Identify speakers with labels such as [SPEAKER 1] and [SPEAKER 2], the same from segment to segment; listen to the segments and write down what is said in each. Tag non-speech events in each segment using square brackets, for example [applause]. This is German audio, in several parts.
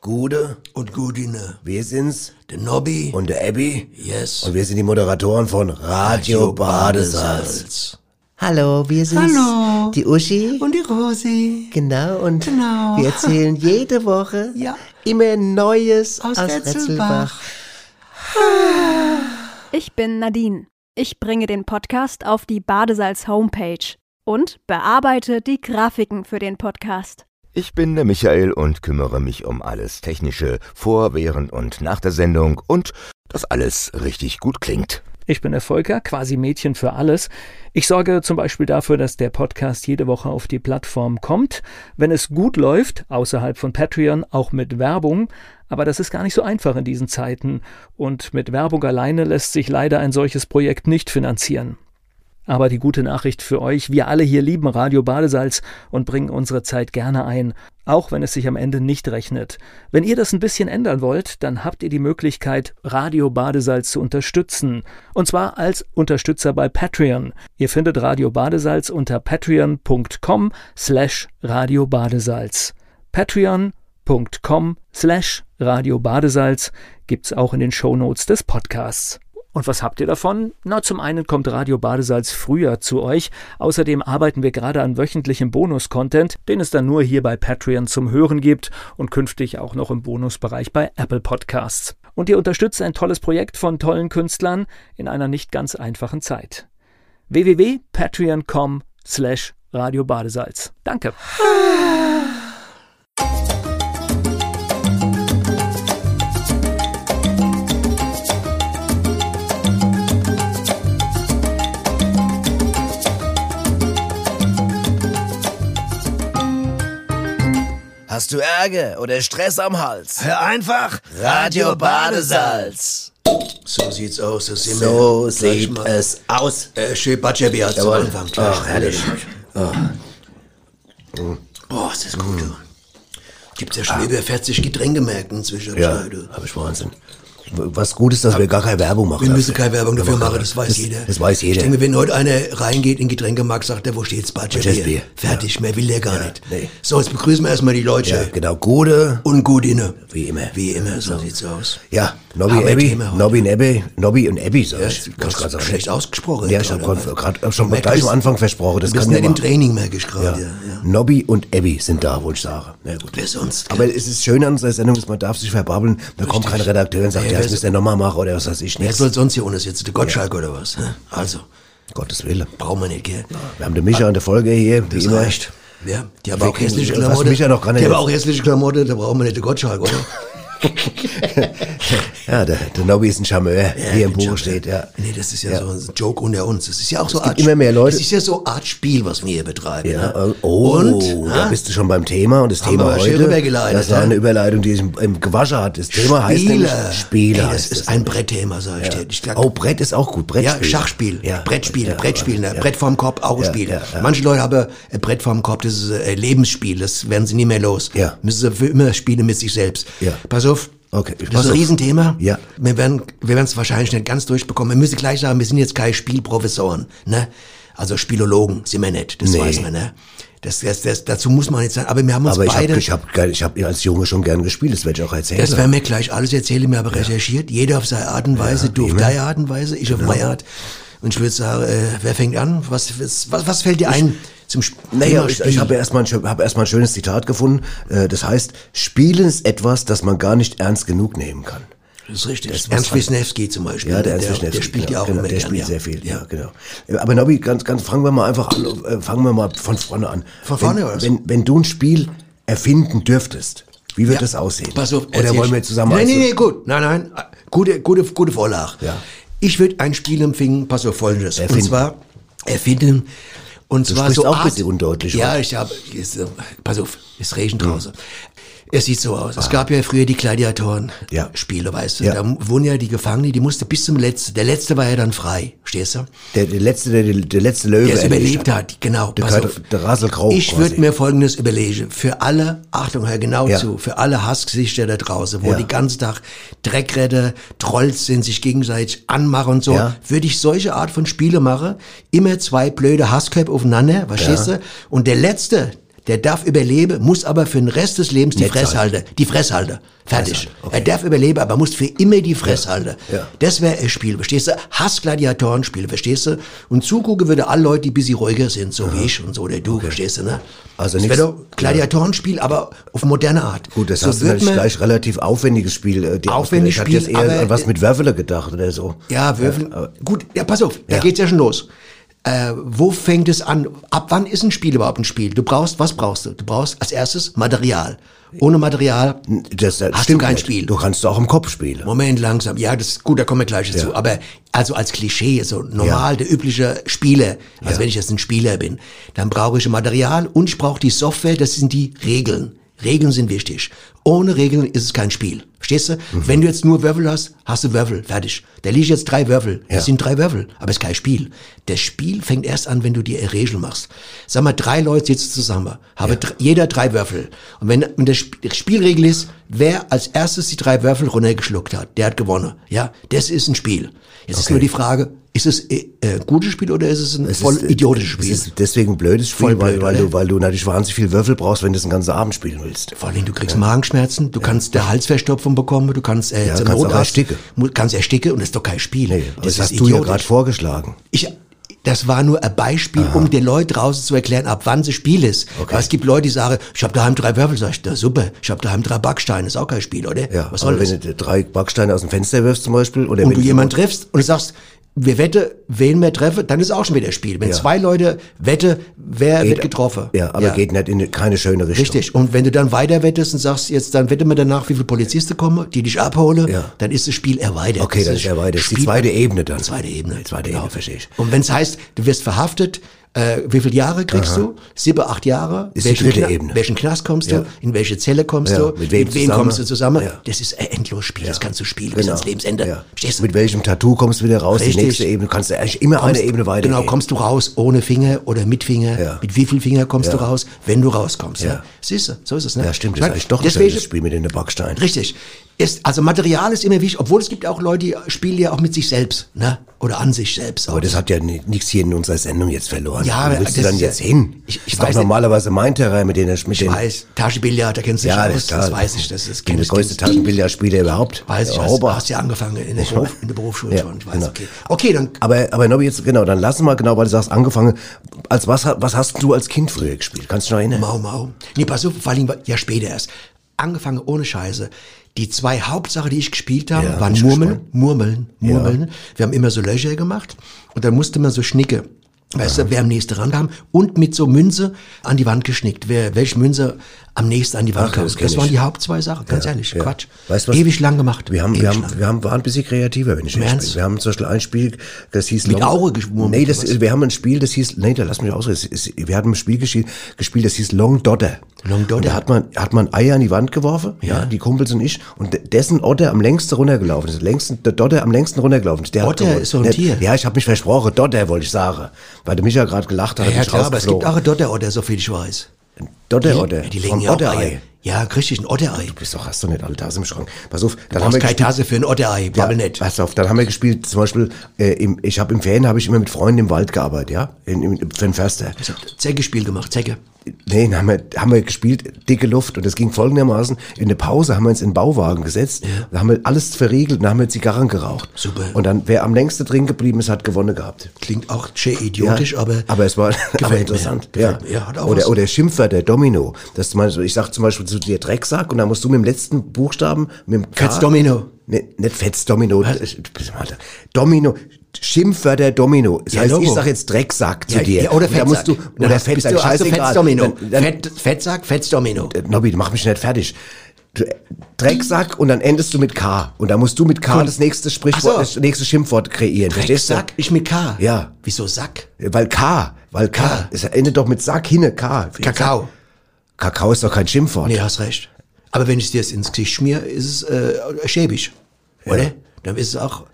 [SPEAKER 1] Gude
[SPEAKER 2] und Gudine.
[SPEAKER 1] Wir sind's
[SPEAKER 2] Der Nobby.
[SPEAKER 1] und der Abby.
[SPEAKER 2] Yes.
[SPEAKER 1] Und wir sind die Moderatoren von Radio Badesalz.
[SPEAKER 3] Hallo, wir sind
[SPEAKER 2] Hallo.
[SPEAKER 3] die Uschi.
[SPEAKER 2] Und die Rosi.
[SPEAKER 3] genau, und
[SPEAKER 2] Genau.
[SPEAKER 3] wir erzählen jede Woche
[SPEAKER 2] Ja.
[SPEAKER 3] immer Neues
[SPEAKER 2] Aus
[SPEAKER 3] aus, aus
[SPEAKER 2] Retzelbach.
[SPEAKER 3] Retzelbach.
[SPEAKER 4] Ich bin Nadine. Ich bringe den Podcast auf die Badesalz-Homepage und bearbeite die Grafiken für den Podcast.
[SPEAKER 5] Ich bin der Michael und kümmere mich um alles Technische vor, während und nach der Sendung und dass alles richtig gut klingt.
[SPEAKER 6] Ich bin der Volker, quasi Mädchen für alles. Ich sorge zum Beispiel dafür, dass der Podcast jede Woche auf die Plattform kommt. Wenn es gut läuft, außerhalb von Patreon, auch mit Werbung. Aber das ist gar nicht so einfach in diesen Zeiten. Und mit Werbung alleine lässt sich leider ein solches Projekt nicht finanzieren. Aber die gute Nachricht für euch, wir alle hier lieben Radio Badesalz und bringen unsere Zeit gerne ein, auch wenn es sich am Ende nicht rechnet. Wenn ihr das ein bisschen ändern wollt, dann habt ihr die Möglichkeit, Radio Badesalz zu unterstützen. Und zwar als Unterstützer bei Patreon. Ihr findet Radio Badesalz unter patreon.com slash radiobadesalz. patreon.com slash radiobadesalz gibt's auch in den Shownotes des Podcasts. Und was habt ihr davon? Na, zum einen kommt Radio Badesalz früher zu euch. Außerdem arbeiten wir gerade an wöchentlichem Bonus-Content, den es dann nur hier bei Patreon zum Hören gibt und künftig auch noch im Bonusbereich bei Apple Podcasts. Und ihr unterstützt ein tolles Projekt von tollen Künstlern in einer nicht ganz einfachen Zeit. www.patreon.com slash Radio Badesalz. Danke.
[SPEAKER 1] Hast du Ärger oder Stress am Hals?
[SPEAKER 2] Hör einfach
[SPEAKER 1] Radio Badesalz.
[SPEAKER 2] So sieht's aus, das sind
[SPEAKER 1] So
[SPEAKER 2] wir. Gleich
[SPEAKER 1] sieht
[SPEAKER 2] mal.
[SPEAKER 1] es aus.
[SPEAKER 2] Äh, Shepachebi hat's am
[SPEAKER 1] Jawohl.
[SPEAKER 2] Anfang gleich.
[SPEAKER 1] Ach, herrlich.
[SPEAKER 2] Oh, ist das gut, du. Gibt's ja schon über 40 Getränkemärkten inzwischen.
[SPEAKER 1] Ah. Ja,
[SPEAKER 2] Schau, du.
[SPEAKER 1] hab ich Wahnsinn. W- Was gut ist, dass wir gar keine Werbung machen.
[SPEAKER 2] Wir müssen
[SPEAKER 1] dafür.
[SPEAKER 2] keine Werbung dafür machen, das weiß
[SPEAKER 1] das,
[SPEAKER 2] jeder.
[SPEAKER 1] Das weiß jeder.
[SPEAKER 2] Ich denke, wenn heute einer reingeht in den Getränkemarkt, sagt er, wo steht's? Bachebier.
[SPEAKER 1] Bachebier.
[SPEAKER 2] Fertig, mehr will der gar nicht.
[SPEAKER 1] nee.
[SPEAKER 2] So, jetzt begrüßen wir erstmal die Leute.
[SPEAKER 1] ja, genau, Gude.
[SPEAKER 2] Und gut inne.
[SPEAKER 1] Wie immer.
[SPEAKER 2] Wie immer, so sieht's aus.
[SPEAKER 1] Ja, Nobby
[SPEAKER 2] Aber
[SPEAKER 1] Abby,
[SPEAKER 2] Thema heute.
[SPEAKER 1] Nobby und Abby, Nobby und Abby, sag ich. Wollte
[SPEAKER 2] Das
[SPEAKER 1] ich
[SPEAKER 2] hast
[SPEAKER 1] grad
[SPEAKER 2] du
[SPEAKER 1] sagen.
[SPEAKER 2] schlecht ausgesprochen.
[SPEAKER 1] Ja, ich hab
[SPEAKER 2] oder
[SPEAKER 1] grad-
[SPEAKER 2] was?
[SPEAKER 1] grad- hab schon
[SPEAKER 2] Merk,
[SPEAKER 1] gleich
[SPEAKER 2] du
[SPEAKER 1] am
[SPEAKER 2] bist-
[SPEAKER 1] Anfang versprochen, das
[SPEAKER 2] Du bist
[SPEAKER 1] kann
[SPEAKER 2] nicht
[SPEAKER 1] ja
[SPEAKER 2] im
[SPEAKER 1] mal-
[SPEAKER 2] Training, merke ich gerade. Ja.
[SPEAKER 1] Ja.
[SPEAKER 2] Ja.
[SPEAKER 1] Nobby und Abby sind da, wollte ich sagen. Na gut.
[SPEAKER 2] Wer sonst?
[SPEAKER 1] Aber es ist schön an unserer Sendung, dass man darf sich verbabbeln. Da kommt kein Redakteur und sagt,
[SPEAKER 2] Ja,
[SPEAKER 1] ja,
[SPEAKER 2] wer
[SPEAKER 1] das
[SPEAKER 2] so-
[SPEAKER 1] müsst ihr nochmal machen oder was weiß ich
[SPEAKER 2] Wer
[SPEAKER 1] nicht.
[SPEAKER 2] soll sonst hier ohne sitzen? Der Gottschalk oder was? hä? Also,
[SPEAKER 1] Gottes Wille.
[SPEAKER 2] brauchen wir nicht, gell?
[SPEAKER 1] Wir haben den Micha und der Folge hier, wie
[SPEAKER 2] Das
[SPEAKER 1] immer.
[SPEAKER 2] reicht. Ja, die haben
[SPEAKER 1] Wir
[SPEAKER 2] auch
[SPEAKER 1] kriegen- das
[SPEAKER 2] hässliche
[SPEAKER 1] hast du
[SPEAKER 2] Klamotten.
[SPEAKER 1] mich ja noch gar nicht
[SPEAKER 2] die haben
[SPEAKER 1] jetzt-
[SPEAKER 2] auch hässliche Klamotten, da brauchen wir nicht den Gottschalk, oder?
[SPEAKER 1] [laughs]
[SPEAKER 2] [laughs]
[SPEAKER 1] Ja, der, der Nobby ist ein Charmeur, wie im
[SPEAKER 2] den Job,
[SPEAKER 1] Buch steht, ja.
[SPEAKER 2] Nee, das ist ja, so ein Joke unter uns. Das ist ja auch so
[SPEAKER 1] gibt immer mehr Leute-
[SPEAKER 2] Das ist ja so Art Spiel, was wir hier betreiben.
[SPEAKER 1] Ja,
[SPEAKER 2] ne?
[SPEAKER 1] äh, oh,
[SPEAKER 2] Und, ah,
[SPEAKER 1] da
[SPEAKER 2] ha?
[SPEAKER 1] bist du schon beim Thema und das
[SPEAKER 2] Haben
[SPEAKER 1] Thema
[SPEAKER 2] wir schön
[SPEAKER 1] heute,
[SPEAKER 2] rübergeleitet,
[SPEAKER 1] das war
[SPEAKER 2] ja?
[SPEAKER 1] eine Überleitung, die sich im, im Gewasche hat. Das Thema heißt nämlich
[SPEAKER 2] Spieler.
[SPEAKER 1] Spieler.
[SPEAKER 2] Ey, das
[SPEAKER 1] heißt
[SPEAKER 2] ist ein Brettthema, sag ich dir. Ich sag,
[SPEAKER 1] Oh, Brett ist auch gut, Brettspiel.
[SPEAKER 2] Ja, Schachspiel,
[SPEAKER 1] Ja,
[SPEAKER 2] Brettspiel,
[SPEAKER 1] ja,
[SPEAKER 2] Brettspiel, ne?
[SPEAKER 1] ja.
[SPEAKER 2] Brett vorm Kopf, Augenspiel.
[SPEAKER 1] Ja, ja, ja.
[SPEAKER 2] Manche Leute haben ein Brett vorm Kopf, das ist ein Lebensspiel, das werden sie nie mehr los.
[SPEAKER 1] Ja.
[SPEAKER 2] Müssen sie für immer spielen mit sich selbst.
[SPEAKER 1] Ja.
[SPEAKER 2] Pass auf.
[SPEAKER 1] Okay, ich
[SPEAKER 2] das
[SPEAKER 1] pass
[SPEAKER 2] ist ein
[SPEAKER 1] auf.
[SPEAKER 2] Riesenthema.
[SPEAKER 1] Ja.
[SPEAKER 2] Wir werden wir es wahrscheinlich nicht ganz durchbekommen. Wir müssen gleich sagen, wir sind jetzt keine Spielprofessoren, ne? Also Spielologen sind wir nicht, das
[SPEAKER 1] Nee.
[SPEAKER 2] weiß man, ne? Das, das, das, dazu muss man nicht sein, aber wir haben uns
[SPEAKER 1] Aber ich
[SPEAKER 2] beide...
[SPEAKER 1] habe ich hab, geil- ich hab als Junge schon gern gespielt, das werde ich auch erzählen.
[SPEAKER 2] Das werden wir gleich alles erzählen. Wir haben recherchiert. Jeder auf seine Art und Weise. du auf deine Art und Weise, ich
[SPEAKER 1] Genau.
[SPEAKER 2] auf meine Art. Und ich würde sagen, äh, wer fängt an? Was, was, was was fällt dir ein zum Sp
[SPEAKER 1] Naja,
[SPEAKER 2] Thema
[SPEAKER 1] ich,
[SPEAKER 2] Spiel?
[SPEAKER 1] ich habe erstmal ein, schö- hab erstmal ein schönes Zitat gefunden. Äh, Das heißt, Spielen ist etwas, das man gar nicht ernst genug nehmen kann.
[SPEAKER 2] das ist richtig.
[SPEAKER 1] das-
[SPEAKER 2] Ernst Wisniewski zum Beispiel.
[SPEAKER 1] Ja, der Ernst Wischnewski.
[SPEAKER 2] Der spielt
[SPEAKER 1] genau,
[SPEAKER 2] ja auch
[SPEAKER 1] genau,
[SPEAKER 2] immer
[SPEAKER 1] Der
[SPEAKER 2] gern,
[SPEAKER 1] spielt
[SPEAKER 2] ja.
[SPEAKER 1] sehr viel, ja, genau. Aber Nobby, ganz, ganz, fangen wir mal einfach an, äh, fangen wir mal von vorne an.
[SPEAKER 2] Von vorne
[SPEAKER 1] wenn,
[SPEAKER 2] oder was?
[SPEAKER 1] Wenn, wenn du ein Spiel erfinden dürftest, wie würde
[SPEAKER 2] Ja.
[SPEAKER 1] das aussehen?
[SPEAKER 2] Pass auf,
[SPEAKER 1] oder
[SPEAKER 2] erzähl
[SPEAKER 1] wollen wir
[SPEAKER 2] ich.
[SPEAKER 1] zusammen also-
[SPEAKER 2] Nein,
[SPEAKER 1] eins-
[SPEAKER 2] nein, nein, gut. Nein, nein. äh, Gute, gute, gute Vorlage.
[SPEAKER 1] Ja.
[SPEAKER 2] Ich würde ein Spiel empfingen, pass auf folgendes.
[SPEAKER 1] Erfinden.
[SPEAKER 2] Und zwar erfinden. Und zwar
[SPEAKER 1] sprichst
[SPEAKER 2] so
[SPEAKER 1] auch ein
[SPEAKER 2] Art-
[SPEAKER 1] bisschen undeutlich,
[SPEAKER 2] Ja,
[SPEAKER 1] oder? Hm.
[SPEAKER 2] ich habe. Pass auf, es regnet draußen. Es sieht so aus. Es gab ja früher die
[SPEAKER 1] Ah. Ja.
[SPEAKER 2] Gladiatoren-Spiele, weißt du?
[SPEAKER 1] Ja.
[SPEAKER 2] Da wurden ja die Gefangenen, die musste bis zum Letzten. Der Letzte war ja dann frei, stehst du?
[SPEAKER 1] Der, der letzte, der, der letzte Löwe.
[SPEAKER 2] Der es
[SPEAKER 1] erledigt
[SPEAKER 2] überlebt hat, genau.
[SPEAKER 1] Der,
[SPEAKER 2] pass
[SPEAKER 1] Kurt-
[SPEAKER 2] auf.
[SPEAKER 1] der Raselgrau.
[SPEAKER 2] Ich
[SPEAKER 1] quasi.
[SPEAKER 2] würde mir Folgendes überlegen. Für alle, Achtung, hör genau
[SPEAKER 1] Ja.
[SPEAKER 2] zu, für alle Hassgesichter da draußen, wo
[SPEAKER 1] Ja.
[SPEAKER 2] die ganzen Tag Dreckräder, Trolls sind, sich gegenseitig anmachen und so,
[SPEAKER 1] Ja.
[SPEAKER 2] würde ich solche Art von Spiele machen. Immer zwei blöde Hassköpfe aufeinander, verstehst du? Und der Letzte, Der darf überleben, muss aber für den Rest des Lebens die
[SPEAKER 1] Nett sein.
[SPEAKER 2] Fresse halten. Die Fresse halten. Fertig.
[SPEAKER 1] Fresse halten, okay.
[SPEAKER 2] Er darf überleben, aber muss für immer die Fresse halten.
[SPEAKER 1] ja.
[SPEAKER 2] Das wäre ein Spiel, verstehst du? Hassgladiatoren-Spiel, verstehst du? Und zugucken würde alle Leute, die ein bisschen ruhiger sind, so wie ich und so, oder du, verstehst du, ne?
[SPEAKER 1] Also
[SPEAKER 2] das
[SPEAKER 1] nix-
[SPEAKER 2] wäre doch Gladiatorenspiel, aber auf moderne Art.
[SPEAKER 1] Gut, das
[SPEAKER 2] so
[SPEAKER 1] hast du
[SPEAKER 2] würd
[SPEAKER 1] natürlich
[SPEAKER 2] man-
[SPEAKER 1] gleich relativ aufwendiges Spiel. äh, dir
[SPEAKER 2] Aufwendiges
[SPEAKER 1] ausgedacht. Ich
[SPEAKER 2] Spiel,
[SPEAKER 1] hab jetzt eher
[SPEAKER 2] aber,
[SPEAKER 1] an was
[SPEAKER 2] äh,
[SPEAKER 1] mit Werfele gedacht oder so.
[SPEAKER 2] Ja, Würfel. Gut, ja, pass auf, da
[SPEAKER 1] Äh, Ja.
[SPEAKER 2] geht's ja schon los. Äh, wo fängt es an? Ab wann ist ein Spiel überhaupt ein Spiel? Du brauchst, was brauchst du? Du brauchst als erstes Material. Ohne Material,
[SPEAKER 1] Das äh,
[SPEAKER 2] Hast
[SPEAKER 1] stimmt
[SPEAKER 2] du kein
[SPEAKER 1] nicht.
[SPEAKER 2] Spiel?
[SPEAKER 1] Du kannst auch im Kopf spielen.
[SPEAKER 2] Moment langsam. Ja, das ist gut, da kommen wir gleich dazu. Aber also als Klischee, so normal, der übliche Spieler, also wenn ich jetzt ein Spieler bin, dann brauche ich ein Material und ich brauche die Software, das sind die Regeln. Regeln sind wichtig. Ohne Regeln ist es kein Spiel. Verstehst du?
[SPEAKER 1] Mhm.
[SPEAKER 2] Wenn du jetzt nur Würfel hast, hast du Würfel, fertig. Da liegen jetzt drei Würfel. Das
[SPEAKER 1] Ja.
[SPEAKER 2] sind drei Würfel, aber es ist kein Spiel. Das Spiel fängt erst an, wenn du dir eine Regel machst. Sag mal, drei Leute sitzen zusammen, habe dr- jeder drei Würfel. Und wenn und das Sp- die Spielregel ist, wer als erstes die drei Würfel runtergeschluckt hat, der hat gewonnen. Ja, das ist ein Spiel. Jetzt ist nur die Frage, ist es äh, äh, ein gutes Spiel oder ist es ein voll
[SPEAKER 1] ist, äh,
[SPEAKER 2] idiotisches Spiel?
[SPEAKER 1] Es ist deswegen ein blödes Spiel,
[SPEAKER 2] Voll
[SPEAKER 1] weil,
[SPEAKER 2] blöd,
[SPEAKER 1] weil,
[SPEAKER 2] oder?
[SPEAKER 1] du, weil du natürlich wahnsinnig viel Würfel brauchst, wenn du das den ganzen Abend spielen willst.
[SPEAKER 2] Vor allem, du kriegst Magenschmerzen, du kannst der Halsverstopfung bekommen, du kannst äh,
[SPEAKER 1] Ja,
[SPEAKER 2] zum
[SPEAKER 1] kannst auch
[SPEAKER 2] Notarzt,
[SPEAKER 1] ersticken.
[SPEAKER 2] mu- kannst ersticken und das ist doch kein Spiel.
[SPEAKER 1] Nee, aber das, hast du ja
[SPEAKER 2] idiotisch.
[SPEAKER 1] gerade vorgeschlagen.
[SPEAKER 2] Ich, das war nur ein Beispiel, um den Leuten draußen zu erklären, ab wann das Spiel ist. Weil es gibt Leute, die sagen, ich habe daheim drei Würfel. Sag ich, na super, ich habe daheim drei Backsteine. Ist auch kein Spiel, oder?
[SPEAKER 1] Ja,
[SPEAKER 2] Was
[SPEAKER 1] aber
[SPEAKER 2] soll das?
[SPEAKER 1] wenn du drei Backsteine aus dem Fenster wirfst zum Beispiel oder
[SPEAKER 2] und
[SPEAKER 1] wenn
[SPEAKER 2] du jemanden triffst und du sagst, wir wette, wen wir treffen, dann ist auch schon wieder Spiel. Wenn
[SPEAKER 1] Ja.
[SPEAKER 2] zwei Leute wette, wer wird
[SPEAKER 1] Geht-
[SPEAKER 2] getroffen?
[SPEAKER 1] Ja, aber geht nicht in eine- keine schöne Richtung.
[SPEAKER 2] Richtig. Und wenn du dann weiter wettest und sagst, jetzt dann wette mir danach, wie viele Polizisten kommen, die dich abholen,
[SPEAKER 1] Ja.
[SPEAKER 2] dann ist das Spiel erweitert.
[SPEAKER 1] Okay, dann ist ja weiter. Das ist die zweite Ebene dann.
[SPEAKER 2] Zweite Ebene.
[SPEAKER 1] Die zweite Ebene, verstehe ich.
[SPEAKER 2] Und wenn es heißt, du wirst verhaftet, äh, wie viele Jahre kriegst du? Sieben, acht Jahre?
[SPEAKER 1] Ist die
[SPEAKER 2] Welchen
[SPEAKER 1] dritte
[SPEAKER 2] Kna-
[SPEAKER 1] Ebene.
[SPEAKER 2] Welchen Knast kommst du?
[SPEAKER 1] Ja.
[SPEAKER 2] In welche Zelle kommst
[SPEAKER 1] Ja,
[SPEAKER 2] du?
[SPEAKER 1] mit wem zusammen?
[SPEAKER 2] kommst du zusammen?
[SPEAKER 1] Ja.
[SPEAKER 2] Das ist ein endloses Spiel. Das kannst du spielen bis
[SPEAKER 1] Genau.
[SPEAKER 2] ans Lebensende.
[SPEAKER 1] Ja.
[SPEAKER 2] Verstehst du?
[SPEAKER 1] Mit welchem Tattoo kommst du wieder raus? Die
[SPEAKER 2] Richtig.
[SPEAKER 1] nächste Ebene kannst du eigentlich immer eine Ebene weiter.
[SPEAKER 2] Genau, kommst du raus ohne Finger oder mit Finger?
[SPEAKER 1] Ja.
[SPEAKER 2] Mit wie viel Finger kommst
[SPEAKER 1] Ja.
[SPEAKER 2] du raus, wenn du rauskommst?
[SPEAKER 1] Ja.
[SPEAKER 2] Ne? Siehst du, so ist es. Ne?
[SPEAKER 1] Ja, stimmt.
[SPEAKER 2] Ich
[SPEAKER 1] Das ist
[SPEAKER 2] mein,
[SPEAKER 1] eigentlich doch ein
[SPEAKER 2] deswegen,
[SPEAKER 1] schönes Spiel mit den Backsteinen.
[SPEAKER 2] Richtig. Ist, also Material ist immer wichtig, obwohl es gibt auch Leute, die spielen ja auch mit sich selbst, ne? Oder an sich selbst.
[SPEAKER 1] Aber das hat ja nichts hier in unserer Sendung jetzt verloren.
[SPEAKER 2] Ja,
[SPEAKER 1] Wo
[SPEAKER 2] aber
[SPEAKER 1] willst du
[SPEAKER 2] das
[SPEAKER 1] dann
[SPEAKER 2] ist ja-
[SPEAKER 1] jetzt hin?
[SPEAKER 2] Ich- ich
[SPEAKER 1] Ist
[SPEAKER 2] weiß
[SPEAKER 1] doch
[SPEAKER 2] nicht.
[SPEAKER 1] normalerweise mein Terrain, mit dem er mit
[SPEAKER 2] ich
[SPEAKER 1] den,
[SPEAKER 2] weiß, Taschenbillard, da kennst du dich
[SPEAKER 1] Ja,
[SPEAKER 2] aus,
[SPEAKER 1] das, ist klar.
[SPEAKER 2] das weiß ich, das ist
[SPEAKER 1] bin der größte
[SPEAKER 2] kennst du.
[SPEAKER 1] Taschenbilderspieler überhaupt.
[SPEAKER 2] Weiß ich, hast,
[SPEAKER 1] Europa.
[SPEAKER 2] hast ja angefangen in der,
[SPEAKER 1] Europa.
[SPEAKER 2] in der Berufsschule
[SPEAKER 1] Ja,
[SPEAKER 2] schon, ich weiß,
[SPEAKER 1] genau.
[SPEAKER 2] okay. Okay, dann
[SPEAKER 1] Aber, aber Nobby, jetzt, genau, dann lassen wir genau, weil du sagst, angefangen. Als was, ha- was hast du als Kind früher gespielt? Kannst du dich noch erinnern?
[SPEAKER 2] Mau Mau. Nee, pass auf, vor allem war- ja später erst. Angefangen ohne Scheiße. Die zwei Hauptsachen, die ich gespielt habe,
[SPEAKER 1] Ja,
[SPEAKER 2] waren
[SPEAKER 1] bin ich
[SPEAKER 2] Murmeln,
[SPEAKER 1] gespannt.
[SPEAKER 2] Murmeln, Murmeln. Wir haben immer so Löcher gemacht und dann musste man so schnicke. Weißt du, wer am nächsten rankam und mit so Münze an die Wand geschnickt, wer welche Münze am nächsten an die Wand
[SPEAKER 1] Ach,
[SPEAKER 2] kam.
[SPEAKER 1] das
[SPEAKER 2] Das,
[SPEAKER 1] kenn ich.
[SPEAKER 2] waren die Hauptzwei Sachen, ganz ehrlich,
[SPEAKER 1] ja.
[SPEAKER 2] Quatsch.
[SPEAKER 1] Weißt du was?
[SPEAKER 2] Ewig lang gemacht.
[SPEAKER 1] Wir haben,
[SPEAKER 2] Ewig
[SPEAKER 1] wir haben,
[SPEAKER 2] lang.
[SPEAKER 1] wir haben, waren ein bisschen kreativer, wenn ich ehrlich
[SPEAKER 2] Ernst?
[SPEAKER 1] bin. Wir haben zum Beispiel ein Spiel, das hieß
[SPEAKER 2] Mit
[SPEAKER 1] Long-
[SPEAKER 2] Aure geschwommen,
[SPEAKER 1] Nee,
[SPEAKER 2] oder
[SPEAKER 1] das,
[SPEAKER 2] was?
[SPEAKER 1] wir haben ein Spiel, das hieß, nee, da lass mich ausreden. Es ist- Wir hatten ein Spiel gespielt, gespielt das hieß Long Dodder.
[SPEAKER 2] Long Dodder.
[SPEAKER 1] Und da hat man, hat man Eier an die Wand geworfen, ja, die Kumpels und ich, und de- dessen Otter am längsten runtergelaufen ist. Längsten, der Dodder am längsten runtergelaufen ist. Der hat
[SPEAKER 2] Otter
[SPEAKER 1] gewonnen.
[SPEAKER 2] ist so ein
[SPEAKER 1] Nee,
[SPEAKER 2] Tier.
[SPEAKER 1] Ja, ich habe mich versprochen, Dodder wollte ich sagen. Weil der Micha gerade gelacht hat,
[SPEAKER 2] ja,
[SPEAKER 1] hab
[SPEAKER 2] ja
[SPEAKER 1] ich
[SPEAKER 2] klar, aber es gibt
[SPEAKER 1] rausgeflogen.
[SPEAKER 2] auch ein Dotter-Otter, so viel ich weiß.
[SPEAKER 1] Dodder Otter.
[SPEAKER 2] Die legen
[SPEAKER 1] vom
[SPEAKER 2] ja auch
[SPEAKER 1] Otterei.
[SPEAKER 2] Eier. Ja, richtig, ein Otterei.
[SPEAKER 1] Du bist doch, hast du nicht alle Tasse im Schrank. Pass auf, dann
[SPEAKER 2] Du
[SPEAKER 1] haben wir
[SPEAKER 2] brauchst keine
[SPEAKER 1] gespielt-
[SPEAKER 2] Tasse für ein Otterei,
[SPEAKER 1] ja,
[SPEAKER 2] babbel nicht.
[SPEAKER 1] Pass auf, dann haben wir gespielt, zum Beispiel, äh, im, ich habe im Ferien habe ich immer mit Freunden im Wald gearbeitet, ja? In, in, für den Förster.
[SPEAKER 2] Ich hab Zecke-Spiel gemacht, Zecke.
[SPEAKER 1] Nee, dann haben wir, haben wir gespielt, dicke Luft. Und es ging folgendermaßen, in der Pause haben wir uns in den Bauwagen gesetzt, da haben wir alles verriegelt und dann haben wir Zigarren geraucht.
[SPEAKER 2] Super.
[SPEAKER 1] Und dann, wer am längsten drin geblieben ist, hat gewonnen gehabt.
[SPEAKER 2] Klingt auch schön idiotisch,
[SPEAKER 1] ja,
[SPEAKER 2] aber.
[SPEAKER 1] aber es war [laughs] aber
[SPEAKER 2] mir.
[SPEAKER 1] interessant.
[SPEAKER 2] [laughs] Gefällt mir. Ja, hat auch
[SPEAKER 1] oder,
[SPEAKER 2] was.
[SPEAKER 1] oder Schimpfwörter, Domino. Das zum Beispiel, ich sag zum Beispiel zu dir Drecksack und dann musst du mit dem letzten Buchstaben, mit dem K-
[SPEAKER 2] Fetz Domino.
[SPEAKER 1] Ne, nicht Fetz Domino. Ich- ich- warte. Domino. Schimpfwörter Domino. Das
[SPEAKER 2] Ja,
[SPEAKER 1] heißt, ich
[SPEAKER 2] Logo.
[SPEAKER 1] sag jetzt Drecksack zu
[SPEAKER 2] ja,
[SPEAKER 1] dir.
[SPEAKER 2] Ja, oder
[SPEAKER 1] Und da
[SPEAKER 2] Fettsack.
[SPEAKER 1] musst du,
[SPEAKER 2] Und dann
[SPEAKER 1] oder
[SPEAKER 2] hast- bist
[SPEAKER 1] Fettsack,
[SPEAKER 2] du- hast du
[SPEAKER 1] scheißegal.
[SPEAKER 2] Fettdomino.
[SPEAKER 1] Dann- dann- Äh,
[SPEAKER 2] Fett, Fettsack, Fettdomino.
[SPEAKER 1] Nobby, mach mich nicht fertig. Du- Drecksack und dann endest du mit K. Und dann musst du mit K das nächste Sprichwort,
[SPEAKER 2] Ach so.
[SPEAKER 1] das nächste Schimpfwort kreieren. Verstehst du?
[SPEAKER 2] Drecksack, ich mit K.
[SPEAKER 1] Ja.
[SPEAKER 2] Wieso Sack?
[SPEAKER 1] Weil K, weil K,
[SPEAKER 2] K.
[SPEAKER 1] es endet doch mit Sack hinne, K.
[SPEAKER 2] Kakao.
[SPEAKER 1] Kakao ist doch kein Schimpfwort.
[SPEAKER 2] Nee, hast recht. Aber wenn ich dir es ins Gesicht schmier, ist es äh, schäbig. Oder? Dann ist es auch.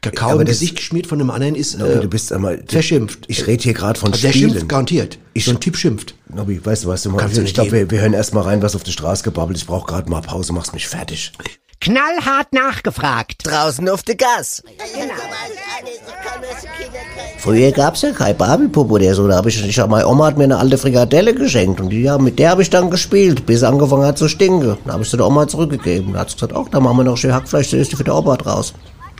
[SPEAKER 2] Kakao
[SPEAKER 1] Aber
[SPEAKER 2] im
[SPEAKER 1] das-
[SPEAKER 2] Gesicht geschmiert von einem anderen ist.
[SPEAKER 1] Nobby,
[SPEAKER 2] Äh,
[SPEAKER 1] du bist einmal.
[SPEAKER 2] verschimpft.
[SPEAKER 1] Ich rede hier gerade von
[SPEAKER 2] also der
[SPEAKER 1] Spielen.
[SPEAKER 2] schimpft garantiert.
[SPEAKER 1] Ich-
[SPEAKER 2] so ein Typ schimpft.
[SPEAKER 1] Nobby, weißt du was du machst?
[SPEAKER 2] Kannst du
[SPEAKER 1] Ich
[SPEAKER 2] nicht
[SPEAKER 1] glaube,
[SPEAKER 2] geben.
[SPEAKER 1] wir, wir hören erst mal rein, was auf der Straße gebabbelt ist. Ich brauche gerade mal Pause, machst mich fertig.
[SPEAKER 7] knallhart nachgefragt.
[SPEAKER 3] Draußen auf der Gas. Früher gab's ja kein Barbie-Puppe oder so. Da hab ich, ich hab, meine Oma hat mir eine alte Frikadelle geschenkt und die, ja, mit der habe ich dann gespielt, bis sie angefangen hat zu stinken. Dann habe ich sie der Oma zurückgegeben. Dann hat sie gesagt, ach, dann machen wir noch schön Hackfleisch, das ist für die Oma draus.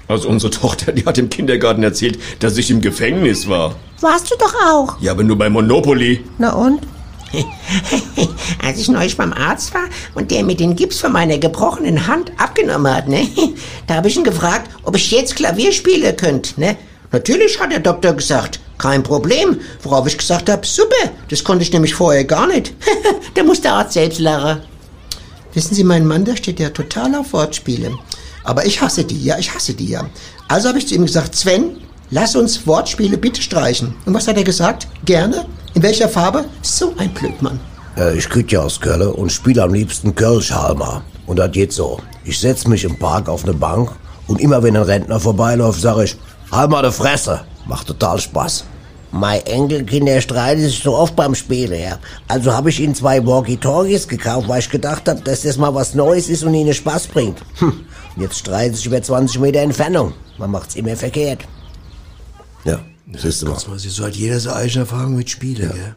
[SPEAKER 8] Also unsere Tochter, die hat im Kindergarten erzählt, dass ich im Gefängnis war.
[SPEAKER 9] Warst du doch auch.
[SPEAKER 8] Ja, aber nur bei Monopoly.
[SPEAKER 9] Na und?
[SPEAKER 7] Als ich neulich beim Arzt war und der mir den Gips von meiner gebrochenen Hand abgenommen hat, ne, [laughs] da habe ich ihn gefragt, ob ich jetzt Klavier spielen könnte. Ne? Natürlich hat der Doktor gesagt, kein Problem. Worauf ich gesagt habe, super, das konnte ich nämlich vorher gar nicht. [laughs] da muss der Arzt selbst lachen.
[SPEAKER 2] Wissen Sie, mein Mann, der steht ja total auf Wortspiele. Aber ich hasse die, ja, ich hasse die, ja. Also habe ich zu ihm gesagt, Sven, lass uns Wortspiele bitte streichen. Und was hat er gesagt? Gerne? In welcher Farbe? So ein Blödmann.
[SPEAKER 1] Äh, ich küt ja aus Köln und spiele am liebsten Kölschhalmer. Und das geht so. Ich setz mich im Park auf eine Bank und immer wenn ein Rentner vorbeiläuft, sage ich, halt Halmer de Fresse. Macht total Spaß.
[SPEAKER 3] Mein Enkelkinder streiten sich so oft beim Spielen, ja. Also habe ich ihnen zwei Walkie-Talkies gekauft, weil ich gedacht habe, dass das mal was Neues ist und ihnen Spaß bringt. Hm. Und jetzt streiten sich über 20 Meter Entfernung. Man macht's immer verkehrt.
[SPEAKER 1] Ja, siehst du mal.
[SPEAKER 2] Also, so hat jeder seine eigene Erfahrung mit Spielen, gell?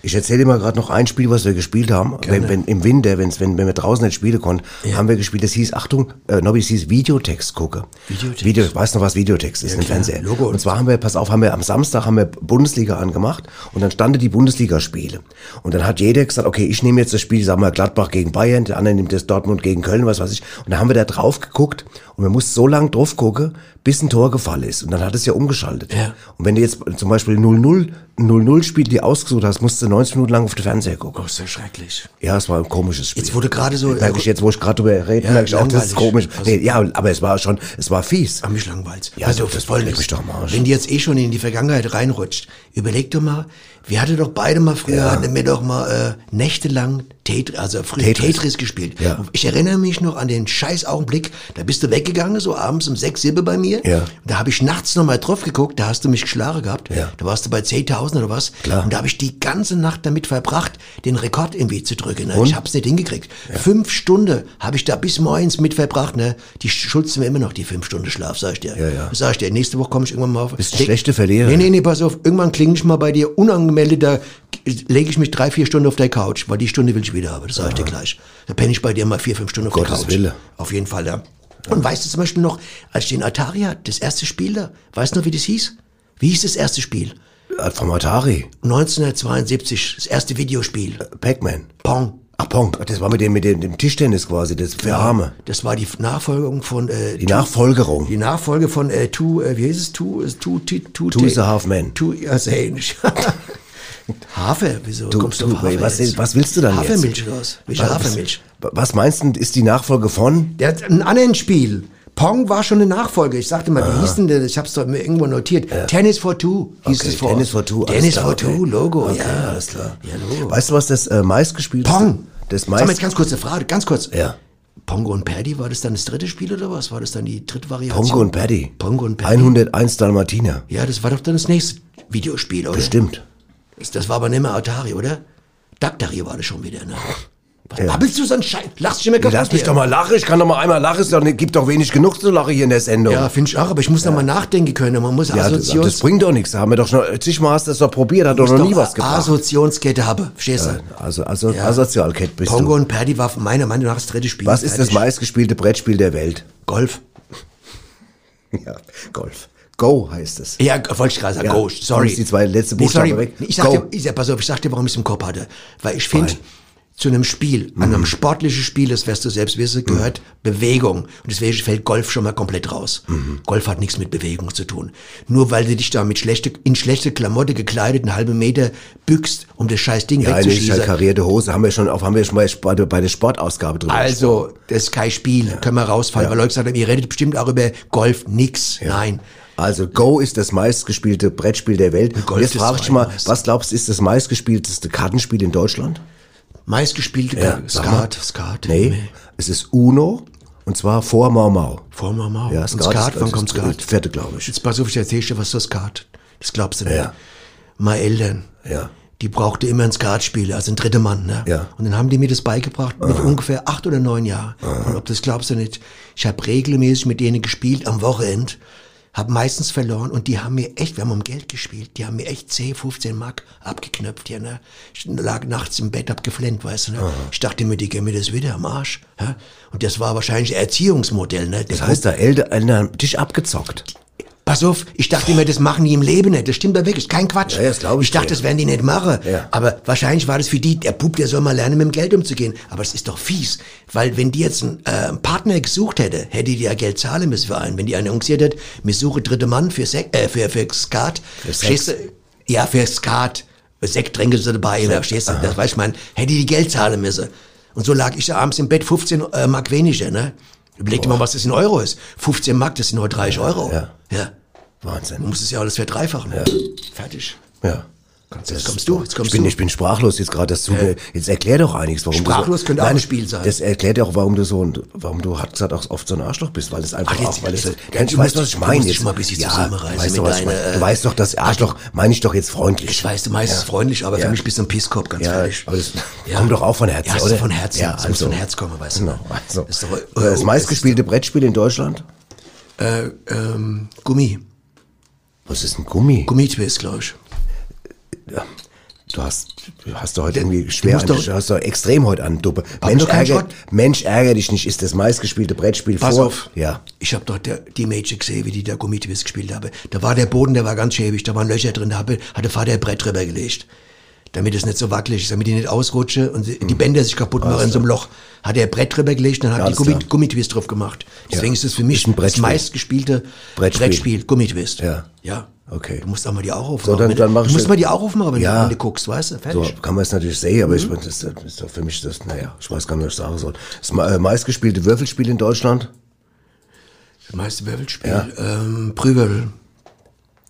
[SPEAKER 1] Ich erzähle dir mal gerade noch ein Spiel, was wir gespielt haben. Wenn, wenn, Im Winter, wenn's, wenn, wenn wir draußen nicht spielen konnten, haben wir gespielt, das hieß, Achtung, äh, Nobby, es hieß Videotext gucke.
[SPEAKER 2] Videotext.
[SPEAKER 1] Video, weißt du noch, was Videotext ist im Fernseher?
[SPEAKER 2] Logo und
[SPEAKER 1] und zwar haben wir, pass auf, haben wir am Samstag haben wir Bundesliga angemacht und dann standen die Bundesligaspiele. Und dann hat jeder gesagt, okay, ich nehme jetzt das Spiel, sagen wir Gladbach gegen Bayern, der andere nimmt das Dortmund gegen Köln, was weiß ich. Und dann haben wir da drauf geguckt und man muss so lang drauf gucken, bis ein Tor gefallen ist. Und dann hat es ja umgeschaltet.
[SPEAKER 2] Ja.
[SPEAKER 1] Und wenn du jetzt zum Beispiel 0-0, 0-0 Spiel, die ausgesucht hast, musst du 90 Minuten lang auf den Fernseher gucken.
[SPEAKER 2] Oh, ist ja schrecklich.
[SPEAKER 1] Ja, es war ein komisches Spiel.
[SPEAKER 2] Jetzt wurde gerade so- äh,
[SPEAKER 1] Merke ich jetzt, wo ich gerade drüber rede,
[SPEAKER 2] Ja,
[SPEAKER 1] merke ich auch, das ist
[SPEAKER 2] langweilig.
[SPEAKER 1] komisch. Nee, ja, aber es war schon, es war fies.
[SPEAKER 2] An mich langweilt's.
[SPEAKER 1] Ja,
[SPEAKER 2] also,
[SPEAKER 1] das-
[SPEAKER 2] das wollen
[SPEAKER 1] leck
[SPEAKER 2] wir
[SPEAKER 1] mich doch am Arsch.
[SPEAKER 2] Wenn die jetzt eh schon in die Vergangenheit reinrutscht, überleg doch mal, wir hatten doch beide mal früher, hatten wir doch mal äh, nächtelang Tetris, also früher
[SPEAKER 1] Tetris.
[SPEAKER 2] Tetris, gespielt.
[SPEAKER 1] Ja.
[SPEAKER 2] Ich erinnere mich noch an den scheiß Augenblick, da bist du weggegangen, so abends um sechs, sieben bei mir.
[SPEAKER 1] Ja.
[SPEAKER 2] Und Da habe ich nachts nochmal drauf geguckt, da hast du mich geschlagen gehabt.
[SPEAKER 1] Ja.
[SPEAKER 2] Da warst du bei 10.000 oder was.
[SPEAKER 1] Klar.
[SPEAKER 2] Und da habe ich die ganze Nacht damit verbracht, den Rekord irgendwie zu drücken. Ne? Ich habe es nicht hingekriegt. Fünf Stunden habe ich da bis morgens mit verbracht. Ne? Die schulzen mir immer noch die fünf Stunden Schlaf, sag ich dir.
[SPEAKER 1] Ja, ja.
[SPEAKER 2] Sag ich dir, nächste Woche komme ich irgendwann mal auf.
[SPEAKER 1] Bist ein schlechter Verlierer.
[SPEAKER 2] Nee, nee, nee, pass auf. Irgendwann klinge ich mal bei dir unangemeldet, da lege ich mich drei, vier Stunden auf der Couch, weil die Stunde will ich wieder haben. Das sag ich dir gleich. Da penne ich bei dir mal vier, fünf Stunden auf der
[SPEAKER 1] Gottes
[SPEAKER 2] Couch.
[SPEAKER 1] Wille.
[SPEAKER 2] Auf jeden Fall, ja. Und weißt du zum Beispiel noch, als ich den Atari hatte, das erste Spiel da, weißt du noch, wie das hieß? Wie hieß das erste Spiel?
[SPEAKER 1] Äh, Vom Atari, Äh,
[SPEAKER 2] 1972, das erste Videospiel.
[SPEAKER 1] Pac-Man.
[SPEAKER 2] Pong.
[SPEAKER 1] Ach, Pong, das war mit dem, mit dem, dem Tischtennis quasi, das für Arme.
[SPEAKER 2] Das war die Nachfolgung von äh,
[SPEAKER 1] Die Nachfolgerung.
[SPEAKER 2] Die Nachfolge von äh, Two, äh, wie hieß es? Two, äh, two, two, two,
[SPEAKER 1] Two is a half man.
[SPEAKER 2] Two, ja, ist ja [laughs] ähnlich. Hafer, wieso
[SPEAKER 1] Du-
[SPEAKER 2] kommst du
[SPEAKER 1] du,
[SPEAKER 2] auf Hafer
[SPEAKER 1] was-
[SPEAKER 2] jetzt?
[SPEAKER 1] was willst du dann jetzt?
[SPEAKER 2] Hafermilch raus. Welche
[SPEAKER 1] Was-
[SPEAKER 2] Hafermilch?
[SPEAKER 1] Was meinst du, ist die Nachfolge von?
[SPEAKER 2] Der hat ein anderes Spiel. Pong war schon eine Nachfolge. Ich sagte mal,
[SPEAKER 1] Ah.
[SPEAKER 2] wie hieß denn das? Ich hab's doch mir irgendwo notiert. Tennis for Two hieß
[SPEAKER 1] Okay,
[SPEAKER 2] es vor.
[SPEAKER 1] Tennis for Two, alles
[SPEAKER 2] Tennis
[SPEAKER 1] klar,
[SPEAKER 2] for
[SPEAKER 1] okay.
[SPEAKER 2] Two, Logo.
[SPEAKER 1] Okay,
[SPEAKER 2] ja,
[SPEAKER 1] alles klar.
[SPEAKER 2] Ja, Logo.
[SPEAKER 1] Weißt du, was das äh, meistgespielte?
[SPEAKER 2] Pong.
[SPEAKER 1] Das
[SPEAKER 2] Sag mal jetzt
[SPEAKER 1] meist.
[SPEAKER 2] ganz kurz eine Frage, ganz kurz.
[SPEAKER 1] Ja.
[SPEAKER 2] Pongo und Paddy, war das dann das dritte Spiel oder was? War das dann die dritte Variation?
[SPEAKER 1] Pongo und Paddy.
[SPEAKER 2] Pongo und Paddy.
[SPEAKER 1] 101 Dalmatiner.
[SPEAKER 2] Ja, das war doch dann das nächste Videospiel, oder?
[SPEAKER 1] Bestimmt.
[SPEAKER 2] Das, das war aber nicht mehr Atari, oder? Daktari war das schon wieder, ne? Was babbelst du so einen Scheiß? Lachst du mir kaputt?
[SPEAKER 1] Lass mich
[SPEAKER 2] hier?
[SPEAKER 1] doch mal lachen, ich kann doch mal einmal lachen, es doch nicht- gibt doch wenig genug zu lachen hier in der Sendung.
[SPEAKER 2] Ja, finde ich auch, aber ich muss noch mal nachdenken können. Man muss
[SPEAKER 1] Oh. Ja, das,
[SPEAKER 2] Assoziations...
[SPEAKER 1] das bringt doch nichts. Da haben wir doch schon zigmal hast du das doch probiert, hat doch
[SPEAKER 2] muss
[SPEAKER 1] noch nie
[SPEAKER 2] doch
[SPEAKER 1] was gebracht.
[SPEAKER 2] Assoziationskette habe, verstehst du?
[SPEAKER 1] Also, also Asozialkett bist
[SPEAKER 2] Pongo
[SPEAKER 1] du.
[SPEAKER 2] und Paddy war meiner Meinung nach das dritte Spiel.
[SPEAKER 1] Was ist das
[SPEAKER 2] Fertig.
[SPEAKER 1] meistgespielte Brettspiel der Welt?
[SPEAKER 2] Golf.
[SPEAKER 1] [laughs] Ja, Golf. Go heißt es.
[SPEAKER 2] Ja, g- wollte ich gerade sagen,
[SPEAKER 1] Ja,
[SPEAKER 2] Go, sorry.
[SPEAKER 1] nimmst die zwei letzten
[SPEAKER 2] Nee,
[SPEAKER 1] Buchstaben
[SPEAKER 2] sorry.
[SPEAKER 1] weg.
[SPEAKER 2] Ich sag dir,
[SPEAKER 1] Go.
[SPEAKER 2] ich sag, pass auf, ich sag dir, warum ich es im Kopf hatte. Weil ich finde, zu einem Spiel, an
[SPEAKER 1] Mhm.
[SPEAKER 2] einem sportlichen Spiel, das wirst du selbst wissen, gehört Bewegung. Und deswegen fällt Golf schon mal komplett raus.
[SPEAKER 1] Mhm.
[SPEAKER 2] Golf hat nichts mit Bewegung zu tun. Nur weil du dich da mit schlechte, in schlechte Klamotte gekleidet einen halben Meter bückst, um das scheiß Ding
[SPEAKER 1] Ja, eine ist halt
[SPEAKER 2] wegzuschießen.
[SPEAKER 1] karierte Hose, haben wir schon auf, haben wir schon mal bei der- bei der Sportausgabe drüber.
[SPEAKER 2] Also, das ist kein Spiel, können wir rausfallen. Weil Leute gesagt haben, ihr redet bestimmt auch über Golf, nix. Nein.
[SPEAKER 1] Also Go ist das meistgespielte Brettspiel der Welt. Und,
[SPEAKER 2] Golf
[SPEAKER 1] jetzt
[SPEAKER 2] ist
[SPEAKER 1] frage ich dich mal,
[SPEAKER 2] zweitmeist.
[SPEAKER 1] was glaubst du, ist das meistgespielteste Kartenspiel in Deutschland?
[SPEAKER 2] Meistgespielte
[SPEAKER 1] Ja,
[SPEAKER 2] Skat,
[SPEAKER 1] sag mal.
[SPEAKER 2] Skat, Skat.
[SPEAKER 1] Nee, es ist Uno und zwar vor Mau Mau.
[SPEAKER 2] Vor Mau Mau.
[SPEAKER 1] Ja,
[SPEAKER 2] Und
[SPEAKER 1] Skat,
[SPEAKER 2] Skat,
[SPEAKER 1] ist-
[SPEAKER 2] wann kommt
[SPEAKER 1] ist-
[SPEAKER 2] Skat?
[SPEAKER 1] Vierte, glaube ich.
[SPEAKER 2] Jetzt pass auf, ich erzähl dir was zu Skat. Das glaubst du nicht.
[SPEAKER 1] Ja.
[SPEAKER 2] Meine Eltern,
[SPEAKER 1] Ja.
[SPEAKER 2] Die brauchte immer einen Skatspieler, also einen dritten Mann. Ne?
[SPEAKER 1] Ja.
[SPEAKER 2] Und dann haben die mir das beigebracht mit ungefähr acht oder neun Jahren. Und ob das glaubst du nicht, ich habe regelmäßig mit denen gespielt am Wochenende, habe meistens verloren und die haben mir echt, wir haben um Geld gespielt, die haben mir echt 10, 15 Mark abgeknöpft. Ja, ne? Ich lag nachts im Bett, hab geflennt, weißt du. Ne? Ich dachte mir, die gehen mir das wieder am Arsch. Ja? Und das war wahrscheinlich ein Erziehungsmodell. Ne?
[SPEAKER 1] Das heißt, da Elder einer Tisch abgezockt.
[SPEAKER 2] Pass auf, ich dachte immer, das machen die im Leben nicht. Das stimmt doch wirklich, ist kein Quatsch.
[SPEAKER 1] Ja, das glaub ich
[SPEAKER 2] ich dachte,
[SPEAKER 1] dir.
[SPEAKER 2] das werden die nicht machen.
[SPEAKER 1] Ja.
[SPEAKER 2] Aber wahrscheinlich war das für die, der Bub, der soll mal lernen, mit dem Geld umzugehen. Aber es ist doch fies, weil wenn die jetzt einen äh, einen Partner gesucht hätte, hätte die ja Geld zahlen müssen für einen. Wenn die einen annonciert hätte, mir suche dritte Mann für, Sek äh, für, für Skat.
[SPEAKER 1] Sex.
[SPEAKER 2] Verstehst du? Ja, für Skat. Sekttränke sind dabei, oder verstehst du? Das weiß ich, mein, hätte die Geld zahlen müssen. Und so lag ich da abends im Bett, 15 äh, Mark weniger, ne? Überleg dir mal, was das in Euro ist. 15 Mark, das sind nur 30 Euro.
[SPEAKER 1] ja.
[SPEAKER 2] ja. Du
[SPEAKER 1] Wahnsinn.
[SPEAKER 2] musst es ja alles verdreifachen. Fertig.
[SPEAKER 1] Ja.
[SPEAKER 2] Jetzt kommst du, jetzt
[SPEAKER 1] Ich
[SPEAKER 2] kommst
[SPEAKER 1] bin,
[SPEAKER 2] du.
[SPEAKER 1] ich bin sprachlos jetzt gerade. dass du mir- Jetzt erklär doch einiges, warum du
[SPEAKER 2] Sprachlos
[SPEAKER 1] so,
[SPEAKER 2] könnte auch ein Spiel sein.
[SPEAKER 1] Das erklärt ja auch, warum du so ein, warum du hat gesagt auch oft so ein Arschloch bist, weil es einfach
[SPEAKER 2] Ach, jetzt-
[SPEAKER 1] auch, weil es,
[SPEAKER 2] jetzt-
[SPEAKER 1] Mensch,
[SPEAKER 2] du
[SPEAKER 1] weißt du,
[SPEAKER 2] musst-
[SPEAKER 1] was ich
[SPEAKER 2] du
[SPEAKER 1] meine
[SPEAKER 2] musst dich
[SPEAKER 1] jetzt?
[SPEAKER 2] mal ein bisschen zusammenreißen
[SPEAKER 1] weißt du,
[SPEAKER 2] mit
[SPEAKER 1] was ich meine?
[SPEAKER 2] deiner,
[SPEAKER 1] Du
[SPEAKER 2] äh,
[SPEAKER 1] weißt doch, das Arschloch meine ich doch jetzt freundlich.
[SPEAKER 2] Ich weiß, du meinst es freundlich, aber
[SPEAKER 1] Ja.
[SPEAKER 2] für mich bist du ein Pisskopf, ganz
[SPEAKER 1] Ja,
[SPEAKER 2] ehrlich.
[SPEAKER 1] aber das kommt doch auch von Herzen,
[SPEAKER 2] ja, es ist
[SPEAKER 1] oder?
[SPEAKER 2] von Herzen.
[SPEAKER 1] Ja,
[SPEAKER 2] Ja, es muss
[SPEAKER 1] also.
[SPEAKER 2] von Herz kommen, weißt du.
[SPEAKER 1] Genau, also.
[SPEAKER 2] Ist doch, äh,
[SPEAKER 1] das meistgespielte Brettspiel in Deutschland?
[SPEAKER 2] Äh, ähm, Gummi.
[SPEAKER 1] Was ist ein Gummi?
[SPEAKER 2] Gummitwist, glaube ich.
[SPEAKER 1] Du hast, du hast du heute irgendwie schwer,
[SPEAKER 2] musst
[SPEAKER 1] an,
[SPEAKER 2] doch-
[SPEAKER 1] du hast doch extrem heute an, Duppe. Mensch
[SPEAKER 2] ich keinen
[SPEAKER 1] ärger,
[SPEAKER 2] Schrott?
[SPEAKER 1] Mensch ärger dich nicht, ist das meistgespielte Brettspiel
[SPEAKER 2] Pass
[SPEAKER 1] vor.
[SPEAKER 2] auf.
[SPEAKER 1] Ja.
[SPEAKER 2] Ich habe dort der, die Magic gesehen, wie die da Gummitwist gespielt haben. Da war der Boden, der war ganz schäbig, da waren Löcher drin, da habe- hat der Vater ein Brett drüber gelegt. Damit es nicht so wackelig ist, damit die nicht ausrutsche und sie- die Bänder sich kaputt machen in so einem Loch. Hat er ein Brett drüber gelegt und dann hat
[SPEAKER 1] Hm. Alles
[SPEAKER 2] die Gummi,
[SPEAKER 1] klar.
[SPEAKER 2] Gummitwist drauf gemacht. Deswegen
[SPEAKER 1] Ja.
[SPEAKER 2] ist es für mich
[SPEAKER 1] Ist ein
[SPEAKER 2] das
[SPEAKER 1] Brettspiel.
[SPEAKER 2] meistgespielte
[SPEAKER 1] Brettspiel.
[SPEAKER 2] Brettspiel, Brettspiel Gummitwist.
[SPEAKER 1] Ja.
[SPEAKER 2] Ja.
[SPEAKER 1] Okay.
[SPEAKER 2] Du musst auch mal die Augen aufmachen.
[SPEAKER 1] So, dann-
[SPEAKER 2] wenn,
[SPEAKER 1] dann mach
[SPEAKER 2] du
[SPEAKER 1] ich
[SPEAKER 2] musst
[SPEAKER 1] das-
[SPEAKER 2] mal die Augen aufmachen, wenn,
[SPEAKER 1] Ja.
[SPEAKER 2] du, wenn du guckst, weißt du?
[SPEAKER 1] So
[SPEAKER 2] Fertig. Mhm.
[SPEAKER 1] kann man es natürlich sehen, aber ich, das, das ist doch für mich das, naja, ich weiß gar nicht, was ich sagen soll. Das me- äh, meistgespielte Würfelspiel in Deutschland,
[SPEAKER 2] Das meiste Würfelspiel. Ähm, Prüwürfel.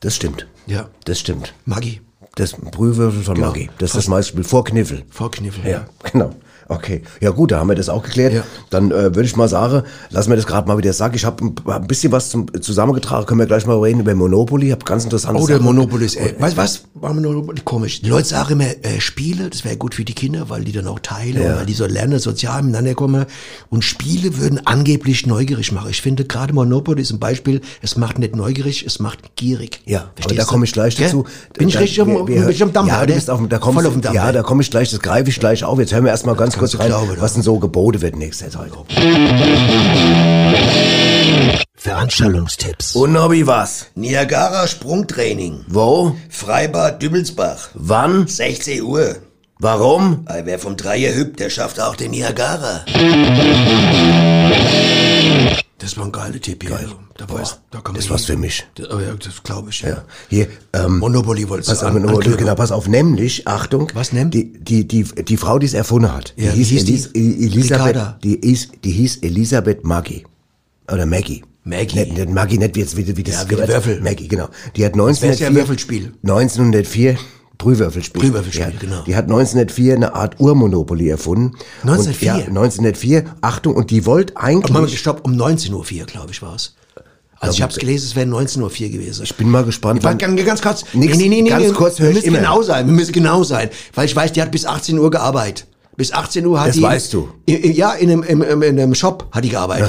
[SPEAKER 1] das stimmt.
[SPEAKER 2] Ja.
[SPEAKER 1] Das stimmt.
[SPEAKER 2] Maggi.
[SPEAKER 1] Das Brühwürfel von
[SPEAKER 2] Genau.
[SPEAKER 1] Maggi. Das ist das meistgespielt. Vor Kniffel.
[SPEAKER 2] Vorkniffel.
[SPEAKER 1] Ja, genau. Okay. Ja gut, da haben wir das auch geklärt.
[SPEAKER 2] Ja.
[SPEAKER 1] Dann äh, würde ich mal sagen, lassen wir das gerade mal wieder sagen. Ich habe ein, hab ein bisschen was zum, zusammengetragen, können wir gleich mal reden über Monopoly. Hab ganz interessantes.
[SPEAKER 2] Oh, der
[SPEAKER 1] Sachen.
[SPEAKER 2] Monopoly ist, ey, was, was war Monopoly? Komisch. Die Leute sagen immer, äh, Spiele, das wäre gut für die Kinder, weil die dann auch teilen, und weil die so lernen, sozial miteinander kommen. Und Spiele würden angeblich neugierig machen. Ich finde, gerade Monopoly ist ein Beispiel, es macht nicht neugierig, es macht gierig.
[SPEAKER 1] Ja, aber
[SPEAKER 2] Verstehst
[SPEAKER 1] da
[SPEAKER 2] du?
[SPEAKER 1] komme ich gleich
[SPEAKER 2] Gell?
[SPEAKER 1] dazu.
[SPEAKER 2] Bin ich
[SPEAKER 1] Da-
[SPEAKER 2] richtig auf,
[SPEAKER 1] wir-
[SPEAKER 2] dem-
[SPEAKER 1] wir-
[SPEAKER 2] bin ich auf dem Dampfer,
[SPEAKER 1] Ja,
[SPEAKER 2] oder?
[SPEAKER 1] du bist auf, dem- da kommst,
[SPEAKER 2] Voll auf dem Dampfer.
[SPEAKER 1] Ja, da komme ich gleich, das greife ich gleich auf. Jetzt hören wir erstmal ganz
[SPEAKER 2] kannst
[SPEAKER 1] kurz
[SPEAKER 2] du
[SPEAKER 1] rein,
[SPEAKER 2] glauben, oder?
[SPEAKER 1] was denn so geboten wird nächstes Jahr.
[SPEAKER 2] Veranstaltungstipps.
[SPEAKER 1] Und hab ich was?
[SPEAKER 2] Niagara Sprungtraining.
[SPEAKER 1] Wo?
[SPEAKER 2] Freibad Dübelsbach.
[SPEAKER 1] Wann?
[SPEAKER 2] 16 Uhr.
[SPEAKER 1] Warum?
[SPEAKER 2] Wer vom Dreier hüpft, der schafft auch den Niagara. Das war ein geiler Tipp, ja. Da, weiß, da kann man
[SPEAKER 1] Das war's für mich.
[SPEAKER 2] Das, oh ja, das glaube ich, ja.
[SPEAKER 1] Ja. Hier, ähm,
[SPEAKER 2] Monopoly wolltest
[SPEAKER 1] Pass
[SPEAKER 2] du
[SPEAKER 1] auf,
[SPEAKER 2] an,
[SPEAKER 1] nur,
[SPEAKER 2] anknüpfen.
[SPEAKER 1] genau, pass auf, nämlich, Achtung.
[SPEAKER 2] Was nämlich?
[SPEAKER 1] Die, die, die, die Frau, die es erfunden hat,
[SPEAKER 2] Ja,
[SPEAKER 1] die,
[SPEAKER 2] wie hieß
[SPEAKER 1] hieß
[SPEAKER 2] die?
[SPEAKER 1] Elis, E- Elisabeth,
[SPEAKER 2] Ricarda.
[SPEAKER 1] die, hieß, die hieß Elisabeth Maggie. Oder Maggie.
[SPEAKER 2] Maggie.
[SPEAKER 1] Nicht, nicht Maggie, nicht wie, jetzt, wie, wie das
[SPEAKER 2] Ja, wie der Würfel.
[SPEAKER 1] Maggie, genau. Die hat
[SPEAKER 2] wär's
[SPEAKER 1] 1904.
[SPEAKER 2] ja ein Würfelspiel.
[SPEAKER 1] 1904. Brühwürfelspiel.
[SPEAKER 2] Brühwürfelspiel,
[SPEAKER 1] ja,
[SPEAKER 2] genau.
[SPEAKER 1] Die hat 1904 eine Art Urmonopoly erfunden.
[SPEAKER 2] 1904?
[SPEAKER 1] Und, ja, 1904. Achtung, und die wollte eigentlich.
[SPEAKER 2] Moment, stopp, um 19.04 Uhr, glaube ich, war es. Also ich habe es gelesen, es wäre 19.04 Uhr gewesen.
[SPEAKER 1] ich bin mal gespannt.
[SPEAKER 2] Warte,
[SPEAKER 1] wann-
[SPEAKER 2] ganz, ganz kurz.
[SPEAKER 1] Nix, ganz kurz höre
[SPEAKER 2] wir
[SPEAKER 1] ich
[SPEAKER 2] müssen
[SPEAKER 1] immer.
[SPEAKER 2] genau sein. Wir müssen genau sein. Weil ich weiß, die hat bis 18 Uhr gearbeitet. Bis 18 Uhr hat
[SPEAKER 1] Das
[SPEAKER 2] die.
[SPEAKER 1] weißt du.
[SPEAKER 2] I- i- Ja, in einem, im, im, in einem Shop hat die gearbeitet.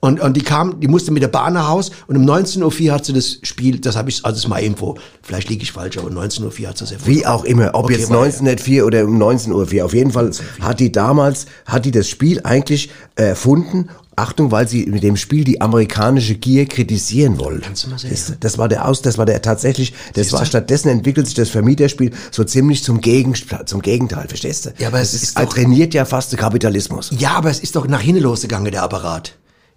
[SPEAKER 2] Und, und die kam, die musste mit der Bahn nach Haus und um 19.04 Uhr hat sie das Spiel, das habe ich, also das ist mal Info. Vielleicht liege ich falsch, aber 19.04 Uhr hat sie das erfunden.
[SPEAKER 1] Wie auch immer, ob
[SPEAKER 2] Okay,
[SPEAKER 1] jetzt
[SPEAKER 2] weiter.
[SPEAKER 1] 1904 oder um 19 Uhr vier. Auf jeden Fall hat die damals, hat die das Spiel eigentlich äh, erfunden. Achtung, weil sie mit dem Spiel die amerikanische Gier kritisieren wollte.
[SPEAKER 2] Kannst du mal sehen,
[SPEAKER 1] das,
[SPEAKER 2] ja.
[SPEAKER 1] das war der Aus, das war der tatsächlich, das war stattdessen entwickelt sich das Vermieterspiel so ziemlich zum, Gegen, zum Gegenteil, verstehst du?
[SPEAKER 2] Ja, aber es
[SPEAKER 1] Das
[SPEAKER 2] ist doch-
[SPEAKER 1] trainiert ja fast den Kapitalismus.
[SPEAKER 2] Ja, aber es ist doch nach hinten losgegangen, der Apparat.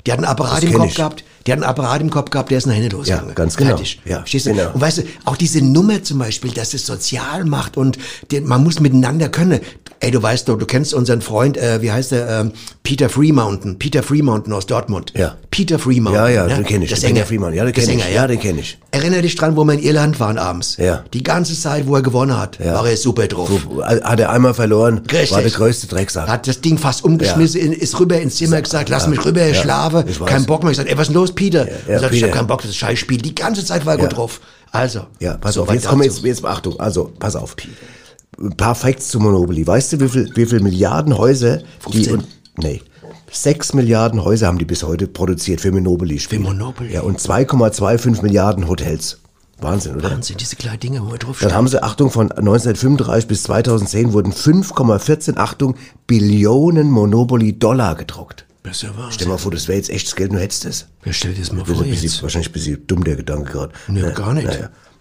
[SPEAKER 2] Der hat einen Apparat
[SPEAKER 1] Das
[SPEAKER 2] im
[SPEAKER 1] kenn
[SPEAKER 2] Kopf
[SPEAKER 1] ich.
[SPEAKER 2] gehabt, der hat einen Apparat im Kopf gehabt, der ist nach hinten losgegangen.
[SPEAKER 1] Ja, ganz genau.
[SPEAKER 2] Fertig.
[SPEAKER 1] Ja,
[SPEAKER 2] Verstehst du?
[SPEAKER 1] genau.
[SPEAKER 2] Und weißt du, auch diese Nummer zum Beispiel, dass es sozial macht und den, man muss miteinander können. Ey, du weißt doch, du kennst unseren Freund, äh, wie heißt der, ähm, Peter Freemountain, Peter Freemountain aus Dortmund.
[SPEAKER 1] Ja.
[SPEAKER 2] Peter Freemountain.
[SPEAKER 1] Ja, ja,
[SPEAKER 2] ne?
[SPEAKER 1] den kenn ich,
[SPEAKER 2] Der
[SPEAKER 1] den Peter
[SPEAKER 2] Sänger.
[SPEAKER 1] Freemountain. Ja, den
[SPEAKER 2] Der
[SPEAKER 1] kenn ich.
[SPEAKER 2] Sänger,
[SPEAKER 1] Ja, den kenn ich.
[SPEAKER 2] Erinnere dich dran, wo wir in Irland waren abends.
[SPEAKER 1] Ja.
[SPEAKER 2] Die ganze Zeit, wo er gewonnen hat, war er super drauf.
[SPEAKER 1] Hat er einmal verloren,
[SPEAKER 2] Richtig.
[SPEAKER 1] war der größte Drecksack.
[SPEAKER 2] Hat das Ding fast umgeschmissen, in, ist rüber ins Zimmer gesagt, lass mich rüber, ich
[SPEAKER 1] Ja,
[SPEAKER 2] schlafe,
[SPEAKER 1] ich weiß.
[SPEAKER 2] kein Bock mehr. Ich sag, ey, was ist denn los, Peter?
[SPEAKER 1] ja,
[SPEAKER 2] er sagt, ich
[SPEAKER 1] Peter.
[SPEAKER 2] hab keinen Bock, das ist ein Scheißspiel. Die ganze Zeit war er
[SPEAKER 1] Ja.
[SPEAKER 2] gut drauf. Also.
[SPEAKER 1] Ja, pass
[SPEAKER 2] so
[SPEAKER 1] auf,
[SPEAKER 2] weit
[SPEAKER 1] jetzt kommen wir
[SPEAKER 2] dazu.
[SPEAKER 1] jetzt, jetzt Achtung, also pass auf. paar Facts zu Monopoly. Weißt du, wie viel, wie viel Milliarden Häuser die
[SPEAKER 2] 15?
[SPEAKER 1] und nee. 6 Milliarden Häuser haben die bis heute produziert für Monopoly. Für
[SPEAKER 2] Monopoly.
[SPEAKER 1] Ja, und 2,25 Milliarden Hotels. Wahnsinn, oder?
[SPEAKER 2] Wahnsinn, diese kleinen Dinge, wo wir drauf
[SPEAKER 1] Dann haben sie, Achtung, von 1935 bis 2010 wurden 5,14, Achtung, Billionen Monopoly-Dollar gedruckt.
[SPEAKER 2] Das ist ja Wahnsinn.
[SPEAKER 1] Stell dir mal vor, das wäre jetzt echtes Geld, nur hättest es.
[SPEAKER 2] Ja, stell dir das mal
[SPEAKER 1] Das
[SPEAKER 2] vor
[SPEAKER 1] ist ein bisschen,
[SPEAKER 2] jetzt.
[SPEAKER 1] wahrscheinlich ein bisschen dumm, der Gedanke gerade.
[SPEAKER 2] Nö, gar nicht.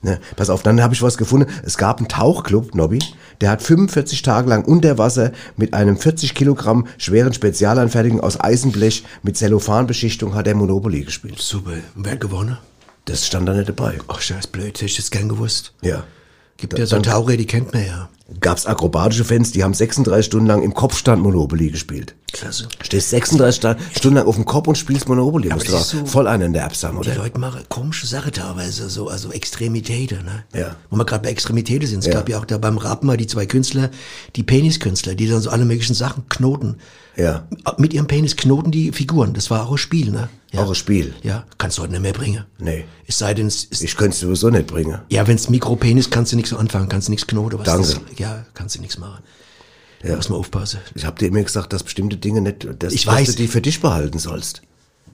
[SPEAKER 1] Ne, pass auf, dann habe ich was gefunden. Es gab einen Tauchclub, Nobby, der hat 45 Tage lang unter Wasser mit einem 40 Kilogramm schweren Spezialanfertigung aus Eisenblech mit Zellophanbeschichtung hat er Monopoly gespielt.
[SPEAKER 2] Super. Und wer hat gewonnen?
[SPEAKER 1] Das stand da nicht dabei.
[SPEAKER 2] Ach, scheiß blöd, hätte ich das gern gewusst.
[SPEAKER 1] Ja.
[SPEAKER 2] Gibt ja so Taucher, die kennt man ja.
[SPEAKER 1] Gab's akrobatische Fans, die haben 36 Stunden lang im Kopfstand Monopoly gespielt.
[SPEAKER 2] Klasse.
[SPEAKER 1] Stehst 36 Sta- Stunden lang auf dem Kopf und spielst Monopoly. Musst du
[SPEAKER 2] das ist
[SPEAKER 1] doch
[SPEAKER 2] so-
[SPEAKER 1] voll einen in der Apps haben,
[SPEAKER 2] Die
[SPEAKER 1] oder?
[SPEAKER 2] Leute machen komische Sachen teilweise, so, also Extremitäten, ne?
[SPEAKER 1] Ja.
[SPEAKER 2] Wo wir gerade bei Extremitäten sind. Es
[SPEAKER 1] Ja.
[SPEAKER 2] gab ja auch da beim Rappen mal die zwei Künstler, die Peniskünstler, die dann so alle möglichen Sachen knoten.
[SPEAKER 1] Ja.
[SPEAKER 2] Mit ihrem Penis knoten die Figuren. Das war auch ein Spiel, ne? Ja.
[SPEAKER 1] Auch ein Spiel.
[SPEAKER 2] Ja. Kannst du heute nicht mehr bringen.
[SPEAKER 1] Nee.
[SPEAKER 2] Es sei denn, es ist,
[SPEAKER 1] Ich könnte es sowieso nicht bringen.
[SPEAKER 2] ja, wenn's Mikropenis kannst du nichts anfangen, kannst du nichts knoten. Was
[SPEAKER 1] Danke.
[SPEAKER 2] Das, ja, kannst du nichts machen. Ja. Muss man aufpassen.
[SPEAKER 1] Ich habe dir immer gesagt, dass bestimmte Dinge nicht, dass,
[SPEAKER 2] Ich
[SPEAKER 1] dass
[SPEAKER 2] weiß.
[SPEAKER 1] du die für dich behalten sollst.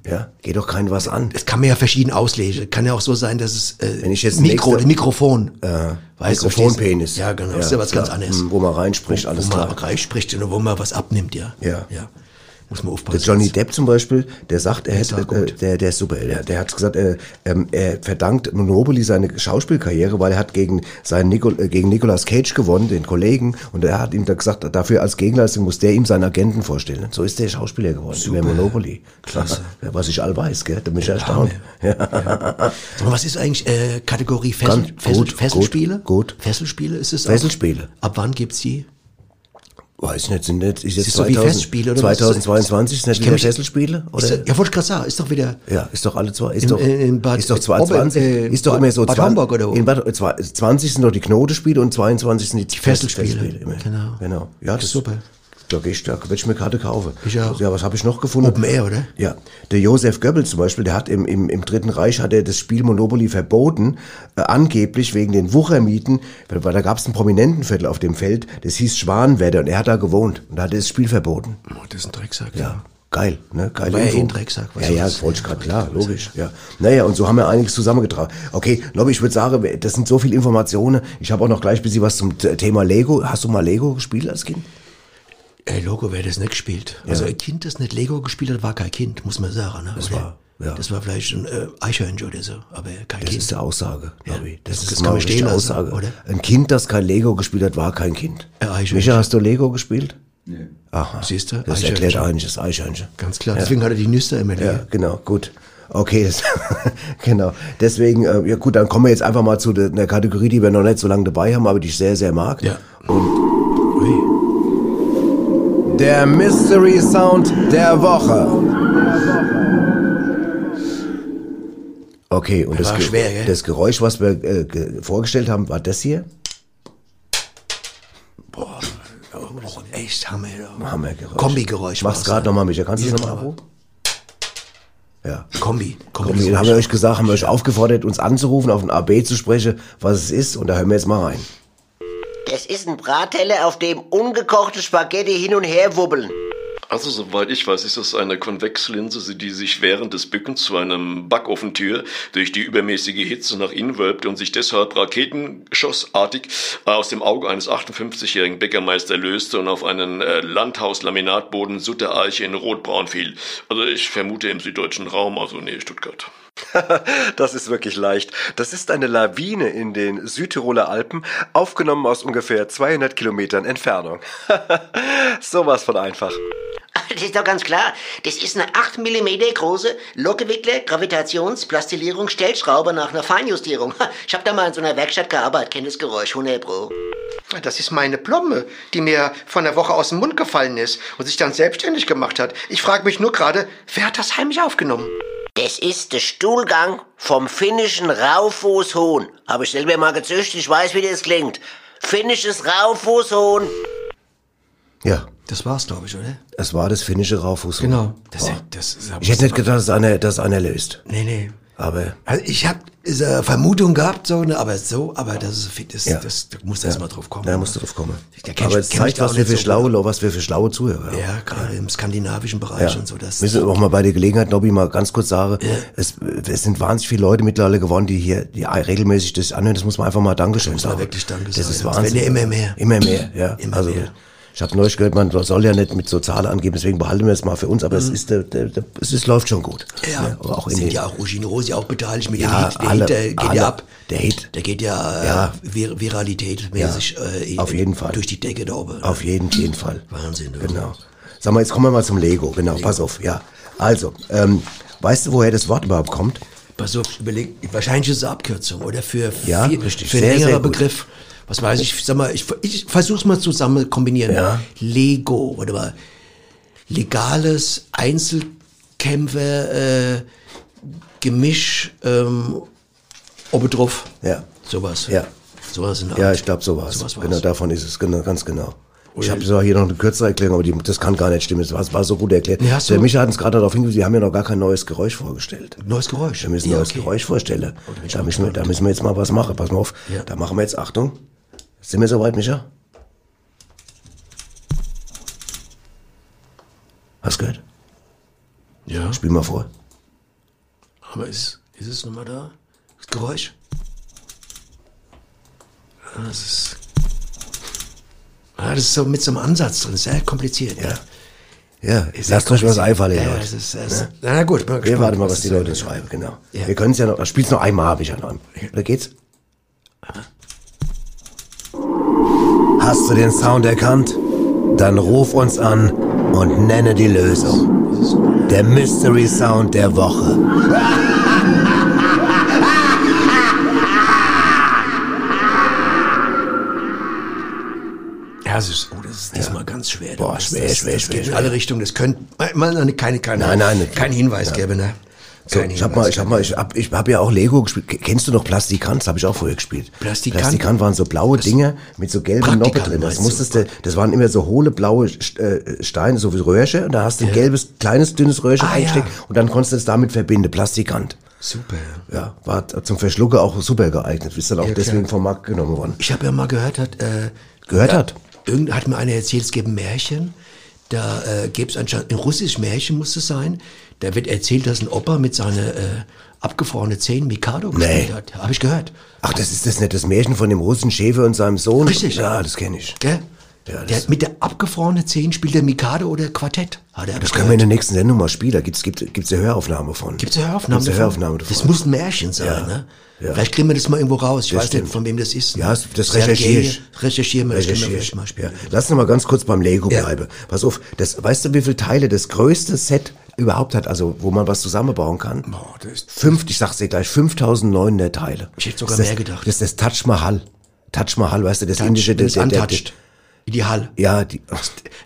[SPEAKER 1] Ja, geh doch keinem was an.
[SPEAKER 2] Es kann mir ja verschieden auslegen. Kann ja auch so sein, dass es äh,
[SPEAKER 1] Wenn ich jetzt
[SPEAKER 2] Mikro,
[SPEAKER 1] nächste-
[SPEAKER 2] Mikrofon. Äh,
[SPEAKER 1] Mikrofonpenis.
[SPEAKER 2] Ja, genau. ist ja was ganz
[SPEAKER 1] klar.
[SPEAKER 2] anderes.
[SPEAKER 1] Hm, Wo man reinspricht,
[SPEAKER 2] wo,
[SPEAKER 1] alles
[SPEAKER 2] wo man
[SPEAKER 1] klar.
[SPEAKER 2] reich spricht und wo man was abnimmt, ja.
[SPEAKER 1] Ja.
[SPEAKER 2] ja. Muss man aufpassen.
[SPEAKER 1] Der Johnny Depp zum Beispiel, der sagt, er hätte,
[SPEAKER 2] war
[SPEAKER 1] äh,
[SPEAKER 2] gut.
[SPEAKER 1] der, der ist super, der, der hat gesagt, äh, ähm, er verdankt Monopoly seine Schauspielkarriere, weil er hat gegen seinen Nicol äh, gegen Nicolas Cage gewonnen, den Kollegen, und er hat ihm da gesagt, dafür als Gegenleistung muss der ihm seinen Agenten vorstellen. So ist der Schauspieler geworden über Monopoly. [laughs] Klasse. Was ich all weiß, gell? Da bin ich erstaunt. [laughs] Ja.
[SPEAKER 2] Sag mal, was ist eigentlich äh, Kategorie
[SPEAKER 1] Ganz gut,
[SPEAKER 2] Fessel, Fessel,
[SPEAKER 1] gut,
[SPEAKER 2] Fesselspiele?
[SPEAKER 1] gut.
[SPEAKER 2] Fesselspiele ist es auch?
[SPEAKER 1] Fesselspiele.
[SPEAKER 2] Ab wann gibt's die?
[SPEAKER 1] Weiß nicht, sind jetzt, ist jetzt
[SPEAKER 2] Ist so wie
[SPEAKER 1] 2000
[SPEAKER 2] Festspiele oder was?
[SPEAKER 1] 2022 ist nicht
[SPEAKER 2] Ich kenn
[SPEAKER 1] wieder
[SPEAKER 2] mich-
[SPEAKER 1] Fesselspiele?
[SPEAKER 2] Ist
[SPEAKER 1] Oder?
[SPEAKER 2] da- ja, wollte ich gerade sagen, ist doch wieder.
[SPEAKER 1] Ja, ist doch alle zwei, ist
[SPEAKER 2] In-
[SPEAKER 1] doch,
[SPEAKER 2] in Bad-
[SPEAKER 1] ist doch
[SPEAKER 2] äh,
[SPEAKER 1] 22,
[SPEAKER 2] Ober- äh,
[SPEAKER 1] ist doch
[SPEAKER 2] Bad-
[SPEAKER 1] immer so
[SPEAKER 2] Bad
[SPEAKER 1] 20
[SPEAKER 2] Homburg oder wo?
[SPEAKER 1] In Bad, äh, zwei- 20 sind doch die Knotenspiele und 22 sind die, die
[SPEAKER 2] Fesselspiele.
[SPEAKER 1] immer.
[SPEAKER 2] Genau.
[SPEAKER 1] genau. Ja, das
[SPEAKER 2] Super.
[SPEAKER 1] Da geh ich, da werde ich mir Karte kaufen.
[SPEAKER 2] Ich auch.
[SPEAKER 1] Ja, was habe ich noch gefunden?
[SPEAKER 2] Open Air, oder?
[SPEAKER 1] Ja, der Josef Goebbels zum Beispiel, der hat im, im, im Dritten Reich hat er das Spiel Monopoly verboten, äh, angeblich wegen den Wuchermieten, weil, weil da gab es ein Prominentenviertel auf dem Feld, das hieß Schwanwerder und er hat da gewohnt und da hat er das Spiel verboten.
[SPEAKER 2] Oh, das ist ein Drecksack.
[SPEAKER 1] Ja, geil, ne? Geile
[SPEAKER 2] War ja
[SPEAKER 1] Info.
[SPEAKER 2] eh ein Drecksack, was
[SPEAKER 1] ja, ja,
[SPEAKER 2] soll's.
[SPEAKER 1] das wollte ich gerade klar, logisch. Ja. Naja, und so haben wir einiges zusammengetragen. Okay, Nobby, ich würde sagen, wir- das sind so viele Informationen. Ich habe auch noch gleich ein bisschen was zum T- Thema Lego. Hast du mal Lego gespielt als Kind?
[SPEAKER 2] Ey, Logo, wer das nicht gespielt? Also ein Kind, das nicht Lego gespielt hat, war kein Kind, muss man sagen. Ne? Das
[SPEAKER 1] war- ja.
[SPEAKER 2] Das war vielleicht ein äh, Eichhörnchen oder so, aber kein
[SPEAKER 1] Das
[SPEAKER 2] Kind.
[SPEAKER 1] ist eine Aussage, Nobby. Das,
[SPEAKER 2] das-
[SPEAKER 1] ist
[SPEAKER 2] das
[SPEAKER 1] mal
[SPEAKER 2] kann man
[SPEAKER 1] eine
[SPEAKER 2] stehen
[SPEAKER 1] richtige
[SPEAKER 2] lassen,
[SPEAKER 1] Aussage.
[SPEAKER 2] oder?
[SPEAKER 1] Ein Kind, das kein Lego gespielt hat, war kein Kind.
[SPEAKER 2] Ein Eichhörnchen.
[SPEAKER 1] Micha, hast du Lego gespielt? Nee. Aha.
[SPEAKER 2] Siehst du?
[SPEAKER 1] Das
[SPEAKER 2] Eichhörnchen.
[SPEAKER 1] erklärt einiges, Eichhörnchen.
[SPEAKER 2] Ganz klar. Deswegen hat er die Nüster immer
[SPEAKER 1] Ja,
[SPEAKER 2] leer.
[SPEAKER 1] genau, gut. Okay, das, [laughs] genau. Deswegen, äh, ja gut, dann kommen wir jetzt einfach mal zu der, einer Kategorie, die wir noch nicht so lange dabei haben, aber die ich sehr, sehr mag.
[SPEAKER 2] Ja.
[SPEAKER 1] Und der Mystery Sound der Woche. Okay, und das,
[SPEAKER 2] war
[SPEAKER 1] Ge-
[SPEAKER 2] schwer, gell?
[SPEAKER 1] das Geräusch, was wir äh, ge- vorgestellt haben, war das hier?
[SPEAKER 2] Oh, echt Hammer. ja.
[SPEAKER 1] Hammergeräusch.
[SPEAKER 2] Kombi-Geräusch
[SPEAKER 1] Mach's
[SPEAKER 2] war's,
[SPEAKER 1] gerade
[SPEAKER 2] ne?
[SPEAKER 1] nochmal, Micha. Kannst du
[SPEAKER 2] Ja,
[SPEAKER 1] das nochmal
[SPEAKER 2] klar.
[SPEAKER 1] abrufen? Ja.
[SPEAKER 2] Kombi.
[SPEAKER 1] Komm,
[SPEAKER 2] Kombi.
[SPEAKER 1] wir haben wir euch gesagt, haben wir euch aufgefordert, uns anzurufen, auf den AB zu sprechen, was es ist. Und da hören wir jetzt mal rein.
[SPEAKER 3] Das ist ein Bratteller, auf dem ungekochte Spaghetti hin und her wubbeln.
[SPEAKER 8] Also, soweit ich weiß, ist das eine Konvexlinse, die sich während des Bückens zu einem Backofentür durch die übermäßige Hitze nach innen wölbt und sich deshalb raketengeschossartig aus dem Auge eines 58-jährigen Bäckermeisters löste und auf einen äh, Landhaus-Laminatboden Suttereiche in Rotbraun fiel. Also, ich vermute im süddeutschen Raum, also nee,
[SPEAKER 10] [laughs]
[SPEAKER 8] Stuttgart.
[SPEAKER 9] [laughs] Das ist wirklich leicht. Das ist eine Lawine in den Südtiroler Alpen, aufgenommen aus ungefähr 200 Kilometern Entfernung. [laughs] Sowas von einfach.
[SPEAKER 7] [laughs] Das ist doch ganz klar. Das ist eine 8 mm große Lockewickler, Gravitations-, Plastilierung, Stellschraube nach einer Feinjustierung. [laughs] Ha, Ich habe da mal in so einer Werkstatt gearbeitet, kenn das Geräusch, 100 Pro.
[SPEAKER 11] Das ist meine Plomme, die mir von der Woche aus dem Mund gefallen ist und sich dann selbstständig gemacht hat. Ich frage mich nur gerade, wer hat das heimlich aufgenommen?
[SPEAKER 3] Das ist der Stuhlgang vom finnischen Raufußhuhn. Habe ich selber mal gezüchtet, ich weiß, wie das klingt. Finnisches Raufußhuhn.
[SPEAKER 1] Ja,
[SPEAKER 2] Das war's, glaube ich, oder?
[SPEAKER 1] es war das finnische Raufuß.
[SPEAKER 2] Das, das ist aber
[SPEAKER 1] Ich hätte nicht gedacht, dass einer, dass einer löst.
[SPEAKER 2] Nee, nee.
[SPEAKER 1] Aber
[SPEAKER 2] Also ich habe diese Vermutung gehabt, so, ne, aber so, aber das ist fit, das,
[SPEAKER 1] Ja.
[SPEAKER 2] das, da muss erst mal drauf kommen. ne?
[SPEAKER 1] da musst du drauf kommen.
[SPEAKER 2] Da kenn ich-
[SPEAKER 1] Aber es
[SPEAKER 2] kenn ich
[SPEAKER 1] zeigt,
[SPEAKER 2] da auch
[SPEAKER 1] was wir,
[SPEAKER 2] nicht
[SPEAKER 1] für
[SPEAKER 2] so
[SPEAKER 1] schlaue, was wir für schlaue Zuhörer haben.
[SPEAKER 2] Ja, gerade im skandinavischen Bereich und so, das.
[SPEAKER 1] Müssen wir auch mal bei der Gelegenheit, Nobby, mal ganz kurz sagen, es, es sind wahnsinnig viele Leute mittlerweile geworden, die hier die regelmäßig das anhören. Das muss man einfach mal Dankeschön
[SPEAKER 2] muss man
[SPEAKER 1] sagen.
[SPEAKER 2] wirklich Danke
[SPEAKER 1] das
[SPEAKER 2] sagen.
[SPEAKER 1] ist
[SPEAKER 2] Das
[SPEAKER 1] Wahnsinn.
[SPEAKER 2] werden ja immer mehr.
[SPEAKER 1] Immer mehr, ja.
[SPEAKER 2] Immer
[SPEAKER 1] also,
[SPEAKER 2] mehr.
[SPEAKER 1] Ich habe neulich gehört, man soll ja nicht mit so Zahlen angeben, deswegen behalten wir es mal für uns, aber es ist, der- der- der- es ist, läuft schon gut. Ne?
[SPEAKER 2] Mhm. ja,
[SPEAKER 1] Aber auch in
[SPEAKER 2] sind
[SPEAKER 1] den,
[SPEAKER 2] ja auch Ugin Rosi auch beteiligt mit
[SPEAKER 1] Ja,
[SPEAKER 2] dem Hit. Der
[SPEAKER 1] alle,
[SPEAKER 2] Hit der geht
[SPEAKER 1] alle.
[SPEAKER 2] ja ab.
[SPEAKER 1] Der Hit.
[SPEAKER 2] Der geht ja, äh,
[SPEAKER 1] Ja.
[SPEAKER 2] Vir Viralität mäßig äh,
[SPEAKER 1] auf jeden Fall.
[SPEAKER 2] durch die Decke da oben. ne?
[SPEAKER 1] Auf jeden, jeden Fall.
[SPEAKER 2] Wahnsinn, du.
[SPEAKER 1] Genau. Sag mal, jetzt kommen wir mal zum Lego. Genau, pass auf, ja. Also, ähm, weißt du, woher das Wort überhaupt kommt?
[SPEAKER 2] Pass auf, überleg, wahrscheinlich ist es eine Abkürzung, oder? Für,
[SPEAKER 1] Ja,
[SPEAKER 2] für,
[SPEAKER 1] richtig.
[SPEAKER 2] für einen
[SPEAKER 1] Sehr, sehr
[SPEAKER 2] längeren
[SPEAKER 1] gut.
[SPEAKER 2] Begriff. Was weiß ich, sag mal, ich, ich versuch's mal zusammen kombinieren.
[SPEAKER 1] Ja.
[SPEAKER 2] Lego, oder mal legales Einzelkämpfer, äh, Gemisch, ähm, obendrauf.
[SPEAKER 1] Ja.
[SPEAKER 2] Sowas.
[SPEAKER 1] Ja.
[SPEAKER 2] Sowas in der
[SPEAKER 1] Ja,
[SPEAKER 2] Art.
[SPEAKER 1] ich glaube, so war es.
[SPEAKER 2] Sowas war's.
[SPEAKER 1] Genau, davon ist es, genau, ganz genau. Ich habe zwar hier noch eine kürzere Erklärung, aber die, das kann gar nicht stimmen. Das war, war so gut erklärt.
[SPEAKER 2] Nee, hast
[SPEAKER 1] Der
[SPEAKER 2] du-
[SPEAKER 1] Micha hat uns gerade darauf hingewiesen, wir haben ja noch gar kein neues Geräusch vorgestellt.
[SPEAKER 2] Neues Geräusch.
[SPEAKER 1] Wir müssen ein
[SPEAKER 2] Ja,
[SPEAKER 1] neues
[SPEAKER 2] okay. Oh,
[SPEAKER 1] Geräusch vorstellen. Da müssen, wir, da müssen wir jetzt mal was machen. Pass mal auf.
[SPEAKER 2] Ja.
[SPEAKER 1] Da machen wir jetzt Achtung. Sind wir soweit, Micha? Hast gehört?
[SPEAKER 2] Ja.
[SPEAKER 1] Spiel mal vor.
[SPEAKER 2] Aber ist, ist es nochmal da? Das Geräusch? Ah, Das ist. Ah, das ist so mit so einem Ansatz drin, sehr kompliziert. Ja,
[SPEAKER 1] Ja,
[SPEAKER 2] Ist
[SPEAKER 1] lasst
[SPEAKER 2] sehr
[SPEAKER 1] euch was
[SPEAKER 2] kompliziert.
[SPEAKER 1] einfallen, ihr
[SPEAKER 2] ja,
[SPEAKER 1] Leute.
[SPEAKER 2] das ist, das ist, Na gut, bin
[SPEAKER 1] Wir
[SPEAKER 2] gespannt,
[SPEAKER 1] warten mal, was
[SPEAKER 2] das
[SPEAKER 1] die
[SPEAKER 2] ist.
[SPEAKER 1] Leute schreiben, genau.
[SPEAKER 2] Ja.
[SPEAKER 1] Wir können es ja noch, spiel's noch einmal, habe ich ja noch. Oder geht's? Hast du den Sound erkannt? Dann ruf uns an und nenne die Lösung. Der Mystery Sound der Woche.
[SPEAKER 2] Ja, das ist, oh, das ist diesmal ganz schwer.
[SPEAKER 1] Boah,
[SPEAKER 2] das,
[SPEAKER 1] schwer,
[SPEAKER 2] das,
[SPEAKER 1] schwer,
[SPEAKER 2] das
[SPEAKER 1] schwer,
[SPEAKER 2] geht
[SPEAKER 1] schwer.
[SPEAKER 2] In alle Richtungen, das könnte. Man, keine, keine,
[SPEAKER 1] Nein, nein,
[SPEAKER 2] kein Hinweis geben, ne?
[SPEAKER 1] So,
[SPEAKER 2] Kein
[SPEAKER 1] ich hab
[SPEAKER 2] Hinweis
[SPEAKER 1] mal, ich hab mal, ich hab, ich hab ja auch Lego gespielt. Ke- Kennst du noch Plastikant? Habe ich auch vorher gespielt.
[SPEAKER 2] Plastikant?
[SPEAKER 1] Plastikant waren so blaue Dinger mit so gelben
[SPEAKER 2] Praktikant
[SPEAKER 1] Noppen drin. Das
[SPEAKER 2] meinst du?
[SPEAKER 1] musstest du, das waren immer so hohle blaue Sch- äh, Steine, so wie Röhrchen. Und da hast du ein gelbes, kleines, dünnes Röhrchen
[SPEAKER 2] Ah,
[SPEAKER 1] eingesteckt
[SPEAKER 2] ja.
[SPEAKER 1] und dann konntest du es damit verbinden. Plastikant.
[SPEAKER 2] Super.
[SPEAKER 1] Ja, war t- zum Verschlucken auch super geeignet. Ist dann auch
[SPEAKER 2] Ja, klar.
[SPEAKER 1] deswegen vom Markt genommen worden.
[SPEAKER 2] Ich habe ja mal gehört, hat, äh,
[SPEAKER 1] Gehört
[SPEAKER 2] ja,
[SPEAKER 1] hat?
[SPEAKER 2] Irgend hat mir einer erzählt, es gäbe ein Märchen. Da äh, gäbe es anscheinend, ein russisches Märchen muss es sein. Da wird erzählt, dass ein Opa mit seiner äh, abgefrorene Zehen Mikado gespielt hat. Habe ich gehört.
[SPEAKER 1] Ach, das ist das nicht das Märchen von dem russischen Schäfer und seinem Sohn?
[SPEAKER 2] Richtig.
[SPEAKER 1] Ja, das kenne ich.
[SPEAKER 2] Gell?
[SPEAKER 1] Ja, das-
[SPEAKER 2] der hat mit der abgefrorenen Zehen spielt der Mikado oder Quartett. Ah, Hat er
[SPEAKER 1] Das können wir in der nächsten Sendung mal spielen. Da gibt's, gibt, gibt's eine Höraufnahme von.
[SPEAKER 2] Gibt es eine Höraufnahme?
[SPEAKER 1] Gibt's eine
[SPEAKER 2] davon?
[SPEAKER 1] Höraufnahme davon.
[SPEAKER 2] Das muss ein Märchen sein,
[SPEAKER 1] Ja.
[SPEAKER 2] ne?
[SPEAKER 1] Ja.
[SPEAKER 2] Vielleicht kriegen wir das mal irgendwo raus. Ich
[SPEAKER 1] Das
[SPEAKER 2] weiß
[SPEAKER 1] stimmt.
[SPEAKER 2] nicht, von wem das ist.
[SPEAKER 1] Ja, das- das
[SPEAKER 2] Sergei,
[SPEAKER 1] recherchiere ich.
[SPEAKER 2] Recherchieren wir, das können wir
[SPEAKER 1] Recherchiere.
[SPEAKER 2] vielleicht mal
[SPEAKER 1] Ja.
[SPEAKER 2] spielen.
[SPEAKER 1] Lass uns mal ganz kurz beim Lego
[SPEAKER 2] Ja.
[SPEAKER 1] bleiben. Pass auf, das, weißt du, wie viele Teile das größte Set überhaupt hat, also wo man was zusammenbauen kann?
[SPEAKER 2] Boah, das ist
[SPEAKER 1] Fünf, ich sag's dir gleich, 5900 Teile.
[SPEAKER 2] Ich hätte sogar
[SPEAKER 1] das, ist das-
[SPEAKER 2] mehr gedacht.
[SPEAKER 1] Das ist das Taj Mahal. Taj Mahal, weißt du, das indische,
[SPEAKER 2] Wenn
[SPEAKER 1] das,
[SPEAKER 2] es antatscht. Ideal.
[SPEAKER 1] ja, die,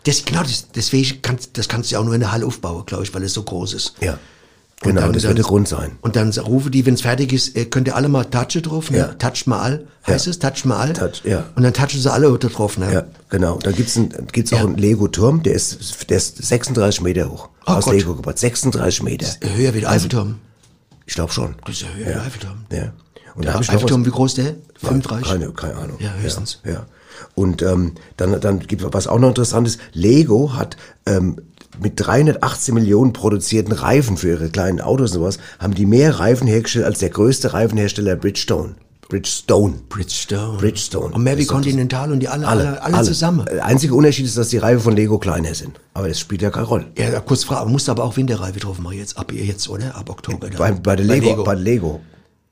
[SPEAKER 2] Das, genau, das, deswegen kannst, das kannst du ja auch nur in der Halle aufbauen, glaube ich, weil es so groß ist.
[SPEAKER 1] ja, genau, das wird der Grund sein.
[SPEAKER 2] Und dann rufe die, wenn es fertig ist, äh, könnt ihr alle mal Touche drauf, ne?
[SPEAKER 1] Ja.
[SPEAKER 2] Touch mal all, heißt es? Touch mal all?
[SPEAKER 1] Touch, ja.
[SPEAKER 2] Und dann touchen sie alle da drauf, ne?
[SPEAKER 1] Ja, genau. Da gibt's ein, gibt's auch einen Lego-Turm, der ist, der ist 36 Meter hoch.
[SPEAKER 2] Oh
[SPEAKER 1] aus
[SPEAKER 2] Gott.
[SPEAKER 1] Lego gebaut. 36 Meter. Also,
[SPEAKER 2] Höher wie der Eiffelturm.
[SPEAKER 1] Ich glaube schon.
[SPEAKER 2] Das ist ja höher wie der Eiffelturm.
[SPEAKER 1] Ja. Und
[SPEAKER 2] Der
[SPEAKER 1] da habe ich noch was.
[SPEAKER 2] Eiffelturm, wie groß der? 35?
[SPEAKER 1] Keine, keine Ahnung.
[SPEAKER 2] Ja, höchstens.
[SPEAKER 1] Ja. ja. Und ähm, dann, dann gibt es was auch noch interessantes. Lego hat ähm, mit 318 Millionen produzierten Reifen für ihre kleinen Autos und sowas, haben die mehr Reifen hergestellt als der größte Reifenhersteller Bridgestone. Bridgestone.
[SPEAKER 2] Bridgestone.
[SPEAKER 1] Bridgestone.
[SPEAKER 2] Und mehr wie
[SPEAKER 1] Das ist das-
[SPEAKER 2] Continental und die alle, alle, alle, zusammen.
[SPEAKER 1] Der einzige Unterschied ist, dass die Reifen von Lego kleiner sind. Aber das spielt ja keine Rolle.
[SPEAKER 2] Ja, kurz Frage, musst aber auch Winterreife drauf machen jetzt, ab jetzt, oder? Ab Oktober. dann.
[SPEAKER 1] Bei, bei, der Lego, bei Lego.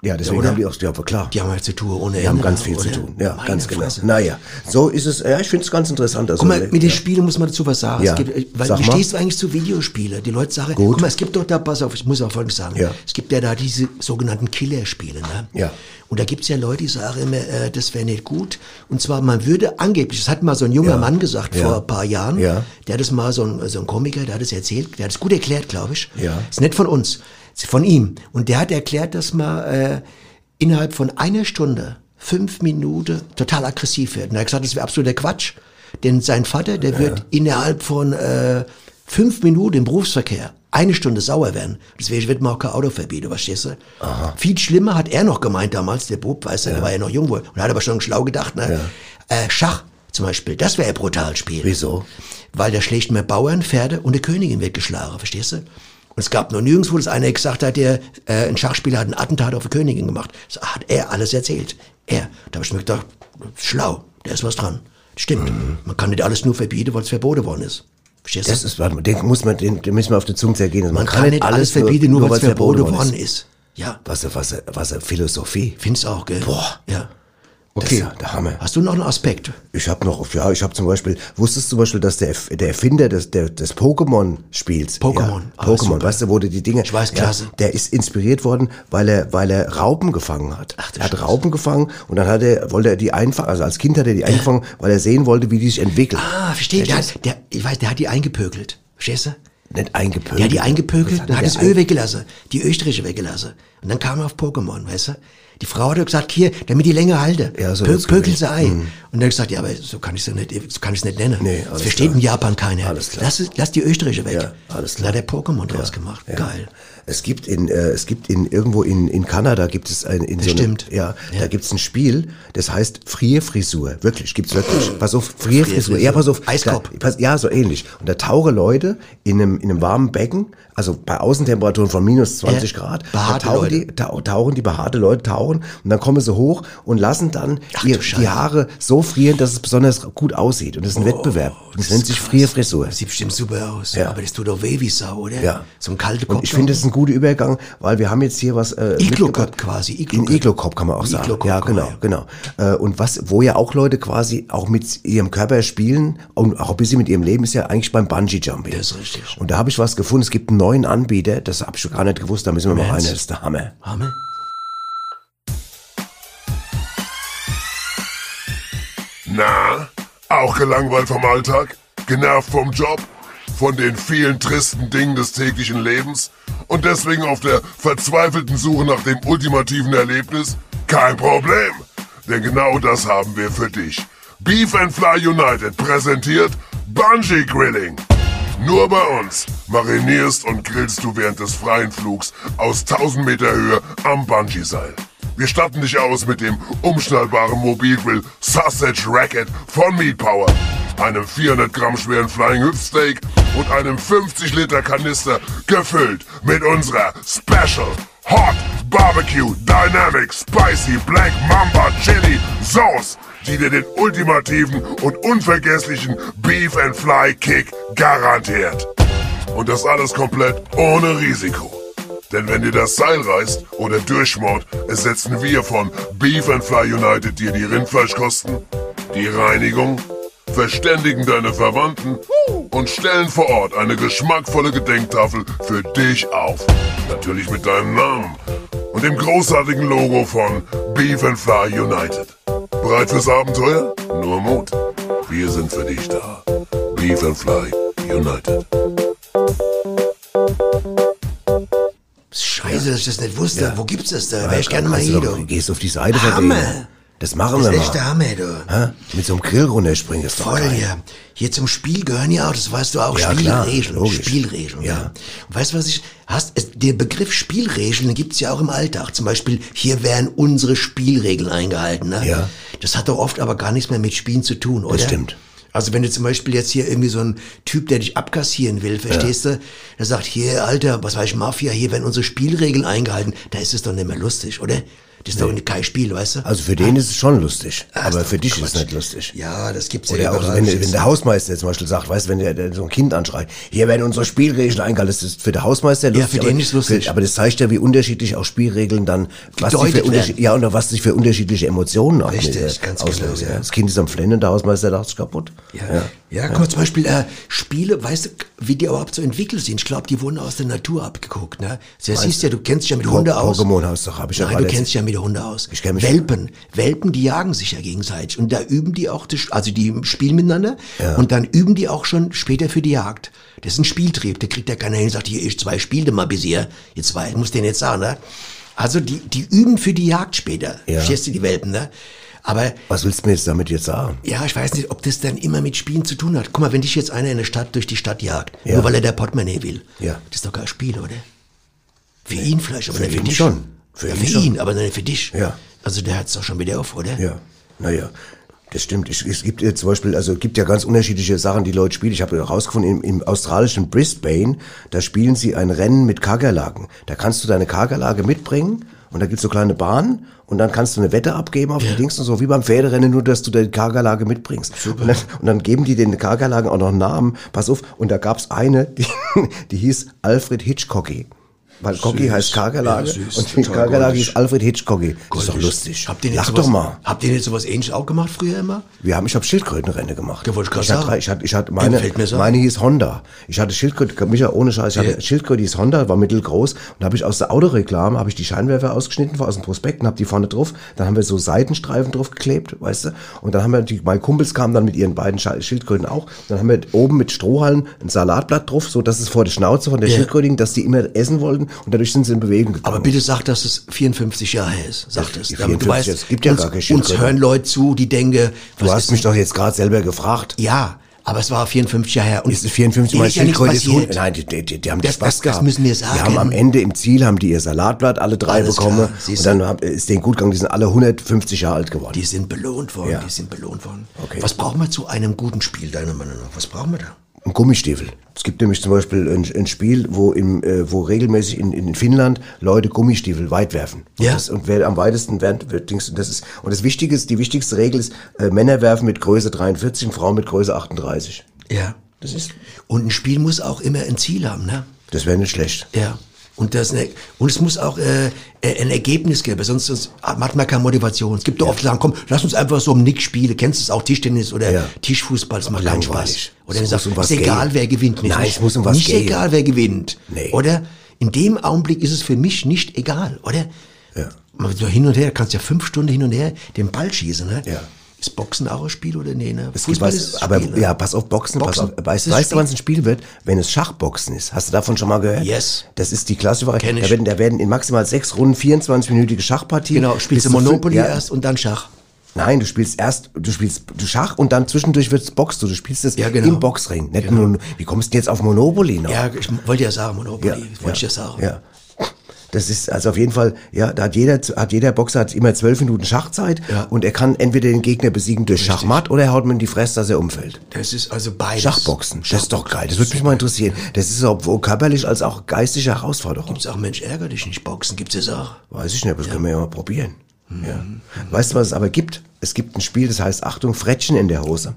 [SPEAKER 1] Ja, deswegen
[SPEAKER 2] oder?
[SPEAKER 1] haben die auch, ja, aber klar.
[SPEAKER 2] Die haben halt zu tun ohne
[SPEAKER 1] Die haben
[SPEAKER 2] Ende,
[SPEAKER 1] ganz viel
[SPEAKER 2] oder?
[SPEAKER 1] zu tun. Ja,
[SPEAKER 2] Meine
[SPEAKER 1] ganz genau.
[SPEAKER 2] Fresse.
[SPEAKER 1] Naja, so ist es. Ja, ich finde es ganz interessant. Also,
[SPEAKER 2] Guck mal, mit den
[SPEAKER 1] ja.
[SPEAKER 2] Spielen muss man dazu was sagen.
[SPEAKER 1] Ja.
[SPEAKER 2] Es gibt, äh, weil,
[SPEAKER 1] Sag
[SPEAKER 2] wie
[SPEAKER 1] mal.
[SPEAKER 2] stehst du eigentlich zu Videospielen? Die Leute sagen,
[SPEAKER 1] Gut.
[SPEAKER 2] guck mal, es gibt doch da, pass auf, ich muss auch Folgendes sagen.
[SPEAKER 1] Ja.
[SPEAKER 2] Es gibt ja da diese sogenannten Killerspiele. Ne?
[SPEAKER 1] Ja.
[SPEAKER 2] Und da gibt's ja Leute, die sagen immer, äh, das wäre nicht gut. Und zwar, man würde angeblich, das hat mal so ein junger
[SPEAKER 1] Ja.
[SPEAKER 2] Mann gesagt
[SPEAKER 1] Ja.
[SPEAKER 2] vor ein paar Jahren,
[SPEAKER 1] Ja.
[SPEAKER 2] der hat das mal, so ein, so ein Komiker, der hat das erzählt, der hat es gut erklärt, glaube ich.
[SPEAKER 1] Ja.
[SPEAKER 2] Ist nicht von uns, ist von ihm. Und der hat erklärt, dass man äh, innerhalb von einer Stunde, fünf Minuten total aggressiv wird. Und er hat gesagt, das wäre absoluter Quatsch. Denn sein Vater, der wird innerhalb von äh, Fünf Minuten im Berufsverkehr, eine Stunde sauer werden. Deswegen wird man auch kein Auto verbieten, verstehst du? Viel schlimmer hat er noch gemeint damals, der Bub, weißt du, der war ja noch jung wohl. Und hat aber schon schlau gedacht, ne? Äh, Schach zum Beispiel, das wäre ein brutal Spiel.
[SPEAKER 1] Wieso?
[SPEAKER 2] Weil da schlägt man Bauern, Pferde und eine Königin wird geschlagen, verstehst du? Und es gab noch nirgendwo, dass einer gesagt hat, der, äh, ein Schachspieler hat einen Attentat auf eine Königin gemacht. Das hat er alles erzählt. Er. Da habe ich mir gedacht, schlau, da ist was dran. Stimmt. Man kann nicht alles nur verbieten, weil es verboten worden ist. Verstehst du?
[SPEAKER 1] Mhm. Das ist, warte mal, den muss man, den, den müssen wir auf die Zunge zergehen. Also
[SPEAKER 2] Man kann, nicht alles verbieten, nur, weil es verboten worden
[SPEAKER 1] ist.
[SPEAKER 2] ist. Ja,
[SPEAKER 1] Was, eine- was, eine- was eine Philosophie.
[SPEAKER 2] find's auch, gell? Boah. Ja.
[SPEAKER 1] Okay, der Hammer.
[SPEAKER 2] Hast du noch einen Aspekt?
[SPEAKER 1] Ich habe noch, ja, ich habe zum Beispiel, wusstest du zum Beispiel, dass der, Erf- der Erfinder des, der, des Pokémon-Spiels,
[SPEAKER 2] Pokémon,
[SPEAKER 1] ja,
[SPEAKER 2] ah,
[SPEAKER 1] Pokémon,
[SPEAKER 2] super.
[SPEAKER 1] weißt du, wurde die Dinge,
[SPEAKER 2] Ich weiß, klasse.
[SPEAKER 1] Ja, der ist inspiriert worden, weil er, weil er Raupen gefangen hat.
[SPEAKER 2] Ach, du
[SPEAKER 1] er hat
[SPEAKER 2] Scheiße.
[SPEAKER 1] Raupen gefangen und dann hat er, wollte er die einfangen, also als Kind hat er die eingefangen, weil er sehen wollte, wie die sich entwickeln.
[SPEAKER 2] Ah, verstehe. Der, hat- der, ich weiß, der hat die eingepökelt. Verstehst du?
[SPEAKER 1] Nicht eingepökelt.
[SPEAKER 2] Der hat die eingepökelt,
[SPEAKER 1] Was
[SPEAKER 2] dann hat
[SPEAKER 1] der
[SPEAKER 2] das Öl
[SPEAKER 1] ein-
[SPEAKER 2] weggelassen, die Österreicher weggelassen. Und dann kam er auf Pokémon, weißt du? Die Frau hat gesagt, hier, damit die länger halte,
[SPEAKER 1] Ja, so
[SPEAKER 2] pö
[SPEAKER 1] wird's
[SPEAKER 2] pökel
[SPEAKER 1] gewesen.
[SPEAKER 2] sie ein. Und dann gesagt, ja, aber so kann ich es nicht, so kann ich's nicht nennen.
[SPEAKER 1] Nee,
[SPEAKER 2] das
[SPEAKER 1] alles
[SPEAKER 2] versteht
[SPEAKER 1] klar.
[SPEAKER 2] in Japan keiner.
[SPEAKER 1] Alles klar.
[SPEAKER 2] Lass, es- lass die Österreicher weg.
[SPEAKER 1] Ja, alles
[SPEAKER 2] klar. Da hat er Pokémon draus gemacht. Geil.
[SPEAKER 1] Es gibt in, äh, es gibt in irgendwo in, in Kanada gibt es ein, in so
[SPEAKER 2] Bestimmt.
[SPEAKER 1] Einem, ja, da gibt es ein Spiel, das heißt Frierfrisur. Wirklich, gibt's wirklich. Pass auf, Frierfrisur. Ja, pass auf.
[SPEAKER 2] Eiskorb.
[SPEAKER 1] Da, pass, ja, so ähnlich. Und da tauchen Leute in einem, in einem warmen Becken, also bei Außentemperaturen von minus 20
[SPEAKER 2] Ja,
[SPEAKER 1] Grad,
[SPEAKER 2] behaarte
[SPEAKER 1] da tauchen, Die,
[SPEAKER 2] Leute.
[SPEAKER 1] tau, tauchen die behaarte Leute tauchen und dann kommen sie hoch und lassen dann ihr,
[SPEAKER 2] du Scheiße. Oh,
[SPEAKER 1] die Haare so frieren, dass es besonders gut aussieht. Und das ist ein Wettbewerb. Und das nennt sich Frierfrisur.
[SPEAKER 2] Sieht bestimmt super aus.
[SPEAKER 1] Ja.
[SPEAKER 2] Aber das tut doch weh wie Sau, oder?
[SPEAKER 1] Ja.
[SPEAKER 2] So ein kalter Kopf.
[SPEAKER 1] Und ich finde, das ist ein guter Übergang, weil wir haben jetzt hier was. Äh,
[SPEAKER 2] Iglo-Cop
[SPEAKER 1] mitgebracht.
[SPEAKER 2] quasi. Iglo-Cop.
[SPEAKER 1] In Iglo-Cop kann man auch sagen.
[SPEAKER 2] Iglo-Cop
[SPEAKER 1] ja,
[SPEAKER 2] kann
[SPEAKER 1] genau,
[SPEAKER 2] man,
[SPEAKER 1] genau. Äh, und was, wo ja auch Leute quasi auch mit ihrem Körper spielen und auch ein bisschen mit ihrem Leben, ist ja eigentlich beim Bungee-Jumping.
[SPEAKER 2] Das ist richtig.
[SPEAKER 1] Und da habe ich was gefunden. Es gibt einen neuen Anbieter, das habe ich schon gar nicht gewusst, da müssen wir mal rein. Das ist der Hammer.
[SPEAKER 2] Hammer.
[SPEAKER 12] Na, auch gelangweilt vom Alltag? Genervt vom Job? Von den vielen tristen Dingen des täglichen Lebens? Und deswegen auf der verzweifelten Suche nach dem ultimativen Erlebnis? Kein Problem! Denn genau das haben wir für dich. Beef and Fly United präsentiert Bungee Grilling. Nur bei uns marinierst und grillst du während des freien Flugs aus 1000 Meter Höhe am Bungee-Seil. Wir statten dich aus mit dem umschnallbaren Mobilgrill Sausage Racket von Meat Power, einem 400 Gramm schweren Flying Hüpfsteak und einem 50 Liter Kanister gefüllt mit unserer Special Hot Barbecue Dynamic Spicy Black Mamba Chili Sauce, die dir den ultimativen und unvergesslichen Beef and Fly Kick garantiert. Und das alles komplett ohne Risiko. Denn wenn dir das Seil reißt oder durchschmort, ersetzen wir von Beef and Fly United dir die Rindfleischkosten, die Reinigung, verständigen deine Verwandten und stellen vor Ort eine geschmackvolle Gedenktafel für dich auf. Natürlich mit deinem Namen und dem großartigen Logo von Beef and Fly United. Bereit fürs Abenteuer? Nur Mut. Wir sind für dich da. Beef and Fly United.
[SPEAKER 2] Scheiße, dass ich das nicht wusste. Wo gibt's das da? Wäre ich gerne mal
[SPEAKER 1] Kannst
[SPEAKER 2] hier,
[SPEAKER 1] du doch-
[SPEAKER 2] du.
[SPEAKER 1] Gehst auf die Seite von
[SPEAKER 2] Hammer.
[SPEAKER 1] denen. Das machen
[SPEAKER 2] Das ist
[SPEAKER 1] wir
[SPEAKER 2] echt der
[SPEAKER 1] mal.
[SPEAKER 2] Hammer, du.
[SPEAKER 1] Hä? Mit so einem Grill runterspringen ist doch
[SPEAKER 2] Voll,
[SPEAKER 1] geil.
[SPEAKER 2] ja. Hier zum Spiel gehören ja auch, das weißt du auch,
[SPEAKER 1] Ja, klar,
[SPEAKER 2] Spielregeln.
[SPEAKER 1] logisch.
[SPEAKER 2] Spielregeln,
[SPEAKER 1] Ja.
[SPEAKER 2] ja. Und weißt du, was ich, hast, es, der Begriff Spielregeln gibt's ja auch im Alltag. Zum Beispiel, hier werden unsere Spielregeln eingehalten, ne?
[SPEAKER 1] Ja.
[SPEAKER 2] Das hat doch oft aber gar nichts mehr mit Spielen zu tun, oder?
[SPEAKER 1] stimmt.
[SPEAKER 2] Also wenn du zum Beispiel jetzt hier irgendwie so ein Typ, der dich abkassieren will, verstehst du, der sagt, hier, Alter, was weiß ich, Mafia, hier werden unsere Spielregeln eingehalten, da ist es doch nicht mehr lustig, oder? Das ist doch kein Spiel, weißt du?
[SPEAKER 1] Also für den ist es schon lustig, aber
[SPEAKER 2] ist doch
[SPEAKER 1] für dich ist es
[SPEAKER 2] Quatsch.
[SPEAKER 1] nicht lustig.
[SPEAKER 2] ja, das gibt's ja
[SPEAKER 1] Oder auch,
[SPEAKER 2] überall,
[SPEAKER 1] wenn,
[SPEAKER 2] verstehst
[SPEAKER 1] wenn
[SPEAKER 2] du?
[SPEAKER 1] der Hausmeister zum Beispiel sagt, weißt du, wenn der, der so ein Kind anschreit, hier werden unsere Spielregeln eingehalten, das ist für den Hausmeister lustig.
[SPEAKER 2] für den
[SPEAKER 1] aber-
[SPEAKER 2] ist lustig.
[SPEAKER 1] Für, aber das zeigt ja, wie unterschiedlich auch Spielregeln dann, was die für
[SPEAKER 2] Gedeutet
[SPEAKER 1] unterschied-
[SPEAKER 2] werden.
[SPEAKER 1] ja, und was sich für unterschiedliche Emotionen auch
[SPEAKER 2] Richtig,
[SPEAKER 1] mit, äh,
[SPEAKER 2] ganz
[SPEAKER 1] auslösen,
[SPEAKER 2] genau, ja.
[SPEAKER 1] Das Kind ist am Flennen, der Hausmeister lacht sich kaputt.
[SPEAKER 2] Ja, ja. guck mal, zum Beispiel äh, Spiele, weißt du, wie die überhaupt so entwickelt sind? Ich glaube, die wurden aus der Natur abgeguckt. Ne? Du siehst ja, du kennst dich ja mit
[SPEAKER 1] Po-
[SPEAKER 2] Hunde aus.
[SPEAKER 1] Pokémon hast du, hab ich ja
[SPEAKER 2] Nein,
[SPEAKER 1] gerade
[SPEAKER 2] du kennst dich ja mit Hunde aus. Ich
[SPEAKER 1] kenn mich-
[SPEAKER 2] Welpen. Welpen, die jagen sich ja gegenseitig. Und da üben die auch, das- also die spielen miteinander. Und dann üben die auch schon später für die Jagd. Das ist ein Spieltrieb. Da kriegt ja keiner hin und sagt, hier, ich zwei spielte mal bis hier. Ihr zwei, muss den jetzt sagen, ne? Also die, die üben für die Jagd später.
[SPEAKER 1] Ja.
[SPEAKER 2] Verstehst du, die Welpen, ne? Aber
[SPEAKER 1] Was willst du mir jetzt damit jetzt sagen?
[SPEAKER 2] ja, ich weiß nicht, ob das dann immer mit Spielen zu tun hat. Guck mal, wenn dich jetzt einer in der Stadt durch die Stadt jagt,
[SPEAKER 1] Ja.
[SPEAKER 2] nur weil er der Portemonnaie will,
[SPEAKER 1] Ja.
[SPEAKER 2] das ist doch kein Spiel, oder? Für ihn vielleicht, aber
[SPEAKER 1] Für
[SPEAKER 2] nicht für
[SPEAKER 1] ihn
[SPEAKER 2] dich.
[SPEAKER 1] schon. Für
[SPEAKER 2] Für, ja,
[SPEAKER 1] ihn
[SPEAKER 2] für
[SPEAKER 1] schon.
[SPEAKER 2] ihn, aber nicht für dich.
[SPEAKER 1] Ja.
[SPEAKER 2] Also der hört es doch schon wieder auf, oder?
[SPEAKER 1] Ja, naja. Das stimmt. Ich, es gibt ja zum Beispiel, also es gibt ja ganz unterschiedliche Sachen, die Leute spielen. Ich habe herausgefunden, im, im australischen Brisbane, da spielen sie ein Rennen mit Kakerlaken. Da kannst du deine Kakerlake mitbringen und da gibt's so kleine Bahnen und dann kannst du eine Wette abgeben auf die Dings und so, wie beim Pferderennen, nur dass du deine Kakerlake mitbringst. Super. Und, dann, und dann geben die den Kakerlaken auch noch einen Namen. Pass auf, und da gab's eine, die, [laughs] die hieß Alfred Hitchcocky. Weil Cocky heißt Kakerlake
[SPEAKER 2] Ja, süß.
[SPEAKER 1] und die
[SPEAKER 2] Total
[SPEAKER 1] Kakerlake
[SPEAKER 2] goldig.
[SPEAKER 1] hieß Alfred Hitchcocky. Das ist doch lustig.
[SPEAKER 2] Habt ihr nicht
[SPEAKER 1] Lach
[SPEAKER 2] sowas,
[SPEAKER 1] doch mal.
[SPEAKER 2] Habt ihr nicht sowas ähnliches auch gemacht früher immer?
[SPEAKER 1] Wir haben, ich habe Schildkrötenrennen gemacht.
[SPEAKER 2] Ja, wollte ich grad
[SPEAKER 1] ich hatte,
[SPEAKER 2] sagen.
[SPEAKER 1] drei- ich hatte, ich hatte
[SPEAKER 2] Ja,
[SPEAKER 1] meine,
[SPEAKER 2] fällt mir so ein.
[SPEAKER 1] meine hieß Honda. Ich hatte Schildkröte, Micha, ohne Scheiß, ich hatte
[SPEAKER 2] Ja.
[SPEAKER 1] Schildkröte, die hieß Honda, war mittelgroß. Und da habe ich aus der Autoreklame, habe ich die Scheinwerfer ausgeschnitten, war aus dem Prospekt und habe die vorne drauf. Dann haben wir so Seitenstreifen drauf geklebt, weißt du. Und dann haben wir, die, meine Kumpels kamen dann mit ihren beiden Scha- Schildkröten auch. Dann haben wir oben mit Strohhalmen ein Salatblatt drauf, so dass es vor der Schnauze von der
[SPEAKER 2] Ja.
[SPEAKER 1] Schildkröte ging, dass die immer essen wollten. Und dadurch sind sie in Bewegung gekommen.
[SPEAKER 2] Aber bitte sag, dass es 54 Jahre her ist. Sag das.
[SPEAKER 1] die
[SPEAKER 2] Damit
[SPEAKER 1] 54
[SPEAKER 2] du weißt,
[SPEAKER 1] es gibt ja
[SPEAKER 2] uns,
[SPEAKER 1] gar keine
[SPEAKER 2] uns
[SPEAKER 1] Schildkröte.
[SPEAKER 2] hören Leute zu, die denken,
[SPEAKER 1] du hast mich doch jetzt gerade selber gefragt.
[SPEAKER 2] Ja, aber es war 54 Jahre her. Und
[SPEAKER 1] Ist 54
[SPEAKER 2] Denen
[SPEAKER 1] Mal
[SPEAKER 2] ist ja nichts
[SPEAKER 1] Schildkröte ist
[SPEAKER 2] passiert.
[SPEAKER 1] Hund. Nein, die, die, die, die haben
[SPEAKER 2] Das-
[SPEAKER 1] das, Spaß
[SPEAKER 2] das- das
[SPEAKER 1] gehabt.
[SPEAKER 2] müssen wir
[SPEAKER 1] Die
[SPEAKER 2] sagen.
[SPEAKER 1] haben am Ende im Ziel haben die ihr Salatblatt alle drei
[SPEAKER 2] Alles
[SPEAKER 1] bekommen.
[SPEAKER 2] klar, siehst
[SPEAKER 1] und dann hab, ist denen gut gegangen. Die sind alle 150 Jahre alt geworden.
[SPEAKER 2] Die sind belohnt worden.
[SPEAKER 1] Ja.
[SPEAKER 2] Die sind belohnt worden.
[SPEAKER 1] Okay.
[SPEAKER 2] Was brauchen wir zu einem guten Spiel, deiner Meinung nach? Was brauchen wir da?
[SPEAKER 1] Ein Gummistiefel. Es gibt nämlich zum Beispiel ein, ein Spiel, wo, im, äh, wo regelmäßig in, in Finnland Leute Gummistiefel weit werfen.
[SPEAKER 2] Ja.
[SPEAKER 1] Und, das, und wer am weitesten während, wird, Dings- das ist, und das Wichtige ist, die wichtigste Regel ist, äh, Männer werfen mit Größe 43 und Frauen mit Größe 38.
[SPEAKER 2] Ja. Das ist. Und ein Spiel muss auch immer ein Ziel haben, ne?
[SPEAKER 1] Das wäre nicht schlecht.
[SPEAKER 2] Ja. Und, das, ne- und es muss auch äh, äh, ein Ergebnis geben, sonst, sonst hat man keine Motivation. Es gibt doch oft Sachen, komm, lass uns einfach so um Nick spielen. Kennst du es auch, Tischtennis oder
[SPEAKER 1] Ja.
[SPEAKER 2] Tischfußball, das macht keinen Spaß.
[SPEAKER 1] Langweilig.
[SPEAKER 2] Oder
[SPEAKER 1] Es
[SPEAKER 2] du
[SPEAKER 1] muss
[SPEAKER 2] sagst,
[SPEAKER 1] um was
[SPEAKER 2] ist egal,
[SPEAKER 1] gehen.
[SPEAKER 2] wer gewinnt. Mir ist
[SPEAKER 1] Nein,
[SPEAKER 2] nicht-
[SPEAKER 1] es muss um was
[SPEAKER 2] Nicht
[SPEAKER 1] gehen.
[SPEAKER 2] egal, wer gewinnt.
[SPEAKER 1] Nee.
[SPEAKER 2] Oder? In dem Augenblick ist es für mich nicht egal, oder?
[SPEAKER 1] Ja.
[SPEAKER 2] Man- So hin und her, kannst ja fünf Stunden hin und her den Ball schießen, ne?
[SPEAKER 1] Ja.
[SPEAKER 2] Ist Boxen auch ein Spiel oder nee, ne?
[SPEAKER 1] Es gibt was,
[SPEAKER 2] ein
[SPEAKER 1] aber
[SPEAKER 2] Spiel, ne?
[SPEAKER 1] ja, pass auf, Boxen,
[SPEAKER 2] Boxen.
[SPEAKER 1] pass auf. Weißt,
[SPEAKER 2] Das
[SPEAKER 1] weißt du,
[SPEAKER 2] Spiel-
[SPEAKER 1] wann es ein Spiel wird? Wenn es Schachboxen ist. Hast du davon schon mal gehört?
[SPEAKER 2] Yes.
[SPEAKER 1] Das ist die klassische
[SPEAKER 2] Kenn
[SPEAKER 1] Variante.
[SPEAKER 2] ich.
[SPEAKER 1] Da werden, da werden in maximal sechs Runden 24-minütige Schachpartien.
[SPEAKER 2] Genau, spielst du
[SPEAKER 1] bis zu fünf-
[SPEAKER 2] Monopoly
[SPEAKER 1] ja.
[SPEAKER 2] erst und dann Schach.
[SPEAKER 1] Nein, du spielst erst, du spielst du Schach und dann zwischendurch wird's Box. Du, du spielst es
[SPEAKER 2] Ja, genau.
[SPEAKER 1] im Boxring. Nicht nur, wie kommst du denn jetzt auf Monopoly noch?
[SPEAKER 2] Ja, genau. ich wollte ja sagen, Monopoly,
[SPEAKER 1] Ja,
[SPEAKER 2] wollte
[SPEAKER 1] ja,
[SPEAKER 2] ich ja sagen.
[SPEAKER 1] Ja. Das ist also auf jeden Fall, ja, da hat jeder, hat jeder Boxer hat immer zwölf Minuten Schachzeit
[SPEAKER 2] Ja.
[SPEAKER 1] und er kann entweder den Gegner besiegen durch Schachmatt oder er haut mir in die Fresse, dass er umfällt.
[SPEAKER 2] Das ist also beides.
[SPEAKER 1] Schachboxen, das ist doch geil. Das würde mich mal interessieren. Das ist sowohl körperlich als auch geistige Herausforderung.
[SPEAKER 2] Gibt's auch, Mensch, ärger dich nicht, Boxen gibt's ja Mhm. auch.
[SPEAKER 1] Weiß ich nicht, das können wir ja mal probieren. Ja. Weißt du, was es aber gibt? Es gibt ein Spiel, das heißt Achtung, Frettchen in der Hose.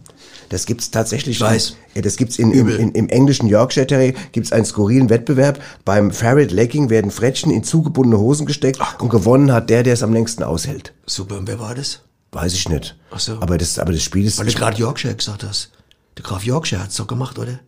[SPEAKER 1] Das gibt's tatsächlich.
[SPEAKER 2] Ich weiß.
[SPEAKER 1] In, ja, das gibt's in, im, in, im englischen Yorkshire Terrier gibt's einen skurrilen Wettbewerb. Beim Ferret Legging werden Frettchen in zugebundene Hosen gesteckt und gewonnen hat der, der es am längsten aushält.
[SPEAKER 2] Super, und wer war das?
[SPEAKER 1] Weiß ich nicht.
[SPEAKER 2] Ach so.
[SPEAKER 1] Aber das, aber das Spiel ist.
[SPEAKER 2] Weil du gerade Yorkshire gesagt hast. Der Graf Yorkshire hat's doch gemacht, oder?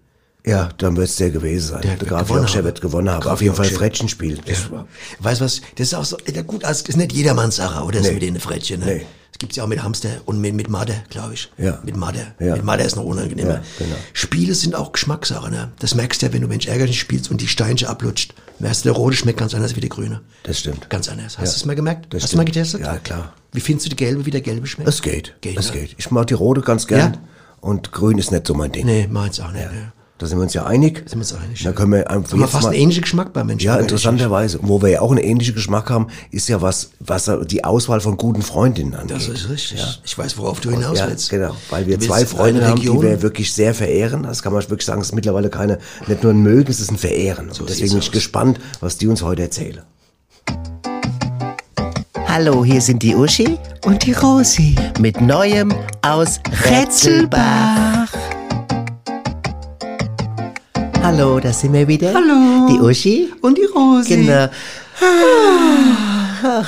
[SPEAKER 1] ja, dann wird's der gewesen sein.
[SPEAKER 2] Der
[SPEAKER 1] Der,
[SPEAKER 2] hat
[SPEAKER 1] Graf
[SPEAKER 2] gewonnen
[SPEAKER 1] Yorkshire
[SPEAKER 2] haben.
[SPEAKER 1] wird gewonnen haben.
[SPEAKER 2] Graf
[SPEAKER 1] Auf jeden Fall
[SPEAKER 2] Yorkshire.
[SPEAKER 1] Frettchenspiel. Das war-
[SPEAKER 2] Weißt du was? Das ist auch so, ja gut, also, das ist nicht jedermanns Sache, oder? Das
[SPEAKER 1] Nee.
[SPEAKER 2] mit den Frettchen, ne?
[SPEAKER 1] Nee.
[SPEAKER 2] Das gibt's ja auch mit Hamster und mit, mit Marder, glaube ich.
[SPEAKER 1] Ja.
[SPEAKER 2] Mit Marder.
[SPEAKER 1] Ja.
[SPEAKER 2] Mit Marder ist noch unangenehmer.
[SPEAKER 1] Ja, genau.
[SPEAKER 2] Spiele sind auch Geschmackssache, ne? Das merkst du ja, wenn du Mensch ärgerlich spielst und die Steinchen ablutscht. Merkst du, der rote schmeckt ganz anders wie der grüne.
[SPEAKER 1] Das stimmt.
[SPEAKER 2] Ganz anders.
[SPEAKER 1] Ja.
[SPEAKER 2] Hast du es mal gemerkt?
[SPEAKER 1] Das
[SPEAKER 2] Hast du mal
[SPEAKER 1] stimmt.
[SPEAKER 2] getestet?
[SPEAKER 1] Ja, klar.
[SPEAKER 2] Wie findest du die gelbe, wie der gelbe schmeckt?
[SPEAKER 1] Es geht. es
[SPEAKER 2] ne?
[SPEAKER 1] geht. Ich mag die rote ganz gern.
[SPEAKER 2] Ja?
[SPEAKER 1] Und grün ist nicht so mein Ding.
[SPEAKER 2] Nee, meins auch nicht. ne?
[SPEAKER 1] Da sind wir uns ja einig.
[SPEAKER 2] Sind wir uns einig,
[SPEAKER 1] Da
[SPEAKER 2] ja.
[SPEAKER 1] können wir einfach
[SPEAKER 2] Haben wir
[SPEAKER 1] jetzt
[SPEAKER 2] fast
[SPEAKER 1] mal-
[SPEAKER 2] einen ähnlichen Geschmack bei Menschen.
[SPEAKER 1] Ja,
[SPEAKER 2] ärgerlich.
[SPEAKER 1] interessanterweise. Und wo wir ja auch einen ähnlichen Geschmack haben, ist ja was, was die Auswahl von guten Freundinnen angeht.
[SPEAKER 2] Das ist richtig. Ich weiß, worauf du hinaus
[SPEAKER 1] Ja,
[SPEAKER 2] willst.
[SPEAKER 1] genau. Weil wir
[SPEAKER 2] Du
[SPEAKER 1] zwei
[SPEAKER 2] willst
[SPEAKER 1] Freunde
[SPEAKER 2] eine
[SPEAKER 1] haben, die
[SPEAKER 2] Region.
[SPEAKER 1] wir wirklich sehr verehren. Das kann man wirklich sagen. Es ist mittlerweile keine, nicht nur ein Mögen, es ist ein Verehren. Und deswegen bin ich gespannt, was die uns heute erzählen.
[SPEAKER 13] Hallo, hier sind die Uschi und die Rosi mit Neuem aus Rätselbach. Hallo, da sind wir wieder. Hallo. Die Uschi.
[SPEAKER 7] Und die Rosi. Ah.
[SPEAKER 13] Genau.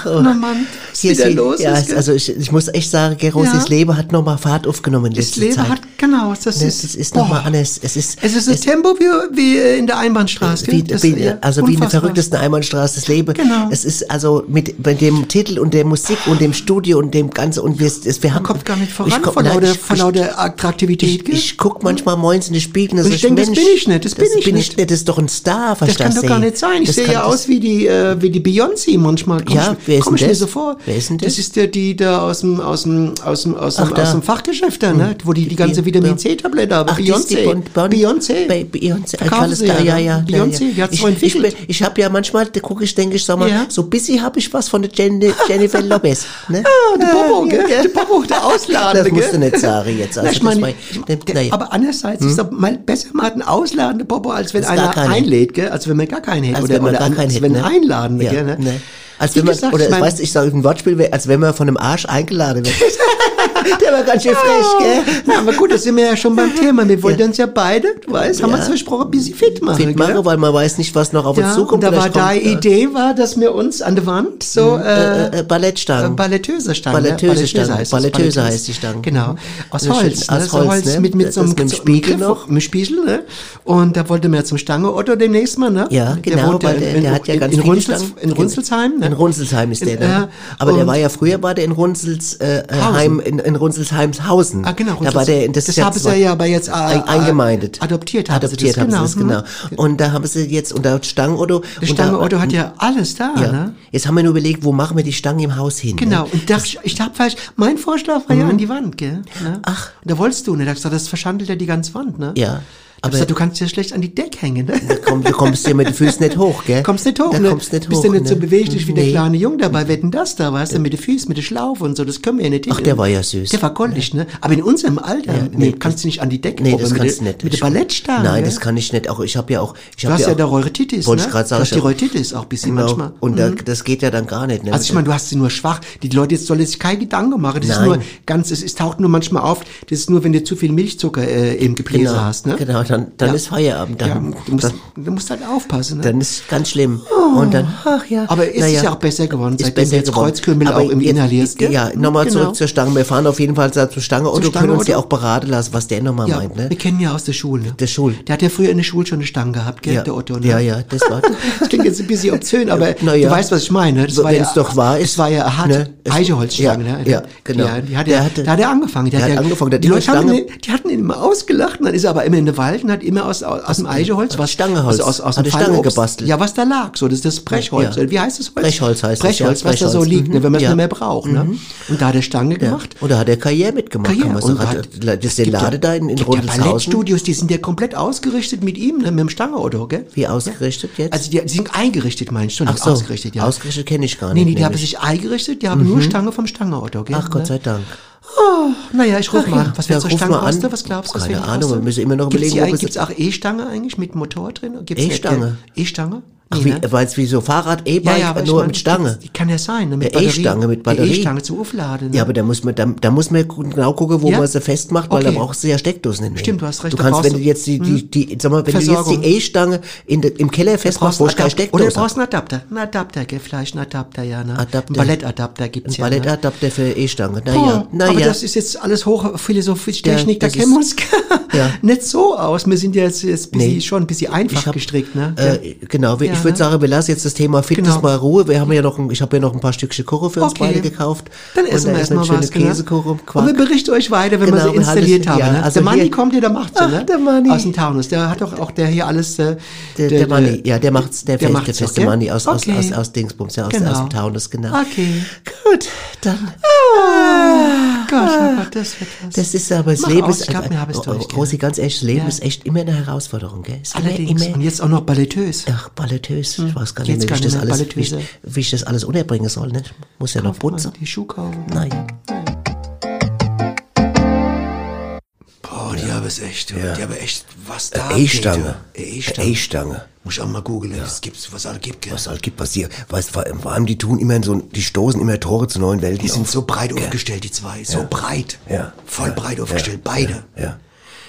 [SPEAKER 7] Na Mann, was
[SPEAKER 13] Hier
[SPEAKER 7] wieder
[SPEAKER 13] sind-
[SPEAKER 7] los
[SPEAKER 13] ja,
[SPEAKER 7] ist. gell?
[SPEAKER 13] also ich, ich muss echt sagen, gell, Rosis
[SPEAKER 7] Ja.
[SPEAKER 13] Leben hat nochmal Fahrt aufgenommen in
[SPEAKER 7] das
[SPEAKER 13] letzter
[SPEAKER 7] Leben
[SPEAKER 13] Zeit.
[SPEAKER 7] hat, genau, das
[SPEAKER 13] das
[SPEAKER 7] ist,
[SPEAKER 13] ist, ist
[SPEAKER 7] boah.
[SPEAKER 13] nochmal anders. Es ist,
[SPEAKER 7] Es ist ein Tempo wie, wie in der Einbahnstraße.
[SPEAKER 13] wie,
[SPEAKER 7] gell? Das
[SPEAKER 13] wie,
[SPEAKER 7] ist
[SPEAKER 13] also wie eine
[SPEAKER 7] unfassbar.
[SPEAKER 13] verrücktesten Einbahnstraße das Leben.
[SPEAKER 7] Genau.
[SPEAKER 13] Es ist also mit bei dem Titel und der Musik und dem Studio und dem Ganzen und wir, es, wir haben.
[SPEAKER 7] Kommt gar nicht voran
[SPEAKER 13] Ich komm-
[SPEAKER 7] von,
[SPEAKER 13] nein,
[SPEAKER 7] lauter,
[SPEAKER 13] ich-
[SPEAKER 7] von
[SPEAKER 13] ich-
[SPEAKER 7] lauter Attraktivität.
[SPEAKER 13] Ich,
[SPEAKER 7] gell?
[SPEAKER 13] ich guck manchmal moins in den Spiegel und
[SPEAKER 7] Und
[SPEAKER 13] so,
[SPEAKER 7] ich denk, das bin ich nicht, das bin ich nicht.
[SPEAKER 13] Das ist doch ein Star,
[SPEAKER 7] das
[SPEAKER 13] verstehst du?
[SPEAKER 7] kann doch gar nicht sein. Ich
[SPEAKER 13] Das
[SPEAKER 7] sehe
[SPEAKER 13] kann-
[SPEAKER 7] ja
[SPEAKER 13] das-
[SPEAKER 7] aus wie die, äh, wie die Beyoncé manchmal. Komm
[SPEAKER 13] Ja,
[SPEAKER 7] ich,
[SPEAKER 13] wer ist
[SPEAKER 7] komm
[SPEAKER 13] denn
[SPEAKER 7] ich mir
[SPEAKER 13] das?
[SPEAKER 7] so vor.
[SPEAKER 2] Wer ist denn das? Das ist der, die da aus dem, aus dem, aus dem, aus dem,
[SPEAKER 13] Ach, da. Hm.
[SPEAKER 2] aus dem Fachgeschäft da, ne? Wo die, die ganze Vitamin C-Tablette haben.
[SPEAKER 13] Ach, das ist die
[SPEAKER 2] Beyoncé.
[SPEAKER 13] Bon- Bon-
[SPEAKER 2] Beyoncé.
[SPEAKER 13] Bei Beyoncé.
[SPEAKER 2] Verkaufen
[SPEAKER 13] alles
[SPEAKER 2] sie
[SPEAKER 13] klar,
[SPEAKER 2] ja,
[SPEAKER 13] ja,
[SPEAKER 2] ne?
[SPEAKER 13] ja.
[SPEAKER 2] Beyoncé,
[SPEAKER 13] ja,
[SPEAKER 2] die
[SPEAKER 13] ja.
[SPEAKER 2] hat's
[SPEAKER 13] Ich,
[SPEAKER 2] vorhin
[SPEAKER 13] ich,
[SPEAKER 2] entwickelt.
[SPEAKER 13] bin- ich habe ja manchmal, da gucke ich, denke ich, sag mal,
[SPEAKER 2] Ja.
[SPEAKER 13] so busy habe ich was von der Jen, Jennifer Lopez. Ne? Ah,
[SPEAKER 2] der Popo, gell? Der Popo, der Ausladende,
[SPEAKER 13] Das musst
[SPEAKER 2] gell?
[SPEAKER 13] du nicht sagen jetzt. Also
[SPEAKER 2] Na, ich meine,
[SPEAKER 13] das war, naja.
[SPEAKER 2] Aber andererseits ist doch mal besser mal einen ausladenden Popo, als wenn
[SPEAKER 13] Als gar
[SPEAKER 2] einer
[SPEAKER 13] keinen.
[SPEAKER 2] einlädt, gell? Als wenn man gar keinen hätte.
[SPEAKER 13] Als
[SPEAKER 2] oder
[SPEAKER 13] wenn man
[SPEAKER 2] oder
[SPEAKER 13] gar
[SPEAKER 2] an-
[SPEAKER 13] keinen
[SPEAKER 2] als
[SPEAKER 13] hätte,
[SPEAKER 2] wenn
[SPEAKER 13] ne?
[SPEAKER 2] einladen,
[SPEAKER 13] Ja,
[SPEAKER 2] gell? Ne?
[SPEAKER 13] ne. Als
[SPEAKER 2] Wie
[SPEAKER 13] wenn man,
[SPEAKER 2] gesagt,
[SPEAKER 13] oder
[SPEAKER 2] ich
[SPEAKER 13] ich
[SPEAKER 2] mein-
[SPEAKER 13] weiß, ich sage ein Wortspiel, wär, als wenn man von einem Arsch
[SPEAKER 2] [laughs]
[SPEAKER 13] eingeladen wird. Der war ganz schön frech, gell?
[SPEAKER 2] Na, aber gut, da sind wir ja schon beim Thema. Wir wollten uns ja beide, du weißt, haben wir uns versprochen, ein bisschen fit machen.
[SPEAKER 13] Fit
[SPEAKER 2] gell?
[SPEAKER 13] machen, weil man weiß nicht, was noch auf
[SPEAKER 2] Ja,
[SPEAKER 13] uns
[SPEAKER 2] und
[SPEAKER 13] zukommt.
[SPEAKER 2] da war
[SPEAKER 13] Vielleicht
[SPEAKER 2] da
[SPEAKER 13] kommt, äh,
[SPEAKER 2] Idee war, dass wir uns an der Wand so äh,
[SPEAKER 13] äh, äh, Ballettstangen.
[SPEAKER 2] äh, Balletteuse Stangen,
[SPEAKER 13] Balletteuse Stangen,
[SPEAKER 2] heißt das,
[SPEAKER 13] Balletteuse heißt die Mhm. Stangen.
[SPEAKER 2] Genau, aus
[SPEAKER 13] Ja, schön,
[SPEAKER 2] Holz, ne?
[SPEAKER 13] aus
[SPEAKER 2] so
[SPEAKER 13] Holz,
[SPEAKER 2] Holz
[SPEAKER 13] ne?
[SPEAKER 2] mit mit
[SPEAKER 13] Das
[SPEAKER 2] so einem,
[SPEAKER 13] ist mit dem
[SPEAKER 2] so einem
[SPEAKER 13] Spiegel
[SPEAKER 2] Griff
[SPEAKER 13] noch.
[SPEAKER 2] mit Spiegel, ne? Und da wollte man ja zum Stange Otto demnächst mal, ne?
[SPEAKER 13] Ja, genau, weil der,
[SPEAKER 2] in-
[SPEAKER 13] der hat ja
[SPEAKER 2] in-
[SPEAKER 13] ganz
[SPEAKER 2] in
[SPEAKER 13] viele
[SPEAKER 2] Runzels,
[SPEAKER 13] Stangen.
[SPEAKER 2] in Runzelsheim, ne?
[SPEAKER 13] In Runzelsheim ist der,
[SPEAKER 2] In-
[SPEAKER 13] ne?
[SPEAKER 2] ja,
[SPEAKER 13] Aber der
[SPEAKER 2] und-
[SPEAKER 13] war ja früher war der in Runzels äh, äh,
[SPEAKER 2] Hausen.
[SPEAKER 13] Heim, in, in Runzelsheims-Hausen.
[SPEAKER 2] Ah, genau,
[SPEAKER 13] Da war
[SPEAKER 2] das,
[SPEAKER 13] der, das,
[SPEAKER 2] das
[SPEAKER 13] ist ja
[SPEAKER 2] haben sie
[SPEAKER 13] zwei-
[SPEAKER 2] ja aber jetzt äh,
[SPEAKER 13] ein, eingemeindet.
[SPEAKER 2] Adoptiert haben
[SPEAKER 13] Adoptiert
[SPEAKER 2] sie das,
[SPEAKER 13] haben sie das,
[SPEAKER 2] genau.
[SPEAKER 13] genau. Und da haben sie jetzt, und da Stangen Otto.
[SPEAKER 2] Der
[SPEAKER 13] und da- Mhm.
[SPEAKER 2] Stange Otto hat ja alles da,
[SPEAKER 13] ja.
[SPEAKER 2] ne?
[SPEAKER 13] Jetzt haben wir nur überlegt, wo machen wir die Stangen im Haus hin?
[SPEAKER 2] Genau,
[SPEAKER 13] Ne? Mhm.
[SPEAKER 2] und das, ich hab falsch, mein Vorschlag war ja an die Wand, gell? Ne? Ach. Und da wolltest du, ne? Da hab ich gesagt, das verschandelt ja die ganze Wand, ne?
[SPEAKER 13] Ja.
[SPEAKER 2] Aber
[SPEAKER 13] Aber-
[SPEAKER 2] gesagt, du kannst ja schlecht an die Decke hängen, ne?
[SPEAKER 13] Da
[SPEAKER 2] [laughs]
[SPEAKER 13] komm, du kommst ja mit den Füßen nicht hoch, gell?
[SPEAKER 2] Kommst nicht hoch,
[SPEAKER 13] da
[SPEAKER 2] ne?
[SPEAKER 13] kommst nicht hoch.
[SPEAKER 2] Bist du nicht
[SPEAKER 13] ne?
[SPEAKER 2] so beweglich wie der
[SPEAKER 13] Nee.
[SPEAKER 2] kleine Junge dabei, wetten das da, weißt du, mit den Füßen, mit der Schlaufe und so, das können wir ja nicht
[SPEAKER 13] Ach, der war ja süß.
[SPEAKER 2] Der war goldig, ne? Aber in unserem Alter, nee, kannst du nicht an die Decke
[SPEAKER 13] Nee,
[SPEAKER 2] hoppen
[SPEAKER 13] das
[SPEAKER 2] mit
[SPEAKER 13] kannst du
[SPEAKER 2] der-
[SPEAKER 13] nicht.
[SPEAKER 2] Mit der
[SPEAKER 13] Ich-
[SPEAKER 2] Ballettstange.
[SPEAKER 13] Nein,
[SPEAKER 2] gell?
[SPEAKER 13] das kann ich nicht. Auch ich habe ja auch. Ich
[SPEAKER 2] Du
[SPEAKER 13] hab
[SPEAKER 2] hast ja
[SPEAKER 13] auch-
[SPEAKER 2] da Reuretitis,
[SPEAKER 13] Wollte
[SPEAKER 2] ne?
[SPEAKER 13] ich gerade
[SPEAKER 2] Du
[SPEAKER 13] sagen.
[SPEAKER 2] hast die Reuretitis auch ein bisschen
[SPEAKER 13] genau.
[SPEAKER 2] manchmal. Mhm.
[SPEAKER 13] Und da, das geht ja dann gar nicht. Ne?
[SPEAKER 2] Also ich meine, du hast sie nur schwach. Die Leute jetzt sollen sich keine Gedanken machen. Das ist
[SPEAKER 13] Nein.
[SPEAKER 2] nur ganz, es, es taucht nur manchmal auf. Das ist nur, wenn du zu viel Milchzucker äh, im Gebläse
[SPEAKER 13] Genau,
[SPEAKER 2] hast. Ne?
[SPEAKER 13] genau, dann- dann ist Feierabend, dann-
[SPEAKER 2] ja, du, musst,
[SPEAKER 13] dann-
[SPEAKER 2] du musst halt aufpassen. Ne?
[SPEAKER 13] dann ist ganz schlimm. und dann, ach ja.
[SPEAKER 2] Aber ist es
[SPEAKER 13] naja.
[SPEAKER 2] Oh, ja auch besser geworden,
[SPEAKER 13] Ist
[SPEAKER 2] seitdem du
[SPEAKER 13] besser
[SPEAKER 2] jetzt
[SPEAKER 13] geworden.
[SPEAKER 2] Kreuzkümmel
[SPEAKER 13] Aber
[SPEAKER 2] auch im
[SPEAKER 13] jetzt-
[SPEAKER 2] Inhalierst. gell?
[SPEAKER 13] Ja, nochmal
[SPEAKER 2] Genau.
[SPEAKER 13] zurück zur Stange. Wir fahren auf jeden Fall da zur Stange und
[SPEAKER 2] Zur
[SPEAKER 13] du können
[SPEAKER 2] Stange,
[SPEAKER 13] uns ja
[SPEAKER 2] oder?
[SPEAKER 13] auch beraten lassen, was der nochmal
[SPEAKER 2] Ja,
[SPEAKER 13] meint. Ne?
[SPEAKER 2] wir kennen ja aus der Schule.
[SPEAKER 13] Der Schul.
[SPEAKER 2] Der hat ja früher in der Schule schon eine Stange gehabt, gell,
[SPEAKER 13] Ja.
[SPEAKER 2] der Otto. Ne?
[SPEAKER 13] Ja, ja, das
[SPEAKER 2] [laughs]
[SPEAKER 13] war.
[SPEAKER 2] [laughs] Das klingt jetzt ein bisschen obszön, aber
[SPEAKER 13] Na ja.
[SPEAKER 2] du weißt, was ich meine. Das war
[SPEAKER 13] Wenn
[SPEAKER 2] ja,
[SPEAKER 13] es doch wahr
[SPEAKER 2] Es war ja eine harte
[SPEAKER 13] ne? Es-
[SPEAKER 2] Eicheholzstange.
[SPEAKER 13] ja,
[SPEAKER 2] ne?
[SPEAKER 13] ja, genau.
[SPEAKER 2] Die, die hat
[SPEAKER 13] Der
[SPEAKER 2] ja,
[SPEAKER 13] hatte-
[SPEAKER 2] da hat er angefangen. Der
[SPEAKER 13] der
[SPEAKER 2] ja-
[SPEAKER 13] hat angefangen, der hat
[SPEAKER 2] die
[SPEAKER 13] immer
[SPEAKER 2] Leute haben
[SPEAKER 13] Stange-
[SPEAKER 2] ihn, die hatten ihn immer ausgelacht, und dann ist er aber immer in den Wald und hat immer aus, aus, aus dem Eicheholz was.
[SPEAKER 13] Stangeholz.
[SPEAKER 2] Also aus, aus
[SPEAKER 13] Hat
[SPEAKER 2] dem
[SPEAKER 13] er Stange
[SPEAKER 2] Fallobst-
[SPEAKER 13] gebastelt.
[SPEAKER 2] Ja, was da lag. So, das ist das Brechholz.
[SPEAKER 13] Ja.
[SPEAKER 2] Wie heißt das Holz?
[SPEAKER 13] Brechholz heißt es, ja,
[SPEAKER 2] Brechholz, was da so
[SPEAKER 13] Brechholz.
[SPEAKER 2] liegt, ne, wenn man es
[SPEAKER 13] Mhm,
[SPEAKER 2] nicht
[SPEAKER 13] ja.
[SPEAKER 2] mehr braucht. Ne? Und da hat er Stange gemacht.
[SPEAKER 13] Und da hat er Karriere mitgemacht.
[SPEAKER 2] Karriere.
[SPEAKER 13] kann man
[SPEAKER 2] Und
[SPEAKER 13] sagen. Hat,
[SPEAKER 2] hat-
[SPEAKER 13] das ist der
[SPEAKER 2] gibt ja-
[SPEAKER 13] Lade da in, in
[SPEAKER 2] gibt ja
[SPEAKER 13] Rundelshausen.
[SPEAKER 2] Ballettstudios, die sind ja komplett ausgerichtet mit ihm, ne, mit dem Stange, oder? Gell?
[SPEAKER 13] Wie ausgerichtet jetzt?
[SPEAKER 2] Also die, die sind eingerichtet, meinst du?
[SPEAKER 13] Ach
[SPEAKER 2] nicht
[SPEAKER 13] so,
[SPEAKER 2] Ausgerichtet, ja.
[SPEAKER 13] Ausgerichtet kenne ich gar
[SPEAKER 2] nee,
[SPEAKER 13] nicht.
[SPEAKER 2] nee, die haben
[SPEAKER 13] nämlich. Mhm.
[SPEAKER 2] sich eingerichtet, die haben nur Stange vom Stange-Auto, gell? Ne?
[SPEAKER 13] Ach Gott sei Dank.
[SPEAKER 2] Dank. Naja, Oh, ich ruf
[SPEAKER 13] Ach
[SPEAKER 2] mal an.
[SPEAKER 13] ja,
[SPEAKER 2] Was wird
[SPEAKER 13] ja,
[SPEAKER 2] so
[SPEAKER 13] ruf
[SPEAKER 2] Stange
[SPEAKER 13] mal an.
[SPEAKER 2] kosten? Was glaubst du, was
[SPEAKER 13] Keine
[SPEAKER 2] wird die
[SPEAKER 13] Ahnung,
[SPEAKER 2] kosten?
[SPEAKER 13] wir müssen immer noch
[SPEAKER 2] Gibt's
[SPEAKER 13] überlegen,
[SPEAKER 2] die
[SPEAKER 13] ob
[SPEAKER 2] eigentlich-
[SPEAKER 13] es-
[SPEAKER 2] Gibt's auch E-Stange eigentlich mit Motor drin? Gibt's nicht, gell?
[SPEAKER 13] E-Stange?
[SPEAKER 2] E-Stange?
[SPEAKER 13] Ach,
[SPEAKER 2] Nee, ne?
[SPEAKER 13] wie, weil es wie so Fahrrad,
[SPEAKER 2] Ja,
[SPEAKER 13] E-Bike,
[SPEAKER 2] ja, aber ich
[SPEAKER 13] nur
[SPEAKER 2] meine,
[SPEAKER 13] mit Stange.
[SPEAKER 2] Die kann ja sein, ne?
[SPEAKER 13] Mit
[SPEAKER 2] Batterie.
[SPEAKER 13] E-Stange mit
[SPEAKER 2] Die
[SPEAKER 13] Batterie.
[SPEAKER 2] E-Stange zum Aufladen. ne?
[SPEAKER 13] Ja, aber da muss man, da, da muss man gu- genau gucken, wo
[SPEAKER 2] Ja?
[SPEAKER 13] man sie festmacht, weil
[SPEAKER 2] Okay.
[SPEAKER 13] da brauchst du ja Steckdosen in
[SPEAKER 2] Stimmt, du hast recht,
[SPEAKER 13] Du
[SPEAKER 2] da
[SPEAKER 13] kannst,
[SPEAKER 2] brauchst
[SPEAKER 13] wenn du
[SPEAKER 2] du- Hm?
[SPEAKER 13] jetzt die, die, die, sag mal, wenn du
[SPEAKER 2] Versorgung.
[SPEAKER 13] jetzt die E-Stange in de, im Keller festmachst, wo ich keine
[SPEAKER 2] Adapter. Oder du
[SPEAKER 13] Steckdose
[SPEAKER 2] brauchst
[SPEAKER 13] habe.
[SPEAKER 2] einen Adapter. Einen Adapter, gell? Vielleicht einen Adapter, ja, ne?
[SPEAKER 13] Adapter.
[SPEAKER 2] Einen Ballettadapter gibt's
[SPEAKER 13] Ein
[SPEAKER 2] ja. ne?
[SPEAKER 13] Ballettadapter für E-Stange.
[SPEAKER 2] Ja,
[SPEAKER 13] Naja, naja.
[SPEAKER 2] Oh, Aber das ist jetzt alles hochphilosophisch,
[SPEAKER 13] Ja,
[SPEAKER 2] Technik, da
[SPEAKER 13] das
[SPEAKER 2] kennen wir uns
[SPEAKER 13] ist- Ja.
[SPEAKER 2] nicht so aus. Wir sind ja jetzt, jetzt ein bisschen,
[SPEAKER 13] Nee.
[SPEAKER 2] schon ein bisschen einfach
[SPEAKER 13] Ich hab-
[SPEAKER 2] gestrickt, ne?
[SPEAKER 13] Äh, genau, wir-
[SPEAKER 2] Ja,
[SPEAKER 13] ich würde
[SPEAKER 2] ne?
[SPEAKER 13] sagen, wir lassen jetzt das Thema Fitness
[SPEAKER 2] Genau.
[SPEAKER 13] mal Ruhe. Wir haben ja noch, ein, ich habe ja noch ein paar Stückchen Kuchen für uns
[SPEAKER 2] Okay.
[SPEAKER 13] beide gekauft.
[SPEAKER 2] Dann
[SPEAKER 13] Und
[SPEAKER 2] essen wir
[SPEAKER 13] da ist
[SPEAKER 2] erstmal
[SPEAKER 13] noch eine schöne
[SPEAKER 2] was. genau.
[SPEAKER 13] Käsekuchen,
[SPEAKER 2] Und wir
[SPEAKER 13] Quark.
[SPEAKER 2] berichten euch weiter, wenn
[SPEAKER 13] Genau,
[SPEAKER 2] wir sie
[SPEAKER 13] wir halten-
[SPEAKER 2] installiert haben.
[SPEAKER 13] ja,
[SPEAKER 2] ne?
[SPEAKER 13] also
[SPEAKER 2] der Manni
[SPEAKER 13] hier-
[SPEAKER 2] kommt hier, der macht's.
[SPEAKER 13] Ach,
[SPEAKER 2] ne?
[SPEAKER 13] der Manni.
[SPEAKER 2] Aus dem Taunus. Der hat doch auch der hier alles. Äh,
[SPEAKER 13] Der, der Manni, ja, der macht's, der,
[SPEAKER 2] der
[SPEAKER 13] der,
[SPEAKER 2] macht's
[SPEAKER 13] der
[SPEAKER 2] doch,
[SPEAKER 13] feste
[SPEAKER 2] gell?
[SPEAKER 13] Manni aus,
[SPEAKER 2] Okay.
[SPEAKER 13] aus, aus, aus Dingsbums, ja, aus,
[SPEAKER 2] Genau.
[SPEAKER 13] aus dem Taunus, genau.
[SPEAKER 2] Okay.
[SPEAKER 13] Gut, dann.
[SPEAKER 2] Gott, oh Gott, das wird was.
[SPEAKER 13] Ah, Das ist aber das
[SPEAKER 2] Mach
[SPEAKER 13] Leben
[SPEAKER 2] aus,
[SPEAKER 13] ist,
[SPEAKER 2] ich glaub, wir haben es
[SPEAKER 13] oh, oh,
[SPEAKER 2] durch, gell?
[SPEAKER 13] Rosi, ganz ehrlich, das Leben
[SPEAKER 2] Ja.
[SPEAKER 13] ist echt immer eine Herausforderung, gell? Ist immer,
[SPEAKER 2] Allerdings.
[SPEAKER 13] immer,
[SPEAKER 2] Und jetzt auch noch Balletteus.
[SPEAKER 13] ach, Balletteuse, ich weiß gar
[SPEAKER 2] Jetzt
[SPEAKER 13] nicht mehr, wie
[SPEAKER 2] kann
[SPEAKER 13] ich das
[SPEAKER 2] ich eine
[SPEAKER 13] alles, wie ich,
[SPEAKER 2] Balletteuse.
[SPEAKER 13] wie ich das alles unterbringen soll, ne? Ich muss ja noch putzen.
[SPEAKER 2] Die Schuh kaufen.
[SPEAKER 13] Nein.
[SPEAKER 2] Boah, Oh, die haben es echt. Die haben echt was da.
[SPEAKER 1] Eine E-Stange.
[SPEAKER 2] geht, ja.
[SPEAKER 1] Eine E-Stange.
[SPEAKER 2] Muss ich auch mal googeln, das gibt's, was alles gibt, gell?
[SPEAKER 1] Was halt gibt, was hier, weißt, vor vor allem die tun immer so, die stoßen immer Tore zu neuen Welten
[SPEAKER 2] Die sind
[SPEAKER 1] auf.
[SPEAKER 2] so breit aufgestellt, die zwei. So breit.
[SPEAKER 1] Ja.
[SPEAKER 2] Voll
[SPEAKER 1] Ja.
[SPEAKER 2] breit
[SPEAKER 1] Ja.
[SPEAKER 2] aufgestellt, beide.
[SPEAKER 1] ja.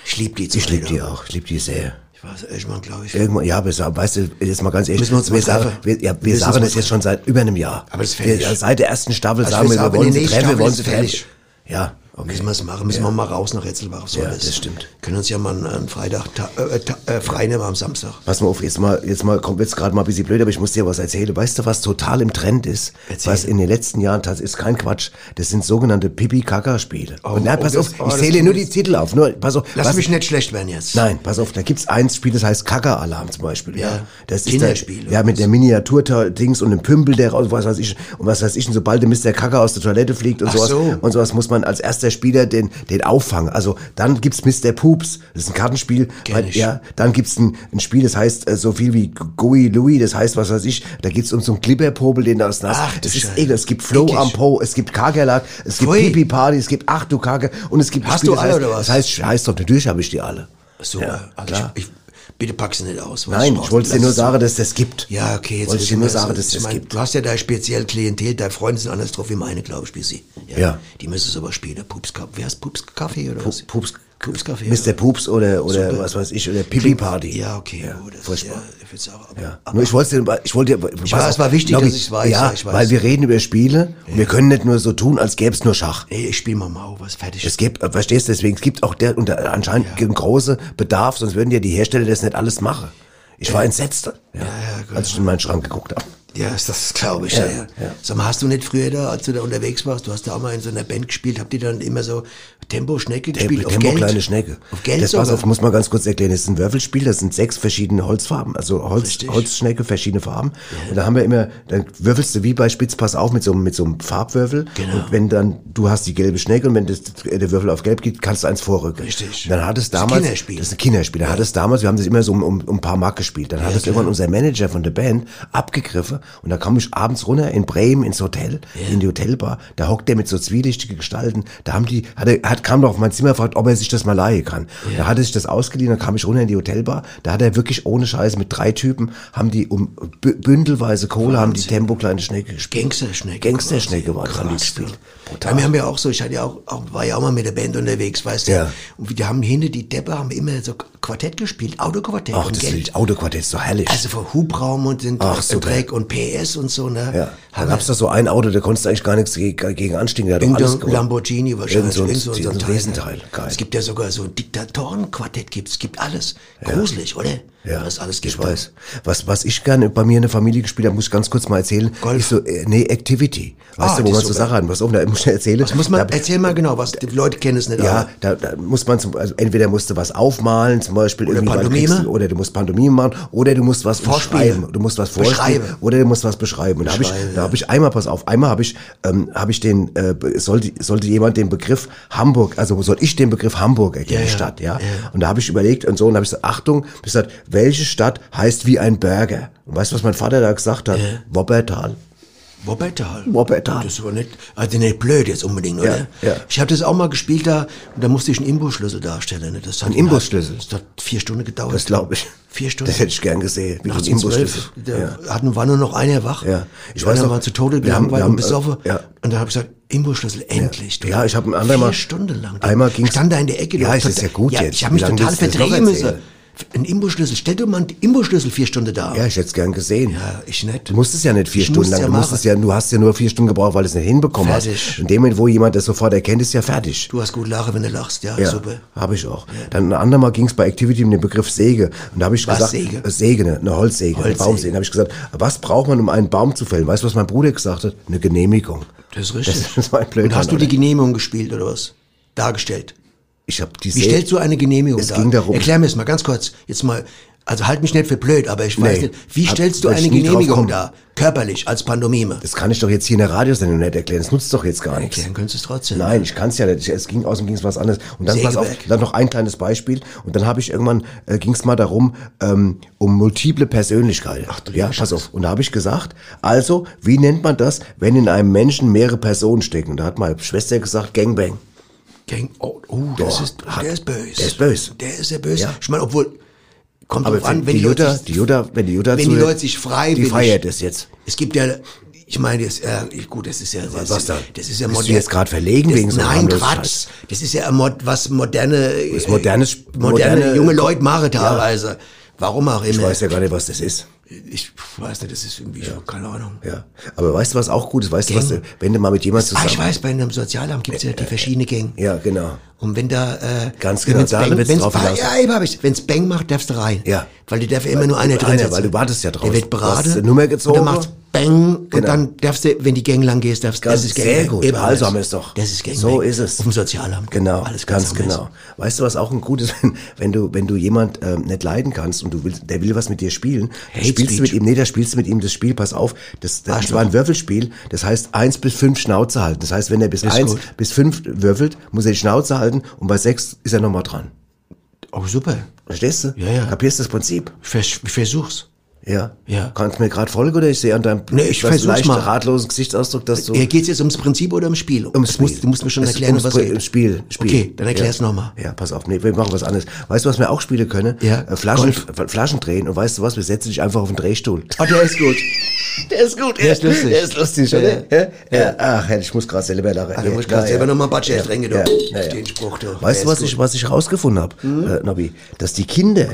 [SPEAKER 2] Ich liebe die zwei.
[SPEAKER 1] Ich liebe die
[SPEAKER 2] da.
[SPEAKER 1] auch, ich liebe die sehr.
[SPEAKER 2] Ich weiß, irgendwann glaube ich.
[SPEAKER 1] Irgendwann, ja, aber sa- weißt du, jetzt mal ganz ehrlich,
[SPEAKER 2] Müssen wir uns mal
[SPEAKER 1] sagen,
[SPEAKER 2] treffen.
[SPEAKER 1] wir, ja, wir
[SPEAKER 2] Müssen
[SPEAKER 1] sagen
[SPEAKER 2] uns
[SPEAKER 1] das
[SPEAKER 2] mal
[SPEAKER 1] jetzt schon seit über einem Jahr.
[SPEAKER 2] Aber das ist
[SPEAKER 1] wir,
[SPEAKER 2] fertig.
[SPEAKER 1] Seit der ersten Staffel
[SPEAKER 2] Also
[SPEAKER 1] sagen
[SPEAKER 2] wir
[SPEAKER 1] wir,
[SPEAKER 2] sagen,
[SPEAKER 1] wir
[SPEAKER 2] in
[SPEAKER 1] wollen
[SPEAKER 2] der
[SPEAKER 1] sie
[SPEAKER 2] nächsten
[SPEAKER 1] treffen, wir
[SPEAKER 2] Staffel
[SPEAKER 1] wollen
[SPEAKER 2] ist
[SPEAKER 1] sie treffen.
[SPEAKER 2] fertig.
[SPEAKER 1] Ja,
[SPEAKER 2] Müssen wir es machen, müssen wir mal raus nach Rätselbach. Was soll
[SPEAKER 1] Ja, das stimmt.
[SPEAKER 2] Können uns ja mal einen- einen Freitag ta- äh, ta- äh, freinehmen am Samstag.
[SPEAKER 1] Pass mal auf, jetzt mal, jetzt mal kommt jetzt gerade mal ein bisschen blöd, aber ich muss dir was erzählen. Weißt du, was total im Trend ist?
[SPEAKER 2] Erzähl.
[SPEAKER 1] Was in den letzten Jahren tats- ist kein Quatsch. Das sind sogenannte Pipi-Kaka-Spiele. Und nein,
[SPEAKER 2] oh,
[SPEAKER 1] pass
[SPEAKER 2] das-
[SPEAKER 1] auf,
[SPEAKER 2] oh,
[SPEAKER 1] ich
[SPEAKER 2] das
[SPEAKER 1] zähle
[SPEAKER 2] tut
[SPEAKER 1] nur
[SPEAKER 2] mir
[SPEAKER 1] die Titel auf. Nur, pass auf.
[SPEAKER 2] Lass
[SPEAKER 1] was-
[SPEAKER 2] mich nicht schlecht werden jetzt.
[SPEAKER 1] Nein, pass auf, da gibt's ein Spiel, das heißt Kaka-Alarm zum Beispiel. Ja.
[SPEAKER 2] Ja,
[SPEAKER 1] Das
[SPEAKER 2] Kinderspiel
[SPEAKER 1] Ist der, ja, mit der Miniatur-Dings und einem Pümpel, der raus, was weiß ich, und was weiß ich, und sobald der Mr. Kaka aus der Toilette fliegt und
[SPEAKER 2] Ach
[SPEAKER 1] sowas,
[SPEAKER 2] so.
[SPEAKER 1] und sowas muss man als erster Spieler den, den auffangen. Also, dann gibt's Mr. Poops, das ist ein Kartenspiel. Weil, ja, dann gibt's ein, ein Spiel, das heißt äh, so viel wie Gui Louis, das heißt, was weiß ich, da geht's um so einen Klipperpopel, den da aus Nass.
[SPEAKER 2] Ach, du
[SPEAKER 1] das ist
[SPEAKER 2] Scheiße.
[SPEAKER 1] ekel. Es gibt Flow am Po, es gibt Kakerlat, es gibt
[SPEAKER 2] Pfui.
[SPEAKER 1] Pipi-Party, es gibt Ach du Kacke, und es gibt ein
[SPEAKER 2] Hast
[SPEAKER 1] Spiel,
[SPEAKER 2] du
[SPEAKER 1] das
[SPEAKER 2] alle
[SPEAKER 1] heißt,
[SPEAKER 2] oder was?
[SPEAKER 1] Das heißt, heißt doch, natürlich habe ich die alle.
[SPEAKER 2] So,
[SPEAKER 1] Ja,
[SPEAKER 2] also
[SPEAKER 1] klar.
[SPEAKER 2] ich, ich, bitte pack's nicht aus. was
[SPEAKER 1] Nein,
[SPEAKER 2] brauch.
[SPEAKER 1] ich wollte dir
[SPEAKER 2] Lass
[SPEAKER 1] nur
[SPEAKER 2] es-
[SPEAKER 1] sagen, dass das gibt.
[SPEAKER 2] Ja, okay,
[SPEAKER 1] Wollte ich dir
[SPEAKER 2] wissen
[SPEAKER 1] nur
[SPEAKER 2] wir's.
[SPEAKER 1] sagen, dass
[SPEAKER 2] Ich
[SPEAKER 1] das
[SPEAKER 2] mein,
[SPEAKER 1] gibt.
[SPEAKER 2] Du hast ja da speziell Klientel, deine Freunde sind anders drauf wie meine, glaube ich, wie sie.
[SPEAKER 1] Ja.
[SPEAKER 2] Die müssen es aber spielen. Pups, wer heißt Pups Kaffee oder was?
[SPEAKER 1] Pups,
[SPEAKER 2] Pups Kaffee.
[SPEAKER 1] Mr. Pups oder, oder
[SPEAKER 2] Super.
[SPEAKER 1] was weiß ich, oder Pipi Party.
[SPEAKER 2] Ja, okay. oh, das ist ja, ich würd's auch, aber,
[SPEAKER 1] Ja. Nur ich wollte, dir- ich wollte, dir-
[SPEAKER 2] Ich
[SPEAKER 1] pass
[SPEAKER 2] weiß,
[SPEAKER 1] auf,
[SPEAKER 2] es war wichtig,
[SPEAKER 1] Nobby,
[SPEAKER 2] dass ich's weiß,
[SPEAKER 1] Ja,
[SPEAKER 2] ja, ich weiß.
[SPEAKER 1] weil wir reden über Spiele und wir können nicht nur so tun, als gäbe es nur Schach.
[SPEAKER 2] Nee, ich spiel mal Mau, was fertig
[SPEAKER 1] Es gibt, äh, verstehst du, deswegen, es gibt auch der, und der- anscheinend einen großen Bedarf, sonst würden ja die Hersteller das nicht alles machen. Ich war entsetzt, ja, als ich in meinen Schrank geguckt habe.
[SPEAKER 2] Ja, ist das glaube ich.
[SPEAKER 1] Ja,
[SPEAKER 2] Ja,
[SPEAKER 1] ja.
[SPEAKER 2] ja. Sag mal, hast du nicht früher da, als du da unterwegs warst, du hast da auch mal in so einer Band gespielt, habt ihr dann immer so Tempo-Schnecke gespielt? auf
[SPEAKER 1] Tempo
[SPEAKER 2] Geld?
[SPEAKER 1] kleine Schnecke.
[SPEAKER 2] Auf Geld
[SPEAKER 1] das
[SPEAKER 2] sogar?
[SPEAKER 1] pass auf, muss man ganz kurz erklären. Das ist ein Würfelspiel, das sind sechs verschiedene Holzfarben, also Holz, Holzschnecke, verschiedene Farben. Und da haben wir immer, dann würfelst du wie bei Spitzpass auf mit so, einem- mit so einem Farbwürfel.
[SPEAKER 2] Genau.
[SPEAKER 1] Und wenn dann, du hast die gelbe Schnecke und wenn das, der Würfel auf gelb geht, kannst du eins vorrücken.
[SPEAKER 2] Richtig.
[SPEAKER 1] Und dann hat es
[SPEAKER 2] Das ist ein
[SPEAKER 1] damals,
[SPEAKER 2] Kinderspiel.
[SPEAKER 1] das ist ein Kinderspiel. Dann hat es damals, wir haben das immer so um, um, um ein paar Mark gespielt. Dann hat es
[SPEAKER 2] klar.
[SPEAKER 1] irgendwann unser Manager von der Band abgegriffen und da kam ich abends runter in Bremen ins Hotel, in die Hotelbar. Da hockt der mit so zwielichtigen Gestalten. Da haben die, hat er, hat, kam doch auf mein Zimmer gefragt, ob er sich das mal leihen kann. Da hat er sich das ausgeliehen, dann kam ich runter in die Hotelbar. Da hat er wirklich ohne Scheiß mit drei Typen, haben die um bü- bündelweise Kohle, haben die Tempo kleine Schnecke gespielt.
[SPEAKER 2] Gangsterschnecke.
[SPEAKER 1] Gangsterschnecke war das, haben die
[SPEAKER 2] Krass,
[SPEAKER 1] gespielt.
[SPEAKER 2] ja. Ja, wir haben ja auch so, ich hatte ja auch, auch, war ja auch mal mit der Band unterwegs, weißt du.
[SPEAKER 1] Ja.
[SPEAKER 2] Und wir haben hinter die Deppe haben immer so Quartett gespielt, Autoquartett
[SPEAKER 1] Ach,
[SPEAKER 2] und
[SPEAKER 1] das
[SPEAKER 2] Geld.
[SPEAKER 1] Autoquartett ist so herrlich.
[SPEAKER 2] Also von Hubraum und sind
[SPEAKER 1] Ach,
[SPEAKER 2] äh,
[SPEAKER 1] super.
[SPEAKER 2] Dreck und PS und so, ne?
[SPEAKER 1] Ja, da
[SPEAKER 2] Haben wir-
[SPEAKER 1] gab's doch so ein Auto, da konntest du eigentlich gar nichts ge- gegen anstehen. Der hat doch
[SPEAKER 2] Irgendein
[SPEAKER 1] alles gewonnen.
[SPEAKER 2] Lamborghini
[SPEAKER 1] Irgend
[SPEAKER 2] wahrscheinlich. Irgend
[SPEAKER 1] so
[SPEAKER 2] so
[SPEAKER 1] ein,
[SPEAKER 2] ein,
[SPEAKER 1] so ein
[SPEAKER 2] Teil, ne?
[SPEAKER 1] Riesenteil. Geil.
[SPEAKER 2] Es gibt ja sogar so ein Diktatorenquartett, gibt es gibt alles. Gruselig, oder?
[SPEAKER 1] Ja,
[SPEAKER 2] Was alles gibt.
[SPEAKER 1] ich weiß. Was, was ich gerne bei mir in der Familie gespielt habe, muss ich ganz kurz mal erzählen.
[SPEAKER 2] Golf.
[SPEAKER 1] Ist so, äh, nee, Activity. Weißt
[SPEAKER 2] Ah,
[SPEAKER 1] du,
[SPEAKER 2] die
[SPEAKER 1] wo man
[SPEAKER 2] ist
[SPEAKER 1] so
[SPEAKER 2] super.
[SPEAKER 1] Sachen hat. Was auch, da muss ich erzählen.
[SPEAKER 2] Was muss man,
[SPEAKER 1] da,
[SPEAKER 2] erzähl mal genau, was, die Leute kennen es nicht
[SPEAKER 1] ja,
[SPEAKER 2] alle.
[SPEAKER 1] da, da muss man zum, also entweder musst du was aufmalen, zum Beispiel oder
[SPEAKER 2] Pantomime.
[SPEAKER 1] Du, oder du musst Pantomime machen, oder du musst was
[SPEAKER 2] Vorspiele.
[SPEAKER 1] beschreiben, du musst was vorspielen,
[SPEAKER 2] Beschreiben.
[SPEAKER 1] oder du musst was beschreiben. Und da habe ich,
[SPEAKER 2] Beschreiben,
[SPEAKER 1] da habe ich einmal, pass auf, einmal habe ich, ähm, habe ich den, äh, be- sollte, sollte jemand den Begriff Hamburg, also soll ich den Begriff Hamburg erklären,
[SPEAKER 2] Ja, ja.
[SPEAKER 1] Stadt, ja? Und da habe ich überlegt und so, und habe ich gesagt, Achtung, hab ich gesagt, welche Stadt heißt wie ein Burger? Und weißt du, was mein Vater da gesagt hat? Wuppertal.
[SPEAKER 2] Wuppertal.
[SPEAKER 1] Wuppertal.
[SPEAKER 2] Das war nicht, also nicht blöd jetzt unbedingt, oder?
[SPEAKER 1] Ja, ja.
[SPEAKER 2] Ich habe das auch mal gespielt da und da musste ich einen Imbusschlüssel darstellen. ne? Das hat,
[SPEAKER 1] Ein Imbusschlüssel?
[SPEAKER 2] Das hat vier Stunden gedauert.
[SPEAKER 1] Das glaube ich.
[SPEAKER 2] Vier Stunden.
[SPEAKER 1] Das hätte ich gern gesehen. wie
[SPEAKER 2] Nachts
[SPEAKER 1] du
[SPEAKER 2] um
[SPEAKER 1] einen Imbusschlüssel-
[SPEAKER 2] zwölf, da hatten, war nur noch einer wach.
[SPEAKER 1] Ja. Ich
[SPEAKER 2] Ich
[SPEAKER 1] weiß
[SPEAKER 2] weiß
[SPEAKER 1] noch,
[SPEAKER 2] war zu Tode
[SPEAKER 1] wir haben-
[SPEAKER 2] gelangweilt
[SPEAKER 1] wir
[SPEAKER 2] und
[SPEAKER 1] haben, äh,
[SPEAKER 2] besoffen.
[SPEAKER 1] ja.
[SPEAKER 2] Und dann habe ich gesagt, Imbusschlüssel, endlich. du.
[SPEAKER 1] Ja, ich habe ein andermal-
[SPEAKER 2] Vier Stunden lang. du.
[SPEAKER 1] Einmal ging's-
[SPEAKER 2] Stand da in der Ecke. du.
[SPEAKER 1] Ja, es ist ja gut jetzt.
[SPEAKER 2] Ich habe
[SPEAKER 1] Wie
[SPEAKER 2] mich
[SPEAKER 1] lange
[SPEAKER 2] total
[SPEAKER 1] willst du das
[SPEAKER 2] verdrehen
[SPEAKER 1] noch
[SPEAKER 2] müssen.
[SPEAKER 1] erzählen?
[SPEAKER 2] Ein Imbusschlüssel. Stell dir mal einen Imbusschlüssel vier Stunden da.
[SPEAKER 1] Ja, ich hätte es gern gesehen.
[SPEAKER 2] Ja, ich nicht.
[SPEAKER 1] Du musstest ja nicht vier
[SPEAKER 2] Ich
[SPEAKER 1] Stunden
[SPEAKER 2] musste
[SPEAKER 1] lang.
[SPEAKER 2] ja
[SPEAKER 1] du, musstest ja, du hast ja nur vier Stunden gebraucht, weil du es nicht hinbekommen hast.
[SPEAKER 2] Fertig.
[SPEAKER 1] In dem Moment, wo jemand das sofort erkennt, ist ja fertig.
[SPEAKER 2] Du hast gut lachen, wenn du lachst. Ja,
[SPEAKER 1] ja,
[SPEAKER 2] super.
[SPEAKER 1] habe ich auch. Dann ein andermal ging es bei Activity um den Begriff Säge. Und da habe ich
[SPEAKER 2] Was,
[SPEAKER 1] gesagt,
[SPEAKER 2] Säge?
[SPEAKER 1] äh, Säge, eine, eine Holzsäge, eine
[SPEAKER 2] Holzsäge.
[SPEAKER 1] Baumsäge. Da habe ich gesagt, was braucht man, um einen Baum zu fällen? Weißt du, was mein Bruder gesagt hat? Eine Genehmigung.
[SPEAKER 2] Das ist richtig.
[SPEAKER 1] Das [laughs] war ein Blödmann,
[SPEAKER 2] Und hast du die
[SPEAKER 1] oder?
[SPEAKER 2] Genehmigung gestellt oder was? Dargestellt.
[SPEAKER 1] Ich habe die
[SPEAKER 2] Wie stellst du eine Genehmigung
[SPEAKER 1] Es
[SPEAKER 2] dar?
[SPEAKER 1] ging darum-
[SPEAKER 2] Erklär mir es mal ganz kurz. Jetzt mal, also halt mich nicht für blöd, aber ich weiß
[SPEAKER 1] Nee.
[SPEAKER 2] nicht, wie
[SPEAKER 1] Hab-
[SPEAKER 2] stellst du
[SPEAKER 1] werd ich
[SPEAKER 2] eine
[SPEAKER 1] nie drauf
[SPEAKER 2] Genehmigung
[SPEAKER 1] kommen.
[SPEAKER 2] dar? Körperlich, als Pantomime.
[SPEAKER 1] Das kann ich doch jetzt hier in der Radiosendung nicht erklären. Das nutzt doch jetzt gar nichts.
[SPEAKER 2] Erklären könntest du es trotzdem.
[SPEAKER 1] Nein, ich kann es ja nicht. Es ging aus und ging es was anderes. Und dann, pass auf,
[SPEAKER 2] Sägewerk.
[SPEAKER 1] dann noch ein kleines Beispiel. Und dann habe ich irgendwann, äh, ging es mal darum, ähm, um multiple Persönlichkeiten. Ach, ja, pass auf. Und da habe ich gesagt, also, wie nennt man das, wenn in einem Menschen mehrere Personen stecken? Und da hat meine Schwester gesagt, Gangbang.
[SPEAKER 2] Gang, oh, oh, das ist,
[SPEAKER 1] hat-
[SPEAKER 2] der ist böse.
[SPEAKER 1] der ist böse.
[SPEAKER 2] Der ist sehr böse.
[SPEAKER 1] Ja.
[SPEAKER 2] Ich meine, obwohl, kommt
[SPEAKER 1] Aber
[SPEAKER 2] drauf an,
[SPEAKER 1] wenn
[SPEAKER 2] wenn
[SPEAKER 1] die
[SPEAKER 2] Leute
[SPEAKER 1] Jutta,
[SPEAKER 2] sich-
[SPEAKER 1] die Jutta, wenn die Jutta
[SPEAKER 2] wenn die
[SPEAKER 1] zuhört,
[SPEAKER 2] Leute sich frei
[SPEAKER 1] die
[SPEAKER 2] willig-
[SPEAKER 1] feiert es jetzt.
[SPEAKER 2] Es gibt ja, ich meine, das, äh, gut, das ist ja, das,
[SPEAKER 1] was dann?
[SPEAKER 2] das ist ja
[SPEAKER 1] Bist du
[SPEAKER 2] modern-
[SPEAKER 1] jetzt gerade verlegen
[SPEAKER 2] das,
[SPEAKER 1] wegen so einem
[SPEAKER 2] Nein,
[SPEAKER 1] harmlosen
[SPEAKER 2] Quatsch.
[SPEAKER 1] Scheiß?
[SPEAKER 2] Das ist ja ein Mod, was moderne,
[SPEAKER 1] Das modernes,
[SPEAKER 2] moderne, junge Leute machen
[SPEAKER 1] Ja.
[SPEAKER 2] teilweise. Warum auch immer.
[SPEAKER 1] Ich weiß ja gar nicht, was das ist.
[SPEAKER 2] Ich weiß nicht, das ist irgendwie, ich hab keine Ahnung.
[SPEAKER 1] Ja. Aber weißt du, was auch gut ist? Weißt du, was,
[SPEAKER 2] Gang.
[SPEAKER 1] wenn du mal mit jemandem
[SPEAKER 2] Ah,
[SPEAKER 1] zusammen...
[SPEAKER 2] ich weiß, bei einem Sozialamt gibt's ja die verschiedenen Gänge.
[SPEAKER 1] Ja, genau.
[SPEAKER 2] Und wenn da, äh,
[SPEAKER 1] Ganz
[SPEAKER 2] wenn
[SPEAKER 1] genau,
[SPEAKER 2] wenn's
[SPEAKER 1] da
[SPEAKER 2] Bang,
[SPEAKER 1] wird's
[SPEAKER 2] wenn's,
[SPEAKER 1] drauf
[SPEAKER 2] ba-
[SPEAKER 1] hinaus.
[SPEAKER 2] ja, eben hab ich. Wenn's Bang macht, darfst du rein.
[SPEAKER 1] Ja.
[SPEAKER 2] Weil die darf immer
[SPEAKER 1] Weil-
[SPEAKER 2] nur einer drin
[SPEAKER 1] einer,
[SPEAKER 2] sitzen.
[SPEAKER 1] weil du wartest ja drauf.
[SPEAKER 2] Der wird
[SPEAKER 1] Du hast
[SPEAKER 2] beraten.
[SPEAKER 1] eine Nummer gezogen.
[SPEAKER 2] Und dann macht's Bang. Und
[SPEAKER 1] Genau.
[SPEAKER 2] dann darfst du, wenn die Gang lang gehst, darfst du,
[SPEAKER 1] Ganz sehr gut.
[SPEAKER 2] Eben
[SPEAKER 1] also
[SPEAKER 2] alles.
[SPEAKER 1] haben wir es doch.
[SPEAKER 2] Das ist Gang
[SPEAKER 1] So
[SPEAKER 2] Bang.
[SPEAKER 1] ist es.
[SPEAKER 2] Auf dem Sozialamt.
[SPEAKER 1] Genau,
[SPEAKER 2] Alles ganz
[SPEAKER 1] ganz,
[SPEAKER 2] anders.
[SPEAKER 1] genau. Weißt du, was auch ein gutes, [laughs] wenn, wenn du wenn du jemand ähm, nicht leiden kannst und du willst, der will was mit dir spielen, dann
[SPEAKER 2] Hate
[SPEAKER 1] spielst
[SPEAKER 2] Speech.
[SPEAKER 1] du mit ihm, nee, da spielst du mit ihm das Spiel, pass auf, das, das, das
[SPEAKER 2] Arschloch.
[SPEAKER 1] war ein Würfelspiel, das heißt eins bis fünf Schnauze halten. Das heißt, wenn er bis
[SPEAKER 2] Ist
[SPEAKER 1] eins
[SPEAKER 2] gut.
[SPEAKER 1] bis fünf würfelt, muss er die Schnauze halten und bei sechs ist er nochmal dran.
[SPEAKER 2] Oh, super.
[SPEAKER 1] Verstehst du?
[SPEAKER 2] Ja, ja.
[SPEAKER 1] Kapierst das Prinzip?
[SPEAKER 2] Ich, vers ich versuch's.
[SPEAKER 1] Ja.
[SPEAKER 2] Ja.
[SPEAKER 1] Kannst du mir gerade folgen oder ich sehe an deinem
[SPEAKER 2] Nee, ich
[SPEAKER 1] etwas
[SPEAKER 2] versuch's
[SPEAKER 1] leichten,
[SPEAKER 2] mal.
[SPEAKER 1] ratlosen Gesichtsausdruck, dass du
[SPEAKER 2] Ja, geht's jetzt ums Prinzip oder ums Spiel?
[SPEAKER 1] Ums
[SPEAKER 2] Das musst- Du musst mir schon
[SPEAKER 1] Es-
[SPEAKER 2] erklären, um
[SPEAKER 1] ums
[SPEAKER 2] was
[SPEAKER 1] Pri-
[SPEAKER 2] geht.
[SPEAKER 1] ums Spiel, Spiel.
[SPEAKER 2] Okay, dann erklär's
[SPEAKER 1] ja.
[SPEAKER 2] nochmal.
[SPEAKER 1] Ja, pass auf, nee, wir machen was anderes. Weißt du, was wir auch spielen können?
[SPEAKER 2] Ja,
[SPEAKER 1] Äh, Flaschen,
[SPEAKER 2] Golf.
[SPEAKER 1] F- Flaschen drehen. Und weißt du was, wir setzen dich einfach auf den Drehstuhl.
[SPEAKER 2] Oh, der ist gut.
[SPEAKER 1] Der ist gut.
[SPEAKER 2] Der ist lustig.
[SPEAKER 1] Der ist lustig,
[SPEAKER 2] Ja,
[SPEAKER 1] oder? Ja. Ja. Ach, ich muss gerade selber lachen.
[SPEAKER 2] Also, muss ich grad selber nochmal Budget drängen, du. Auf den Spruch, du. Der
[SPEAKER 1] Weißt
[SPEAKER 2] ist
[SPEAKER 1] du, was
[SPEAKER 2] gut.
[SPEAKER 1] ich, was ich rausgefunden habe, äh, Nobby? Dass die Kinder,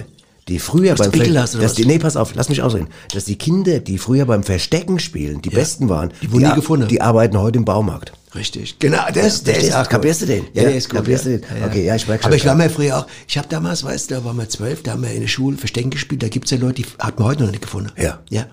[SPEAKER 1] die früher beim
[SPEAKER 2] du Pickel
[SPEAKER 1] Ver-
[SPEAKER 2] hast, oder
[SPEAKER 1] dass
[SPEAKER 2] was?
[SPEAKER 1] die, nee, pass auf, lass mich ausreden, dass die Kinder, die früher beim Verstecken spielen, die besten waren,
[SPEAKER 2] Die wurden nie
[SPEAKER 1] a-
[SPEAKER 2] gefunden.
[SPEAKER 1] die arbeiten heute im Baumarkt.
[SPEAKER 2] Richtig. Genau, der ist, der ist
[SPEAKER 1] Verstehst du?
[SPEAKER 2] auch gut.
[SPEAKER 1] Kapierst du den?
[SPEAKER 2] Ja,
[SPEAKER 1] Ja,
[SPEAKER 2] der ist gut.
[SPEAKER 1] kapierst
[SPEAKER 2] ja.
[SPEAKER 1] du den? Okay, ja, ich merk schon.
[SPEAKER 2] Aber ich war
[SPEAKER 1] Ja.
[SPEAKER 2] mal früher auch, ich habe damals, weißt du, da waren wir zwölf, da haben wir in der Schule Verstecken gespielt, da gibt's ja Leute, die hat man heute noch nicht gefunden.
[SPEAKER 1] Ja.
[SPEAKER 2] Ja.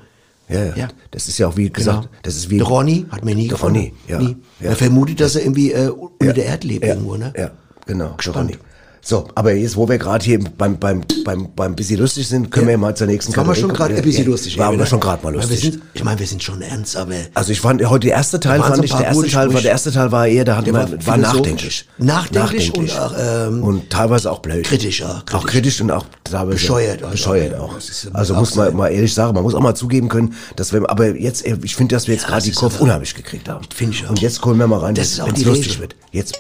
[SPEAKER 1] Ja, ja.
[SPEAKER 2] Ja. Genau.
[SPEAKER 1] Das ist ja auch wie gesagt, das ist wie
[SPEAKER 2] Der Ronny hat mir nie
[SPEAKER 1] Der
[SPEAKER 2] gefunden.
[SPEAKER 1] Ronny, ja.
[SPEAKER 2] Nie.
[SPEAKER 1] ja.
[SPEAKER 2] Man vermutet, dass er irgendwie äh, unter der Erde lebt
[SPEAKER 1] ja.
[SPEAKER 2] irgendwo, ne?
[SPEAKER 1] Ja, genau, der
[SPEAKER 2] Gespannt.
[SPEAKER 1] Ronny. So, aber jetzt, wo wir gerade hier beim, beim, beim, beim bisschen lustig sind, können wir mal zur nächsten
[SPEAKER 2] Waren wir
[SPEAKER 1] Kategorie
[SPEAKER 2] schon
[SPEAKER 1] kommen.
[SPEAKER 2] gerade
[SPEAKER 1] Ja,
[SPEAKER 2] ein bisschen
[SPEAKER 1] ja.
[SPEAKER 2] lustig.
[SPEAKER 1] Waren wir
[SPEAKER 2] ne?
[SPEAKER 1] schon gerade mal
[SPEAKER 2] Weil
[SPEAKER 1] lustig.
[SPEAKER 2] Wir sind, ich meine, wir sind schon ernst, aber...
[SPEAKER 1] also ich fand heute der erste Teil
[SPEAKER 2] Da waren
[SPEAKER 1] fand
[SPEAKER 2] so
[SPEAKER 1] ich
[SPEAKER 2] ein
[SPEAKER 1] der
[SPEAKER 2] paar
[SPEAKER 1] erste
[SPEAKER 2] gute
[SPEAKER 1] Teil war der
[SPEAKER 2] Sprüche.
[SPEAKER 1] erste Teil war eher da hatte
[SPEAKER 2] Der
[SPEAKER 1] man,
[SPEAKER 2] war
[SPEAKER 1] war
[SPEAKER 2] philosophisch.
[SPEAKER 1] nachdenklich.
[SPEAKER 2] Nachdenklich und auch, ähm,
[SPEAKER 1] und teilweise auch blöd.
[SPEAKER 2] kritisch auch,
[SPEAKER 1] Auch kritisch und auch teilweise
[SPEAKER 2] Bescheuert auch.
[SPEAKER 1] bescheuert
[SPEAKER 2] Ja,
[SPEAKER 1] auch.
[SPEAKER 2] das ist ja
[SPEAKER 1] Also
[SPEAKER 2] auch
[SPEAKER 1] muss man
[SPEAKER 2] sein.
[SPEAKER 1] mal ehrlich sagen, man muss auch mal zugeben können, dass wir aber jetzt äh, ich finde, dass wir jetzt gerade
[SPEAKER 2] das
[SPEAKER 1] die
[SPEAKER 2] ist
[SPEAKER 1] Kurve
[SPEAKER 2] aber-
[SPEAKER 1] unheimlich gekriegt haben.
[SPEAKER 2] Find ich auch.
[SPEAKER 1] Und jetzt holen wir mal rein,
[SPEAKER 2] Das ist auch
[SPEAKER 1] wenn's
[SPEAKER 2] die
[SPEAKER 1] lustig
[SPEAKER 2] Regel.
[SPEAKER 1] wird. Jetzt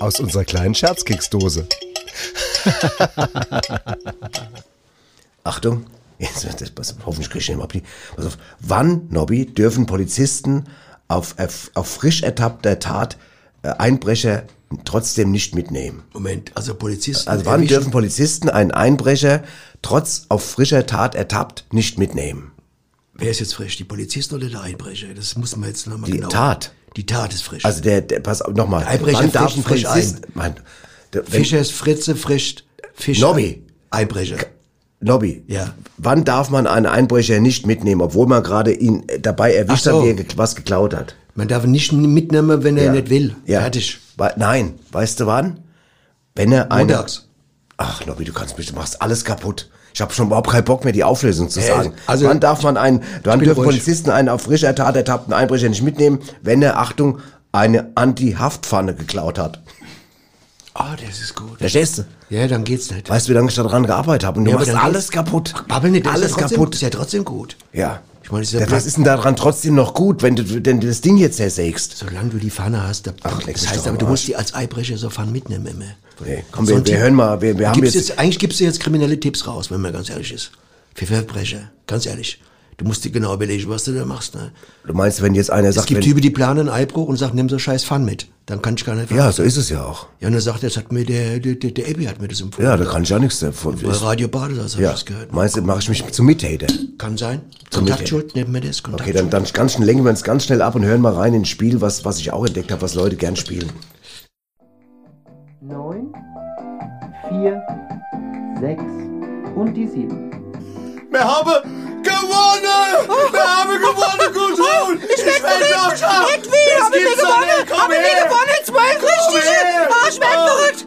[SPEAKER 14] Aus unserer kleinen Scherzkeksdose.
[SPEAKER 1] [laughs] Achtung, jetzt, das, pass, hoffentlich kriege ich den Abdi. Pass auf. Wann, Nobby, dürfen Polizisten auf, auf, auf frisch ertappter Tat äh, Einbrecher trotzdem nicht mitnehmen?
[SPEAKER 2] Moment, also Polizisten...
[SPEAKER 1] Also wann
[SPEAKER 2] erwischen-
[SPEAKER 1] dürfen Polizisten einen Einbrecher trotz auf frischer Tat ertappt nicht mitnehmen?
[SPEAKER 2] Wer ist jetzt frisch, die Polizisten oder der Einbrecher? Das muss man jetzt nochmal
[SPEAKER 1] Die
[SPEAKER 2] genau...
[SPEAKER 1] Tat.
[SPEAKER 2] Die Tat ist frisch.
[SPEAKER 1] Also der, der pass auf, nochmal.
[SPEAKER 2] Der Einbrecher
[SPEAKER 1] Wann darf
[SPEAKER 2] frisch-
[SPEAKER 1] ein
[SPEAKER 2] frisch
[SPEAKER 1] Polizist, Mann, der, wenn,
[SPEAKER 2] Fischer ist Fritze, Frisch, Fischer...
[SPEAKER 1] Nobby.
[SPEAKER 2] Einbrecher.
[SPEAKER 1] Lobby,
[SPEAKER 2] Ja.
[SPEAKER 1] wann darf man einen Einbrecher nicht mitnehmen, obwohl man gerade ihn äh, dabei erwischt
[SPEAKER 2] Ach so.
[SPEAKER 1] hat, wie er ge- was geklaut hat?
[SPEAKER 2] Man darf ihn nicht mitnehmen, wenn er
[SPEAKER 1] Ja.
[SPEAKER 2] nicht will.
[SPEAKER 1] Ja.
[SPEAKER 2] Fertig.
[SPEAKER 1] Wei- Nein, weißt du wann? Wenn er einen-
[SPEAKER 2] Montags.
[SPEAKER 1] Ach, Lobby, du kannst mich, du machst alles kaputt. Ich habe schon überhaupt keinen Bock mehr, die Auflösung zu
[SPEAKER 2] Äh,
[SPEAKER 1] sagen.
[SPEAKER 2] also-
[SPEAKER 1] wann darf man einen, wann
[SPEAKER 2] bin
[SPEAKER 1] dürfen
[SPEAKER 2] ruhig.
[SPEAKER 1] Polizisten einen auf frischer Tat ertappten Einbrecher nicht mitnehmen, wenn er, Achtung, eine Anti-Haftpfanne geklaut hat?
[SPEAKER 2] Ah, das ist gut.
[SPEAKER 1] Verstehst du?
[SPEAKER 2] Ja, dann geht's nicht.
[SPEAKER 1] Weißt du, wie lange ich daran gearbeitet habe? Und du
[SPEAKER 2] Ja, aber
[SPEAKER 1] machst
[SPEAKER 2] dann
[SPEAKER 1] alles
[SPEAKER 2] geht's-
[SPEAKER 1] kaputt.
[SPEAKER 2] Ach, Babbel nicht, das
[SPEAKER 1] alles
[SPEAKER 2] ist ja trotzdem,
[SPEAKER 1] kaputt.
[SPEAKER 2] Ist ja trotzdem gut.
[SPEAKER 1] Ja.
[SPEAKER 2] Ich meine, das ist ja
[SPEAKER 1] Ja, Was
[SPEAKER 2] blöd.
[SPEAKER 1] ist denn daran trotzdem noch gut, wenn du denn das Ding jetzt zersägst?
[SPEAKER 2] Solange du die Pfanne hast, da,
[SPEAKER 1] Ach, leck
[SPEAKER 2] das
[SPEAKER 1] mich
[SPEAKER 2] heißt
[SPEAKER 1] doch am
[SPEAKER 2] aber, du musst
[SPEAKER 1] Arsch.
[SPEAKER 2] die als Einbrecher so Pfanne mitnehmen immer.
[SPEAKER 1] Nee, komm, wir, wir hören mal, wir, wir haben
[SPEAKER 2] gibst
[SPEAKER 1] jetzt,
[SPEAKER 2] jetzt, Eigentlich gibst du jetzt kriminelle Tipps raus, wenn man ganz ehrlich ist. Für Verbrecher, ganz ehrlich. Du musst dir genau überlegen, was du da machst. Ne?
[SPEAKER 1] Du meinst, wenn jetzt einer
[SPEAKER 2] Es
[SPEAKER 1] sagt,
[SPEAKER 2] gibt
[SPEAKER 1] wenn,
[SPEAKER 2] Typen, die planen einen Eibruch und sagen, nimm so scheiß Pfanne mit. Dann kann ich gar nicht
[SPEAKER 1] ja, so ist es ja auch.
[SPEAKER 2] ja, und er sagt, das hat mir der, der, der, der Ebi hat mir das empfohlen.
[SPEAKER 1] Ja, da kann ich ja nichts davon.
[SPEAKER 2] Bei Radio Badesalz habe
[SPEAKER 1] Ja,
[SPEAKER 2] ich das gehört.
[SPEAKER 1] meinst du, mache ich mich zum Mittäter?
[SPEAKER 2] Kann sein.
[SPEAKER 1] Zum
[SPEAKER 2] Kontaktschuld, nehmen wir das.
[SPEAKER 1] Okay, dann, dann ganz schnell, lenken wir uns ganz schnell ab und hören mal rein ins Spiel, was, was ich auch entdeckt habe, was Leute gern spielen.
[SPEAKER 15] 9, 4, 6 und die 7.
[SPEAKER 16] Wir haben
[SPEAKER 10] eh.
[SPEAKER 16] gewonnen! Wir haben gewonnen, Gudrun! Ich bin verrückt! Edwin, haben wir gewonnen! Haben wir gewonnen! Zwölf richtige!
[SPEAKER 7] Oh,
[SPEAKER 16] Ah, ich bin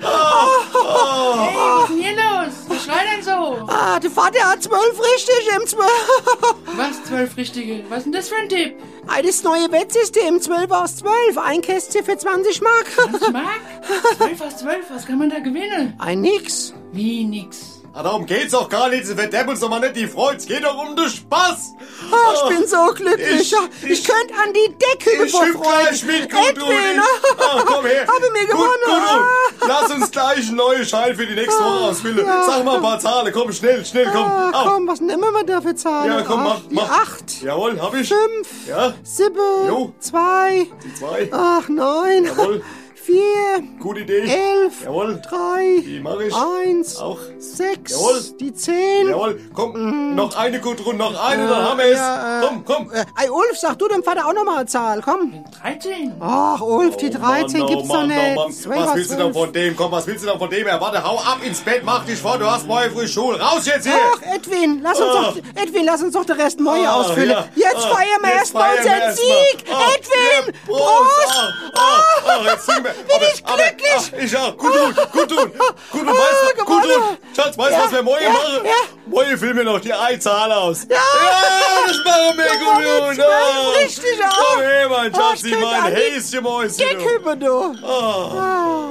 [SPEAKER 10] Oh.
[SPEAKER 2] Oh,
[SPEAKER 16] verrückt!
[SPEAKER 17] Oh. was ist denn hier los? Was schreit denn so?
[SPEAKER 18] Ah, der Vater hat zwölf richtig im
[SPEAKER 2] [laughs]
[SPEAKER 18] Zwölf.
[SPEAKER 17] Was, zwölf Richtige? Was ist denn das für ein Tipp?
[SPEAKER 18] Ah, das neue Bettsystem, 12 aus 12. Ein Kästchen für 20 Mark.
[SPEAKER 17] 20 Mark? Zwölf aus zwölf, was kann man da gewinnen?
[SPEAKER 18] Ein nix.
[SPEAKER 17] Wie nix?
[SPEAKER 16] Ah, darum geht's doch gar nicht, sie verderben uns doch mal nicht die Freude, es geht doch um den Spaß! Oh,
[SPEAKER 18] Ah, ich bin so glücklich. Ah,
[SPEAKER 16] Ich,
[SPEAKER 18] ich, könnte an die Decke
[SPEAKER 16] ich hüpf gleich mit, Gudrun!
[SPEAKER 18] Edwin.
[SPEAKER 16] ich- Ah, komm her!
[SPEAKER 18] ne? [laughs] Habe mir
[SPEAKER 16] Gut,
[SPEAKER 18] gewonnen. Ah.
[SPEAKER 16] Gudrun, lass uns gleich einen neuen Schein für die nächste Woche ausfüllen.
[SPEAKER 18] ja.
[SPEAKER 16] Sag mal ein paar Zahlen, komm, schnell, schnell, komm!
[SPEAKER 18] Ah,
[SPEAKER 16] Auf.
[SPEAKER 18] komm, was nehmen wir da für Zahlen?
[SPEAKER 16] Ja, komm,
[SPEAKER 18] Ach,
[SPEAKER 16] mach,
[SPEAKER 18] die
[SPEAKER 16] mach!
[SPEAKER 18] Acht,
[SPEAKER 16] Jawohl, hab ich! Fünf! Ja?
[SPEAKER 18] sieben,
[SPEAKER 16] Jo.
[SPEAKER 18] zwei.
[SPEAKER 16] Zwei.
[SPEAKER 18] Ach, neun.
[SPEAKER 16] Jawohl.
[SPEAKER 18] vier,
[SPEAKER 19] Gute Idee.
[SPEAKER 18] elf,
[SPEAKER 19] Jawohl.
[SPEAKER 18] drei,
[SPEAKER 19] Die mach ich.
[SPEAKER 18] eins,
[SPEAKER 19] Auch.
[SPEAKER 18] sechs,
[SPEAKER 19] Jawohl.
[SPEAKER 18] die zehn. Mhm.
[SPEAKER 19] Jawohl, komm, noch eine Gudrun, noch eine,
[SPEAKER 18] Äh,
[SPEAKER 19] dann haben wir es.
[SPEAKER 18] ja, äh,
[SPEAKER 19] komm, komm.
[SPEAKER 18] Äh, ey, Ulf, sag du dem Vater auch nochmal eine Zahl, komm.
[SPEAKER 17] 13.
[SPEAKER 18] Ach, Ulf, die 13
[SPEAKER 19] Mann, oh
[SPEAKER 18] gibt's
[SPEAKER 19] Mann,
[SPEAKER 18] doch
[SPEAKER 19] oh
[SPEAKER 18] nicht.
[SPEAKER 19] Mann.
[SPEAKER 18] Zwölfer,
[SPEAKER 19] Was willst du denn
[SPEAKER 18] zwölf.
[SPEAKER 19] von dem? Komm, was willst du denn von dem? her? Warte, hau ab ins Bett, mach dich vor, du hast morgen früh Schule. Raus jetzt hier!
[SPEAKER 18] Ach, Edwin, lass uns
[SPEAKER 19] Ah.
[SPEAKER 18] doch, Edwin, lass uns doch den Rest neu
[SPEAKER 19] Ah,
[SPEAKER 18] ausfüllen.
[SPEAKER 19] ja.
[SPEAKER 18] Jetzt
[SPEAKER 19] Ah,
[SPEAKER 18] feiern wir
[SPEAKER 19] jetzt
[SPEAKER 18] erstmal
[SPEAKER 19] feiern wir
[SPEAKER 18] unseren
[SPEAKER 19] erstmal.
[SPEAKER 18] Sieg.
[SPEAKER 19] Ah,
[SPEAKER 18] Edwin,
[SPEAKER 19] ja,
[SPEAKER 18] Prost!
[SPEAKER 19] Ah, ah, ah, jetzt sind wir. aber, ich glücklich! Aber, ah, ich auch. Gut tun, gut tun. Gut tun, weißt du, gut
[SPEAKER 18] ah, gewonnen.
[SPEAKER 19] tun. Schatz, weißt du,
[SPEAKER 18] Ja,
[SPEAKER 19] was wir morgen
[SPEAKER 18] ja,
[SPEAKER 19] machen?
[SPEAKER 18] ja.
[SPEAKER 19] Morgen filmen wir noch die Einzahl aus.
[SPEAKER 18] Ja.
[SPEAKER 19] das machen wir, gut tun. Ah.
[SPEAKER 18] Richtig auch.
[SPEAKER 19] Komm her, mein
[SPEAKER 18] Ah, ich
[SPEAKER 19] Schatz, ich
[SPEAKER 18] könnte an
[SPEAKER 19] mein
[SPEAKER 18] die
[SPEAKER 19] Häschen, Ah. Mäuschen.
[SPEAKER 18] Gag hüpfen, du. Ah.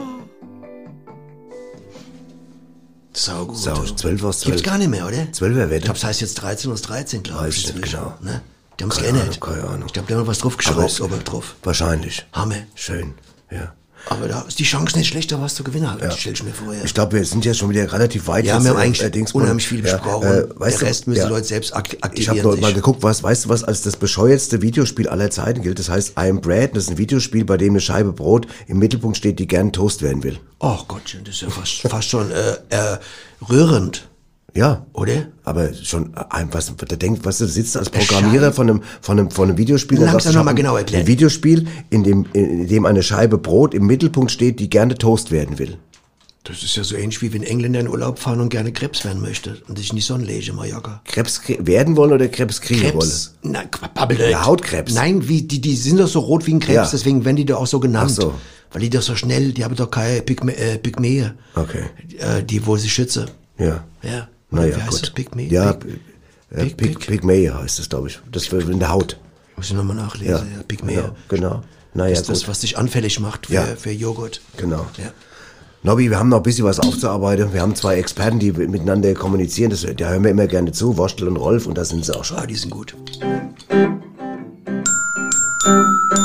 [SPEAKER 2] Sau gut.
[SPEAKER 1] Sau, 12 aus 12.
[SPEAKER 2] Gibt's gar nicht mehr, oder?
[SPEAKER 1] 12 er
[SPEAKER 2] Ich glaube, es heißt jetzt 13 aus 13, glaube ich.
[SPEAKER 1] nicht
[SPEAKER 2] inzwischen,
[SPEAKER 1] genau.
[SPEAKER 2] Ne? Die haben es
[SPEAKER 1] Keine
[SPEAKER 2] geändert.
[SPEAKER 1] Ahnung, keine Ahnung.
[SPEAKER 2] Ich glaube, da haben noch was
[SPEAKER 1] Aber
[SPEAKER 2] draufgeschraubt,
[SPEAKER 1] es-
[SPEAKER 2] oben drauf.
[SPEAKER 1] Wahrscheinlich.
[SPEAKER 2] Hammer.
[SPEAKER 1] Schön, ja.
[SPEAKER 2] Aber da ist die Chance nicht schlechter, was zu gewinnen. Ja. Stell ich mir vor. Ja.
[SPEAKER 1] Ich glaube, wir sind jetzt schon wieder relativ weit.
[SPEAKER 2] Ja,
[SPEAKER 1] jetzt,
[SPEAKER 2] wir haben
[SPEAKER 1] äh,
[SPEAKER 2] eigentlich
[SPEAKER 1] äh, Dingsbums. äh,
[SPEAKER 2] unheimlich viel besprochen.
[SPEAKER 1] weißt
[SPEAKER 2] Der
[SPEAKER 1] du,
[SPEAKER 2] Rest müssen die Leute selbst ak-
[SPEAKER 1] Ich habe
[SPEAKER 2] aktivieren
[SPEAKER 1] dort
[SPEAKER 2] sich.
[SPEAKER 1] mal geguckt, was, weißt du, was als das bescheuertste Videospiel aller Zeiten gilt? Das heißt I'm Bread. Das ist ein Videospiel, bei dem eine Scheibe Brot im Mittelpunkt steht, die gern Toast werden will.
[SPEAKER 2] Oh Gottchen, das ist ja fast, fast schon äh, äh, rührend.
[SPEAKER 1] Ja.
[SPEAKER 2] Oder?
[SPEAKER 1] Aber schon, äh, ein- was, da denkt, was du sitzt als Programmierer von einem, von einem, von einem Videospiel.
[SPEAKER 2] Äh, Langsam
[SPEAKER 1] sagst du, ich
[SPEAKER 2] noch
[SPEAKER 1] hab
[SPEAKER 2] mal
[SPEAKER 1] ein-
[SPEAKER 2] genau erklären.
[SPEAKER 1] Ein Videospiel, in dem, in dem eine Scheibe Brot im Mittelpunkt steht, die gerne Toast werden will.
[SPEAKER 2] Das ist ja so ähnlich wie wenn Engländer in Urlaub fahren und gerne Krebs werden möchte und sich in die Sonne lege, Mallorca.
[SPEAKER 1] Krebs krie- werden wollen oder Krebs kriegen
[SPEAKER 2] Krebs?
[SPEAKER 1] wollen?
[SPEAKER 2] Nein, Pappel.
[SPEAKER 1] Ja, Hautkrebs.
[SPEAKER 2] Nein, wie, die, die sind doch so rot wie ein Krebs,
[SPEAKER 1] Ja.
[SPEAKER 2] deswegen werden die doch auch so genannt.
[SPEAKER 1] Ach so.
[SPEAKER 2] Weil die doch so schnell, die haben doch keine Pygmä, äh, Pygmäe,
[SPEAKER 1] Okay.
[SPEAKER 2] äh, die wo sie schütze.
[SPEAKER 1] Ja.
[SPEAKER 2] Ja. Oder
[SPEAKER 1] Naja,
[SPEAKER 2] wie heißt
[SPEAKER 1] gut.
[SPEAKER 2] das? Pygmäe?
[SPEAKER 1] Ja,
[SPEAKER 2] Py-
[SPEAKER 1] Pig, äh, Pig, Pygmäe heißt es, glaube ich. Das wird in der Haut.
[SPEAKER 2] Muss ich nochmal nachlesen, ja, Pygmäe.
[SPEAKER 1] Genau, genau. Naja,
[SPEAKER 2] das ist das,
[SPEAKER 1] gut.
[SPEAKER 2] was dich anfällig macht für,
[SPEAKER 1] Ja.
[SPEAKER 2] für Joghurt.
[SPEAKER 1] Genau.
[SPEAKER 2] Ja.
[SPEAKER 1] Nobby, wir haben noch ein bisschen was aufzuarbeiten. Wir haben zwei Experten, die miteinander kommunizieren. Das, da hören wir immer gerne zu, Worstel und Rolf, und da sind sie auch schon.
[SPEAKER 2] Ah, die sind gut.
[SPEAKER 19] Oh.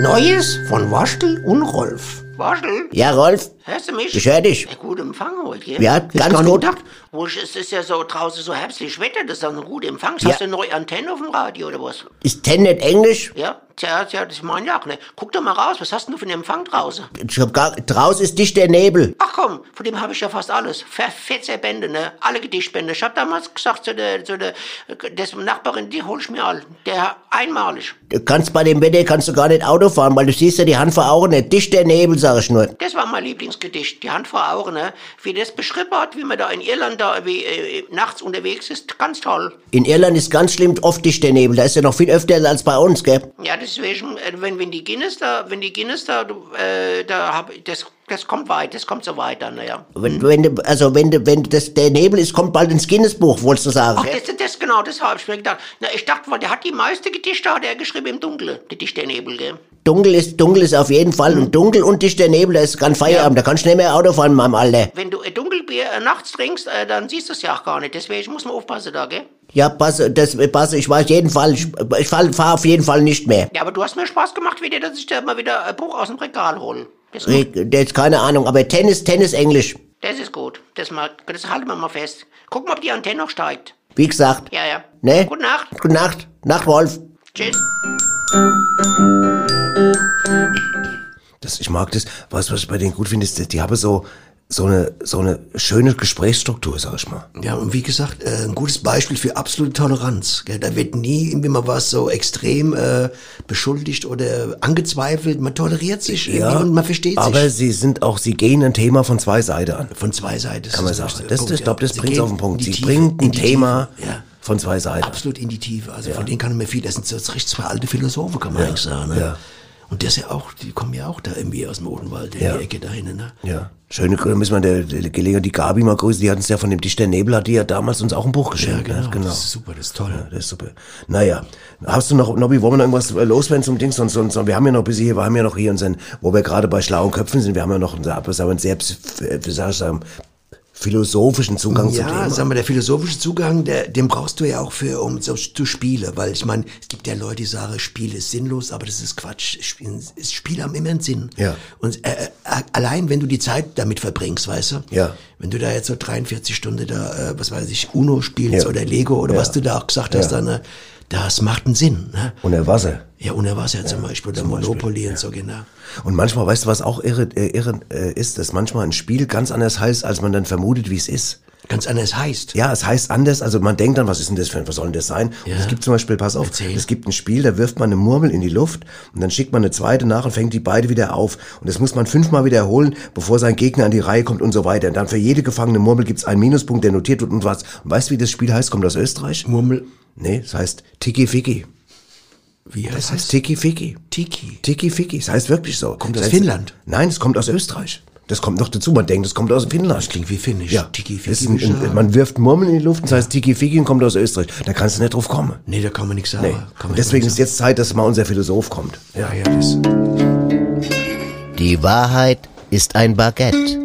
[SPEAKER 7] Neues von Waschtel und Rolf.
[SPEAKER 3] Waschel? Ja, Rolf?
[SPEAKER 7] Hörst du mich?
[SPEAKER 3] Ich hör dich.
[SPEAKER 7] Ja, gut Empfang heute, gell?
[SPEAKER 3] Ja,
[SPEAKER 7] Hättest
[SPEAKER 3] ganz
[SPEAKER 7] gar nicht
[SPEAKER 3] gut.
[SPEAKER 7] gedacht. Wo ich- es ist ja so draußen so herbstlich Wetter, das ist dann ein guter Empfang.
[SPEAKER 3] Ja.
[SPEAKER 7] Hast du eine neue Antenne auf dem Radio oder was?
[SPEAKER 3] Ist Ten nicht Englisch?
[SPEAKER 7] Ja, tja, tja, das meine ich auch, ne? Guck doch mal raus, was hast denn du für einen Empfang draußen?
[SPEAKER 3] Ich hab gar, draußen ist dicht der Nebel.
[SPEAKER 7] Ach komm, von dem habe ich ja fast alles. Verfetzer Bände, ne? Alle Gedichtbände. Ich hab damals gesagt zu der, zu der, des Nachbarin, die hol ich mir all. Der einmalig.
[SPEAKER 3] Du kannst bei dem Wetter kannst du gar nicht Auto fahren, weil du siehst ja die Hand vor Augen nicht. Dicht der Nebel, sag ich nur.
[SPEAKER 7] Das war mein Lieblingsgedicht, die Hand vor Augen, ne? Wie das beschrieben hat, wie man da in Irland da wie, äh, nachts unterwegs ist, ganz toll.
[SPEAKER 3] In Irland ist ganz schlimm oft dicht der Nebel. Da ist ja noch viel öfter als bei uns, gell?
[SPEAKER 7] Ja, deswegen, äh, wenn, wenn die Guinness da, wenn die Guinness da, du, äh, da hab, das, das kommt weit, das kommt so weiter, naja.
[SPEAKER 2] Hm.
[SPEAKER 3] Wenn, wenn, du- also wenn, du- wenn das, der Nebel ist, kommt bald ins Guinness-Buch, wolltest du sagen.
[SPEAKER 7] Ach, das, das- das genau, das habe ich mir gedacht. Na, ich dachte, weil der hat die meiste Gedichte, hat er geschrieben im Dunkeln, die Dichternebel, gell?
[SPEAKER 3] Dunkel ist, dunkel ist auf jeden Fall.
[SPEAKER 7] Mhm.
[SPEAKER 3] Und dunkel und dicht der Nebel, da ist kein Feierabend. Da kannst du nicht mehr Auto fahren, mein Alter.
[SPEAKER 7] Wenn du äh, Dunkelbier äh, nachts trinkst, äh, dann siehst du es ja auch gar nicht. Deswegen muss man aufpassen da, gell?
[SPEAKER 3] Ja, passe, das, passe, ich weiß jeden Fall, ich, ich fahre auf jeden Fall nicht mehr.
[SPEAKER 7] Ja, aber du hast mir Spaß gemacht wieder, dass ich da mal wieder äh, Buch aus dem Regal hole. Das,
[SPEAKER 3] Ich, jetzt keine Ahnung, aber Tennis, Tennis Englisch.
[SPEAKER 7] das ist gut. Das, mal, das halten wir mal fest. Guck mal, ob die Antenne noch steigt.
[SPEAKER 3] Wie gesagt.
[SPEAKER 7] Ja, ja.
[SPEAKER 3] Ne?
[SPEAKER 7] Gute Nacht.
[SPEAKER 3] Gute Nacht. Nacht, Wolf.
[SPEAKER 7] Tschüss.
[SPEAKER 1] Das, ich mag das. Weißt du, was ich bei denen gut finde? Ist, die haben so, so eine, so eine schöne Gesprächsstruktur, sag ich mal.
[SPEAKER 2] Ja, und wie gesagt, äh, ein gutes Beispiel für absolute Toleranz. Gell? Da wird nie irgendwie mal was so extrem äh, beschuldigt oder angezweifelt. Man toleriert sich irgendwie und man versteht
[SPEAKER 1] aber
[SPEAKER 2] sich.
[SPEAKER 1] sie sind auch, sie gehen ein Thema von zwei Seiten an.
[SPEAKER 2] Von zwei Seiten.
[SPEAKER 1] Kann man
[SPEAKER 2] ist der
[SPEAKER 1] sagen.
[SPEAKER 2] beste
[SPEAKER 1] Das,
[SPEAKER 2] Punkt,
[SPEAKER 1] ich
[SPEAKER 2] ja.
[SPEAKER 1] glaube, das
[SPEAKER 2] Sie
[SPEAKER 1] bringt
[SPEAKER 2] gehen
[SPEAKER 1] auf den Punkt.
[SPEAKER 2] in die
[SPEAKER 1] Sie
[SPEAKER 2] Tiefe,
[SPEAKER 1] bringen
[SPEAKER 2] in
[SPEAKER 1] ein
[SPEAKER 2] die
[SPEAKER 1] Thema
[SPEAKER 2] Tiefe, ja.
[SPEAKER 1] von zwei Seiten.
[SPEAKER 2] Absolut in die Tiefe. Also von denen kann man mir viel. Das sind so das recht zwei alte Philosophen, kann man
[SPEAKER 1] Ja,
[SPEAKER 2] eigentlich sagen. Ne?
[SPEAKER 1] ja.
[SPEAKER 2] Und das ja auch, die kommen ja auch da irgendwie aus dem Odenwald, in
[SPEAKER 1] Ja.
[SPEAKER 2] die Ecke da hinten. Ne?
[SPEAKER 1] Ja. Schöne Grüße, müssen wir der, der Gelegenheit, die Gabi mal grüßen, die hat uns ja von dem Dichter Nebel, hat die ja damals uns auch ein Buch geschenkt.
[SPEAKER 2] genau.
[SPEAKER 1] ne? genau.
[SPEAKER 2] Das ist super, das ist toll.
[SPEAKER 1] Ja, das ist super. Naja, hast du noch, Nobby, wollen wir noch irgendwas äh, loswerden zum Ding? Sonst, sonst, wir haben ja noch ein bisschen hier, wir haben ja noch hier unseren, wo wir gerade bei schlauen Köpfen sind, wir haben ja noch einen, sagen wir, einen sehr, pf- äh, wie soll ich sagen, philosophischen Zugang zum
[SPEAKER 2] ja,
[SPEAKER 1] Thema.
[SPEAKER 2] sagen wir, der philosophische Zugang, der, den brauchst du ja auch für, um so zu spielen. Weil ich meine, es gibt ja Leute, die sagen, Spiel ist sinnlos, aber das ist Quatsch. Spiel, Spiele haben immer einen Sinn.
[SPEAKER 1] Ja.
[SPEAKER 2] Und äh, äh, allein, wenn du die Zeit damit verbringst, weißt du?
[SPEAKER 1] Ja.
[SPEAKER 2] Wenn du da jetzt so 43 Stunden da, äh, was weiß ich, Uno spielst
[SPEAKER 1] Ja.
[SPEAKER 2] oder Lego oder
[SPEAKER 1] Ja.
[SPEAKER 2] was du da auch gesagt hast,
[SPEAKER 1] Ja.
[SPEAKER 2] dann, äh, Das macht einen Sinn. Ne?
[SPEAKER 1] Unter Wasser.
[SPEAKER 2] Ja, unter Wasser zum Beispiel, der Monopoly und so, genau.
[SPEAKER 1] Und manchmal, weißt du, was auch irre, äh, irre äh, ist, dass manchmal ein Spiel ganz anders heißt, als man dann vermutet, wie es ist.
[SPEAKER 2] Ganz anders heißt.
[SPEAKER 1] Ja, es heißt anders. Also man denkt dann, was ist denn das für ein, was soll denn das sein?
[SPEAKER 2] Ja.
[SPEAKER 1] Und es gibt zum Beispiel, pass auf, es gibt ein Spiel, da wirft man eine Murmel in die Luft und dann schickt man eine zweite nach und fängt die beide wieder auf. Und das muss man fünfmal wiederholen, bevor sein Gegner an die Reihe kommt und so weiter. Und dann für jede gefangene Murmel gibt's einen Minuspunkt, der notiert wird und was. Und weißt du, wie das Spiel heißt? Kommt aus Österreich?
[SPEAKER 2] Murmel.
[SPEAKER 1] Nee, es heißt Tiki Fiki.
[SPEAKER 2] Wie
[SPEAKER 1] heißt das? Heißt Tiki Fiki.
[SPEAKER 2] Tiki.
[SPEAKER 1] Tiki Fiki. Es heißt wirklich so. Kommt
[SPEAKER 2] aus Finnland?
[SPEAKER 1] Nein, es kommt aus Österreich. Das kommt noch dazu. Man denkt, es kommt aus Finnland. Das
[SPEAKER 2] klingt wie Finnisch.
[SPEAKER 1] Ja.
[SPEAKER 2] Tiki Fiki.
[SPEAKER 1] Es Ist ein, ein, man wirft Murmeln in die Luft und das heißt Tiki Fiki und kommt aus Österreich. Da kannst du nicht drauf kommen.
[SPEAKER 2] nee, da kann man nichts sagen.
[SPEAKER 1] Nee.
[SPEAKER 2] Kann man
[SPEAKER 1] Und deswegen ist jetzt Zeit, dass mal unser Philosoph kommt.
[SPEAKER 2] Ja, ja, das.
[SPEAKER 13] Die Wahrheit ist ein Baguette.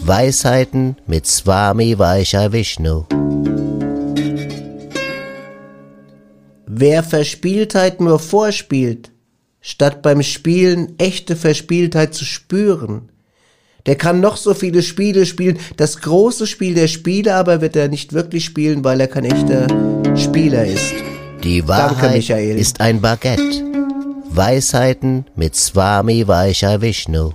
[SPEAKER 13] Weisheiten mit Swami Vaishya Vishnu.
[SPEAKER 3] Wer Verspieltheit nur vorspielt, statt beim Spielen echte Verspieltheit zu spüren, der kann noch so viele Spiele spielen. Das große Spiel der Spiele aber wird er nicht wirklich spielen, weil er kein echter Spieler ist.
[SPEAKER 13] Die Wahrheit
[SPEAKER 3] Danke, Michael.
[SPEAKER 13] ist ein Baguette. Weisheiten mit Swami Vaishya Vishnu.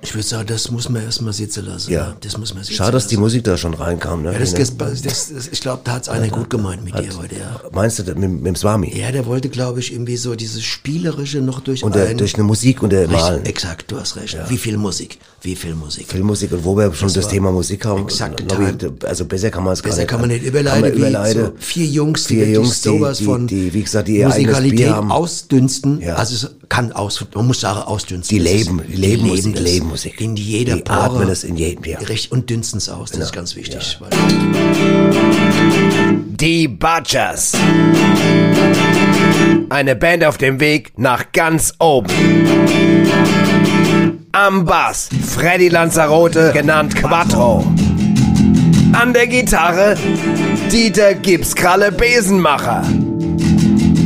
[SPEAKER 2] Ich würde sagen, das muss man erstmal sitzen lassen.
[SPEAKER 1] Ja.
[SPEAKER 2] ne? Das muss man sitzen
[SPEAKER 1] Schade, dass die
[SPEAKER 2] lassen.
[SPEAKER 1] Musik da schon reinkam. Ne?
[SPEAKER 2] Ja, das,
[SPEAKER 1] Hine?
[SPEAKER 2] das, das, das, das, ich glaube, da hat's einer gut gemeint mit dir heute, ja.
[SPEAKER 1] Meinst du das mit, mit dem Swami?
[SPEAKER 2] Ja, der wollte, glaube ich, irgendwie so dieses Spielerische noch durch
[SPEAKER 1] Und der,
[SPEAKER 2] ein-
[SPEAKER 1] durch eine Musik und der
[SPEAKER 2] Richtig,
[SPEAKER 1] Malen.
[SPEAKER 2] Exakt, du hast recht. Wie viel Musik? Wie viel Musik?
[SPEAKER 1] Filmmusik und wo wir schon das,
[SPEAKER 2] Das war
[SPEAKER 1] Thema Musik haben.
[SPEAKER 2] exakt
[SPEAKER 1] glaub ich, also besser kann man es gar
[SPEAKER 2] Besser
[SPEAKER 1] nicht.
[SPEAKER 2] kann man nicht
[SPEAKER 1] kann man
[SPEAKER 2] überleiten, wie
[SPEAKER 1] überleiten.
[SPEAKER 2] so vier Jungs, die
[SPEAKER 1] Vier
[SPEAKER 2] wirklich
[SPEAKER 1] Jungs, die-
[SPEAKER 2] sowas
[SPEAKER 1] die-
[SPEAKER 2] von
[SPEAKER 1] die, wie gesagt, die ihr eigenes
[SPEAKER 2] Musikalität
[SPEAKER 1] Bier haben.
[SPEAKER 2] ausdünsten. Also es kann aus, man muss sagen, ausdünsten.
[SPEAKER 1] Die
[SPEAKER 2] Das ist-
[SPEAKER 1] leben- die leben Musik,
[SPEAKER 2] das
[SPEAKER 1] leben Musik.
[SPEAKER 2] In jeder
[SPEAKER 1] Die
[SPEAKER 2] Pore.
[SPEAKER 1] atmen das in jedem, ja. Genau.
[SPEAKER 2] Richtig, und dünsten es aus, das ist ganz wichtig. weil-
[SPEAKER 20] Die Butchers. Eine Band auf dem Weg nach ganz oben. Am Bass Freddy Lanzarote, genannt Quattro. An der Gitarre Dieter Gipskralle Besenmacher.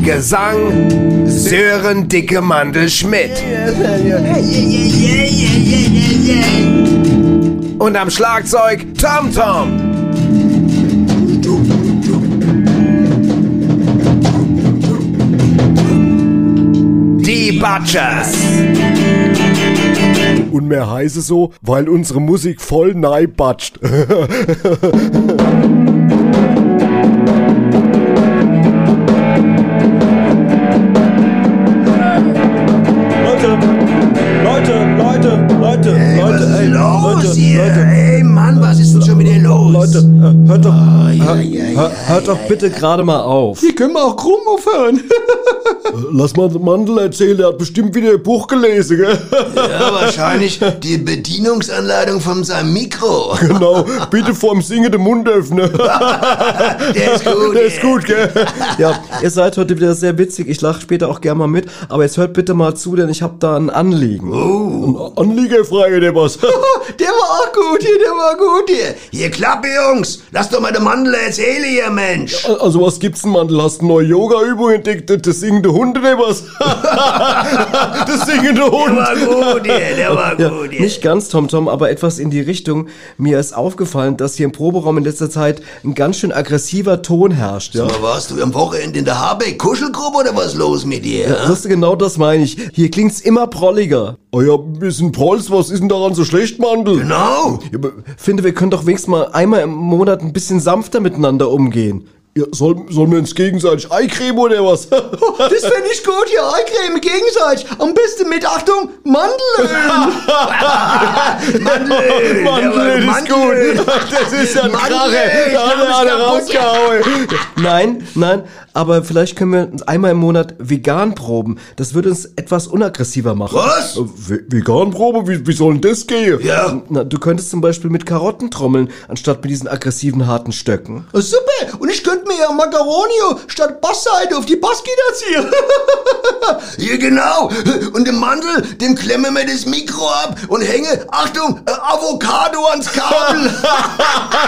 [SPEAKER 20] Gesang Sören Dicke Mandel Schmidt. Und am Schlagzeug Tom Tom. Die Butchers.
[SPEAKER 10] Und mehr heiße so, weil unsere Musik voll neibatscht. [laughs]
[SPEAKER 19] Leute, Leute, Leute, Leute, Leute, ey,
[SPEAKER 2] los
[SPEAKER 19] Leute,
[SPEAKER 2] hier?
[SPEAKER 19] Leute.
[SPEAKER 2] Ey, Mann, was ist denn schon wieder los?
[SPEAKER 19] Leute, äh, hört doch, hör, hör, hört doch bitte gerade mal auf.
[SPEAKER 10] Die können wir auch krumm aufhören. Äh, Lass mal den Mandel erzählen, der hat bestimmt wieder ein Buch gelesen, gell?
[SPEAKER 2] Ja, wahrscheinlich
[SPEAKER 10] [laughs]
[SPEAKER 2] die Bedienungsanleitung von seinem Mikro.
[SPEAKER 10] Genau, bitte vorm Singen den Mund
[SPEAKER 2] [laughs]
[SPEAKER 10] öffnen.
[SPEAKER 2] Der
[SPEAKER 16] [laughs]
[SPEAKER 2] ist gut.
[SPEAKER 10] Der ist gut, gell?
[SPEAKER 16] Ja, ihr seid heute wieder sehr witzig. Ich lache später auch gerne mal mit. Aber jetzt hört bitte mal zu, denn ich habe da ein Anliegen.
[SPEAKER 10] Oh. Anliegerfrage, der was.
[SPEAKER 2] [laughs] Der war auch gut hier, der war gut hier. Hier, Klappe, Jungs. Lass doch mal den Mandel erzählen hier, Mensch.
[SPEAKER 10] Also was gibt's denn, Mandel? Hast du neue Yoga-Übung entdeckt? Das singende Hunde, der
[SPEAKER 2] [laughs]
[SPEAKER 10] was? das singende Hund.
[SPEAKER 16] Ja, Nicht ganz TomTom, aber etwas in die Richtung. Mir ist aufgefallen, dass hier im Proberaum in letzter Zeit ein ganz schön aggressiver Ton herrscht. Ja.
[SPEAKER 2] Sag mal, warst du am Wochenende in der Habeck-Kuschelgruppe oder was los mit dir?
[SPEAKER 16] Ja,
[SPEAKER 2] hä?
[SPEAKER 16] siehst du, genau das meine ich. Hier klingt's immer prolliger.
[SPEAKER 10] Oh ja, ein bisschen Prolls, was ist denn daran so schlecht, Mandel?
[SPEAKER 2] Genau.
[SPEAKER 16] Ja, aber finde, wir können doch wenigstens mal einmal im Monat ein bisschen sanfter miteinander umgehen.
[SPEAKER 10] Ja, sollen soll wir uns gegenseitig eincremen oder was?
[SPEAKER 16] das
[SPEAKER 10] finde ich gut, hier eincremen gegenseitig.
[SPEAKER 2] Ah,
[SPEAKER 10] Am besten mit, Achtung,
[SPEAKER 2] [laughs]
[SPEAKER 10] Mandeln. Mandeln, Mandeln ist gut. Das ist ja ein
[SPEAKER 16] Mandeln,
[SPEAKER 10] Kracher.
[SPEAKER 16] ich
[SPEAKER 10] Da hat er
[SPEAKER 16] mach mich
[SPEAKER 10] alle
[SPEAKER 16] kaputt.
[SPEAKER 10] rausgehauen.
[SPEAKER 16] [laughs] Nein, nein, aber vielleicht können wir uns einmal im Monat vegan proben. Das würde uns etwas unaggressiver machen. Äh,
[SPEAKER 10] Was? Ve- Veganprobe? Wie, wie soll denn das gehen?
[SPEAKER 2] Ja.
[SPEAKER 16] Na, du könntest zum Beispiel mit Karotten trommeln, anstatt mit diesen aggressiven, harten
[SPEAKER 10] [laughs]
[SPEAKER 16] Stöcken.
[SPEAKER 2] Oh, Super! Und ich könnte mir ja Macaronio statt Bassseite auf die Bassgitarre ziehen. [laughs] ja, genau. Und dem Mandel, dem klemme mir das Mikro ab und hänge, Achtung, äh, Avocado ans Kabel.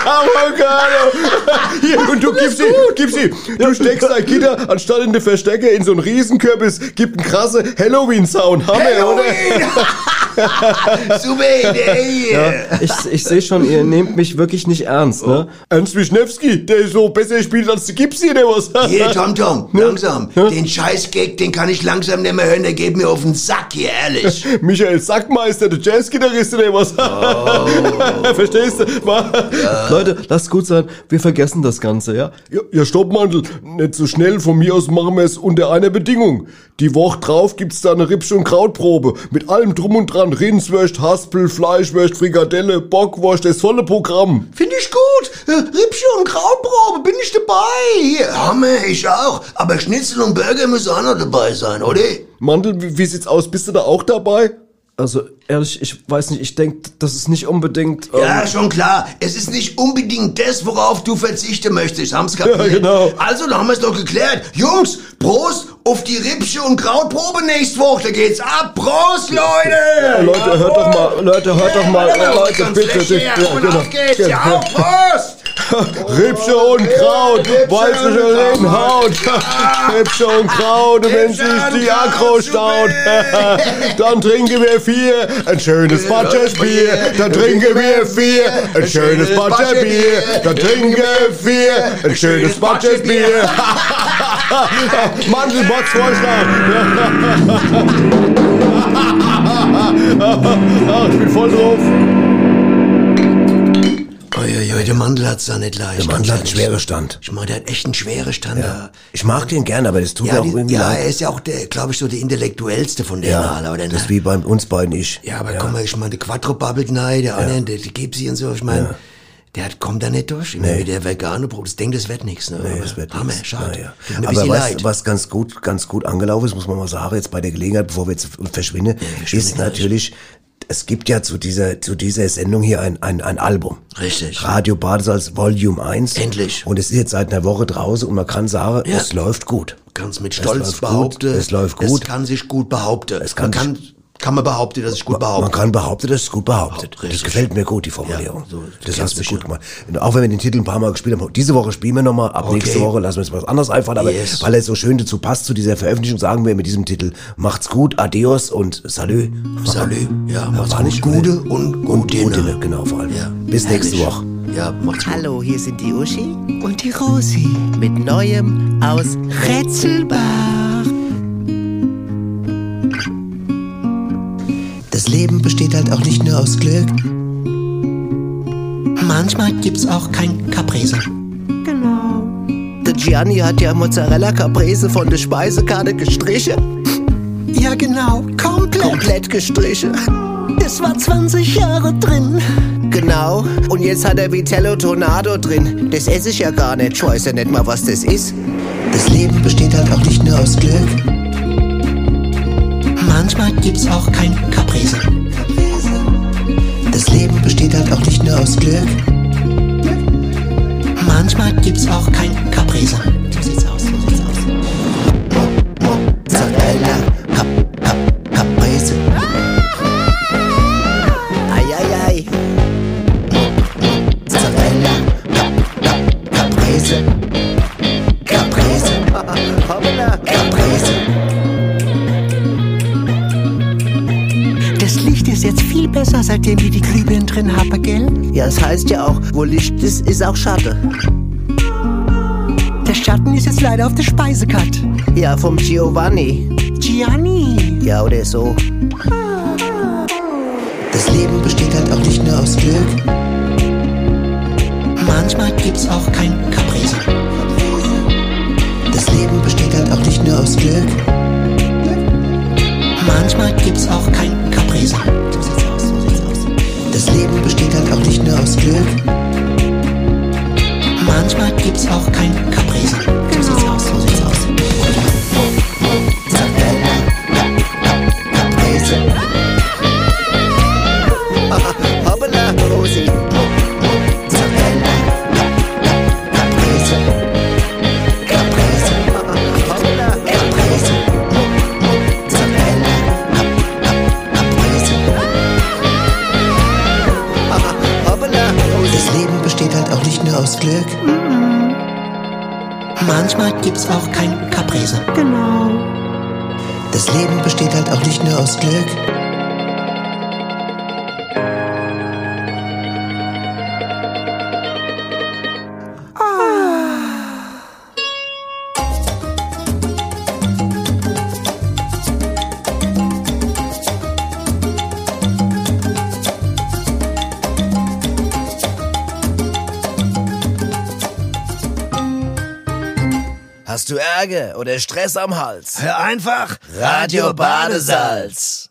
[SPEAKER 10] Avocado. Oh, Hier, und du gibst sie, gibst sie. Du steckst dein Gitter anstatt in den Verstecker in so einen Riesenkürbis, gibt einen krasse Halloween-Sound. Hammer,
[SPEAKER 2] Halloween.
[SPEAKER 10] oder?
[SPEAKER 2] [laughs] Super Idee.
[SPEAKER 16] [laughs]
[SPEAKER 10] Ja, ich ich sehe schon, ihr nehmt mich wirklich nicht ernst, ne? Ernst Wischnewski, der ist so besser gespielt als die Gipsy, oder was?
[SPEAKER 2] Hier, Tom Tom, langsam. Den Scheiß-Gag, den kann ich langsam nicht mehr hören, der geht mir auf den Sack hier, ehrlich.
[SPEAKER 10] [laughs] Michael Sackmeister, der Jazzgitarrist, oder was? [laughs]
[SPEAKER 2] Oh.
[SPEAKER 10] Verstehst du? Leute, lasst gut sein, wir vergessen das Ganze, ja? Ja, ja Stoppmandel, nicht so schnell, von mir aus machen wir es unter einer Bedingung. Die Woche drauf gibt's da eine Rippsch- und Krautprobe. Mit allem Drum und Dran, Rindswurst, Haspel, Fleischwurst, Frikadelle, Bockwurst, das volle Programm.
[SPEAKER 2] Finde ich gut. Äh, Rippchen und Krautprobe, bin ich dabei. Hammer, ich auch. Aber Schnitzel und Burger müssen auch noch dabei sein, oder?
[SPEAKER 10] Mandel, wie, wie sieht's aus? Bist du da auch dabei? Also, ehrlich, ich weiß nicht, ich denke, das ist nicht unbedingt. ähm,
[SPEAKER 2] Ja, schon klar. Es ist nicht unbedingt das, worauf du verzichten möchtest. Haben's kapiert?
[SPEAKER 10] Ja, genau.
[SPEAKER 2] Also, dann haben wir's doch geklärt. Jungs, Prost auf die Rippsche und Krautprobe nächste Woche. Da geht's ab. Prost,
[SPEAKER 10] Ja,
[SPEAKER 2] Leute.
[SPEAKER 10] Leute, hört doch mal, Leute, hört doch mal,
[SPEAKER 2] Ja,
[SPEAKER 10] Leute,
[SPEAKER 2] ganz
[SPEAKER 10] bitte.
[SPEAKER 2] recht,
[SPEAKER 10] bitte,
[SPEAKER 2] ja.
[SPEAKER 10] ja,
[SPEAKER 2] Und
[SPEAKER 10] genau.
[SPEAKER 2] auf geht's.
[SPEAKER 10] Ja,
[SPEAKER 2] Ja, auf, Prost.
[SPEAKER 10] [laughs] Rippsche und Kraut, weiße Schelin haut, [laughs] Rippsche und Kraut, und wenn sich die Akro staut, [laughs] dann trinken wir vier, ein schönes Batscherbier, dann trinken wir vier, Äh, ein schönes Batscherbier, dann trinken wir vier, ein schönes [laughs] Batscherbier. Mandel, Box, [laughs] Vorschlag. Ah, Ich bin voll drauf.
[SPEAKER 2] Uiuiui, der Mandel hat's da nicht leicht.
[SPEAKER 1] Der Mandel hat einen schweren Stand.
[SPEAKER 2] Ich meine, der hat echt einen schweren Stand. da.
[SPEAKER 1] Ich mag den gern, aber das tut
[SPEAKER 2] Ja,
[SPEAKER 1] mir auch
[SPEAKER 2] die,
[SPEAKER 1] irgendwie
[SPEAKER 2] ja
[SPEAKER 1] leid.
[SPEAKER 2] er ist ja auch, glaube ich, so der intellektuellste von denen alle, oder?
[SPEAKER 1] das ist wie bei uns beiden ich.
[SPEAKER 2] ne Ja, aber guck mal, ich meine, der Quattro Bubble Knei, der andere, der, der Gipsy und so, ich meine, der hat, kommt da nicht durch. Ich meine,
[SPEAKER 1] Nee.
[SPEAKER 2] Mit der vegane Brot, das denkt, das wird nichts. Ne?
[SPEAKER 1] Nee,
[SPEAKER 2] Aber
[SPEAKER 1] das wird
[SPEAKER 2] Hammer,
[SPEAKER 1] nichts.
[SPEAKER 2] schade.
[SPEAKER 1] Naja.
[SPEAKER 2] Tut mir ein
[SPEAKER 1] Aber
[SPEAKER 2] bisschen
[SPEAKER 1] was,
[SPEAKER 2] leid.
[SPEAKER 1] was ganz gut, ganz gut angelaufen ist, muss man mal sagen, jetzt bei der Gelegenheit, bevor wir jetzt verschwinden, ist natürlich, es gibt ja zu dieser, zu dieser Sendung hier ein, ein, ein Album.
[SPEAKER 2] Richtig.
[SPEAKER 1] Radio Badesalz Volume 1.
[SPEAKER 2] Endlich.
[SPEAKER 1] Und es ist jetzt seit einer Woche draußen und man kann sagen,
[SPEAKER 2] Ja.
[SPEAKER 1] es läuft gut.
[SPEAKER 2] Kannst mit
[SPEAKER 1] Es
[SPEAKER 2] Stolz
[SPEAKER 1] läuft gut,
[SPEAKER 2] behaupten.
[SPEAKER 1] es läuft
[SPEAKER 2] Es
[SPEAKER 1] gut.
[SPEAKER 2] kann sich gut behaupten. Es
[SPEAKER 1] kann
[SPEAKER 2] man kann, kann man behaupten, dass ich gut
[SPEAKER 1] Man
[SPEAKER 2] behaupte.
[SPEAKER 1] kann behaupten, dass es gut behauptet. das gefällt mir gut, die Formulierung. das hast du gut gemacht. Und auch wenn wir den Titel ein paar Mal gespielt haben, diese Woche spielen wir nochmal, ab
[SPEAKER 2] Okay.
[SPEAKER 1] nächste Woche lassen wir uns was anderes einfallen. Aber
[SPEAKER 2] Yes.
[SPEAKER 1] weil er so schön dazu passt, zu dieser Veröffentlichung, sagen wir mit diesem Titel, macht's gut, adios und salü.
[SPEAKER 2] Salü, ja, macht's
[SPEAKER 1] war
[SPEAKER 2] gut.
[SPEAKER 1] nicht
[SPEAKER 2] Gute und
[SPEAKER 1] Gute, Dinge, genau, vor allem. Bis nächste Woche.
[SPEAKER 2] Ja, macht's gut.
[SPEAKER 3] Hallo, hier sind die Uschi und die Rosi mit Neuem aus Rätselbach.
[SPEAKER 13] Das Leben besteht halt auch nicht nur aus Glück.
[SPEAKER 3] Manchmal gibt's auch kein Caprese.
[SPEAKER 13] Genau.
[SPEAKER 3] Der Gianni hat ja Mozzarella Caprese von der Speisekarte gestrichen. Ja, genau. Komplett. Komplett gestrichen. Es war 20 Jahre drin. Genau. Und jetzt hat er Vitello Tornado drin. Das esse ich ja gar nicht. Ich weiß ja nicht mal, was das ist.
[SPEAKER 13] Das Leben besteht halt auch nicht nur aus Glück. Manchmal gibt's auch kein Caprese. Das Leben besteht halt auch nicht nur aus Glück. Manchmal gibt's auch kein Caprese. So sieht's aus, so sieht's aus. Mozzarella, Cap, Cap, Caprese. Ai, ai, ai. Mozzarella, Cap, Cap, Caprese. Caprese. Hoppala. Caprese.
[SPEAKER 3] Das Licht ist jetzt viel besser, seitdem wir die Glühbirnen drin haben, gell? Ja, es heißt ja auch, wo Licht ist, ist auch Schatten. Der Schatten ist jetzt leider auf der Speisekarte. Ja, vom Giovanni. Gianni. Ja, oder so.
[SPEAKER 13] Das Leben besteht halt auch nicht nur aus Glück. Manchmal gibt's auch kein Caprese. Das Leben besteht halt auch nicht nur aus Glück. Manchmal gibt's auch kein Caprese. So sieht's aus, so sieht's aus. Das Leben besteht halt auch nicht nur aus Glück. Manchmal gibt's auch kein Caprese. So sieht's aus, so sieht's aus. Mozzarella, Cap, Cap, Caprese.
[SPEAKER 3] Hoppala, Rosi.
[SPEAKER 13] Mozzarella, Cap, Cap, Caprese. Caprese. Hoppala, Caprese. Mo- Mozzarella, Cap, Cap, Caprese. Hoppala, Rosi. Das Leben besteht halt auch nicht nur aus Glück. Manchmal gibt's auch kein Caprese. Genau. Das Leben besteht halt auch nicht nur aus Glück.
[SPEAKER 6] Hast du Ärger oder Stress am Hals?
[SPEAKER 1] Hör einfach
[SPEAKER 6] Radio Badesalz.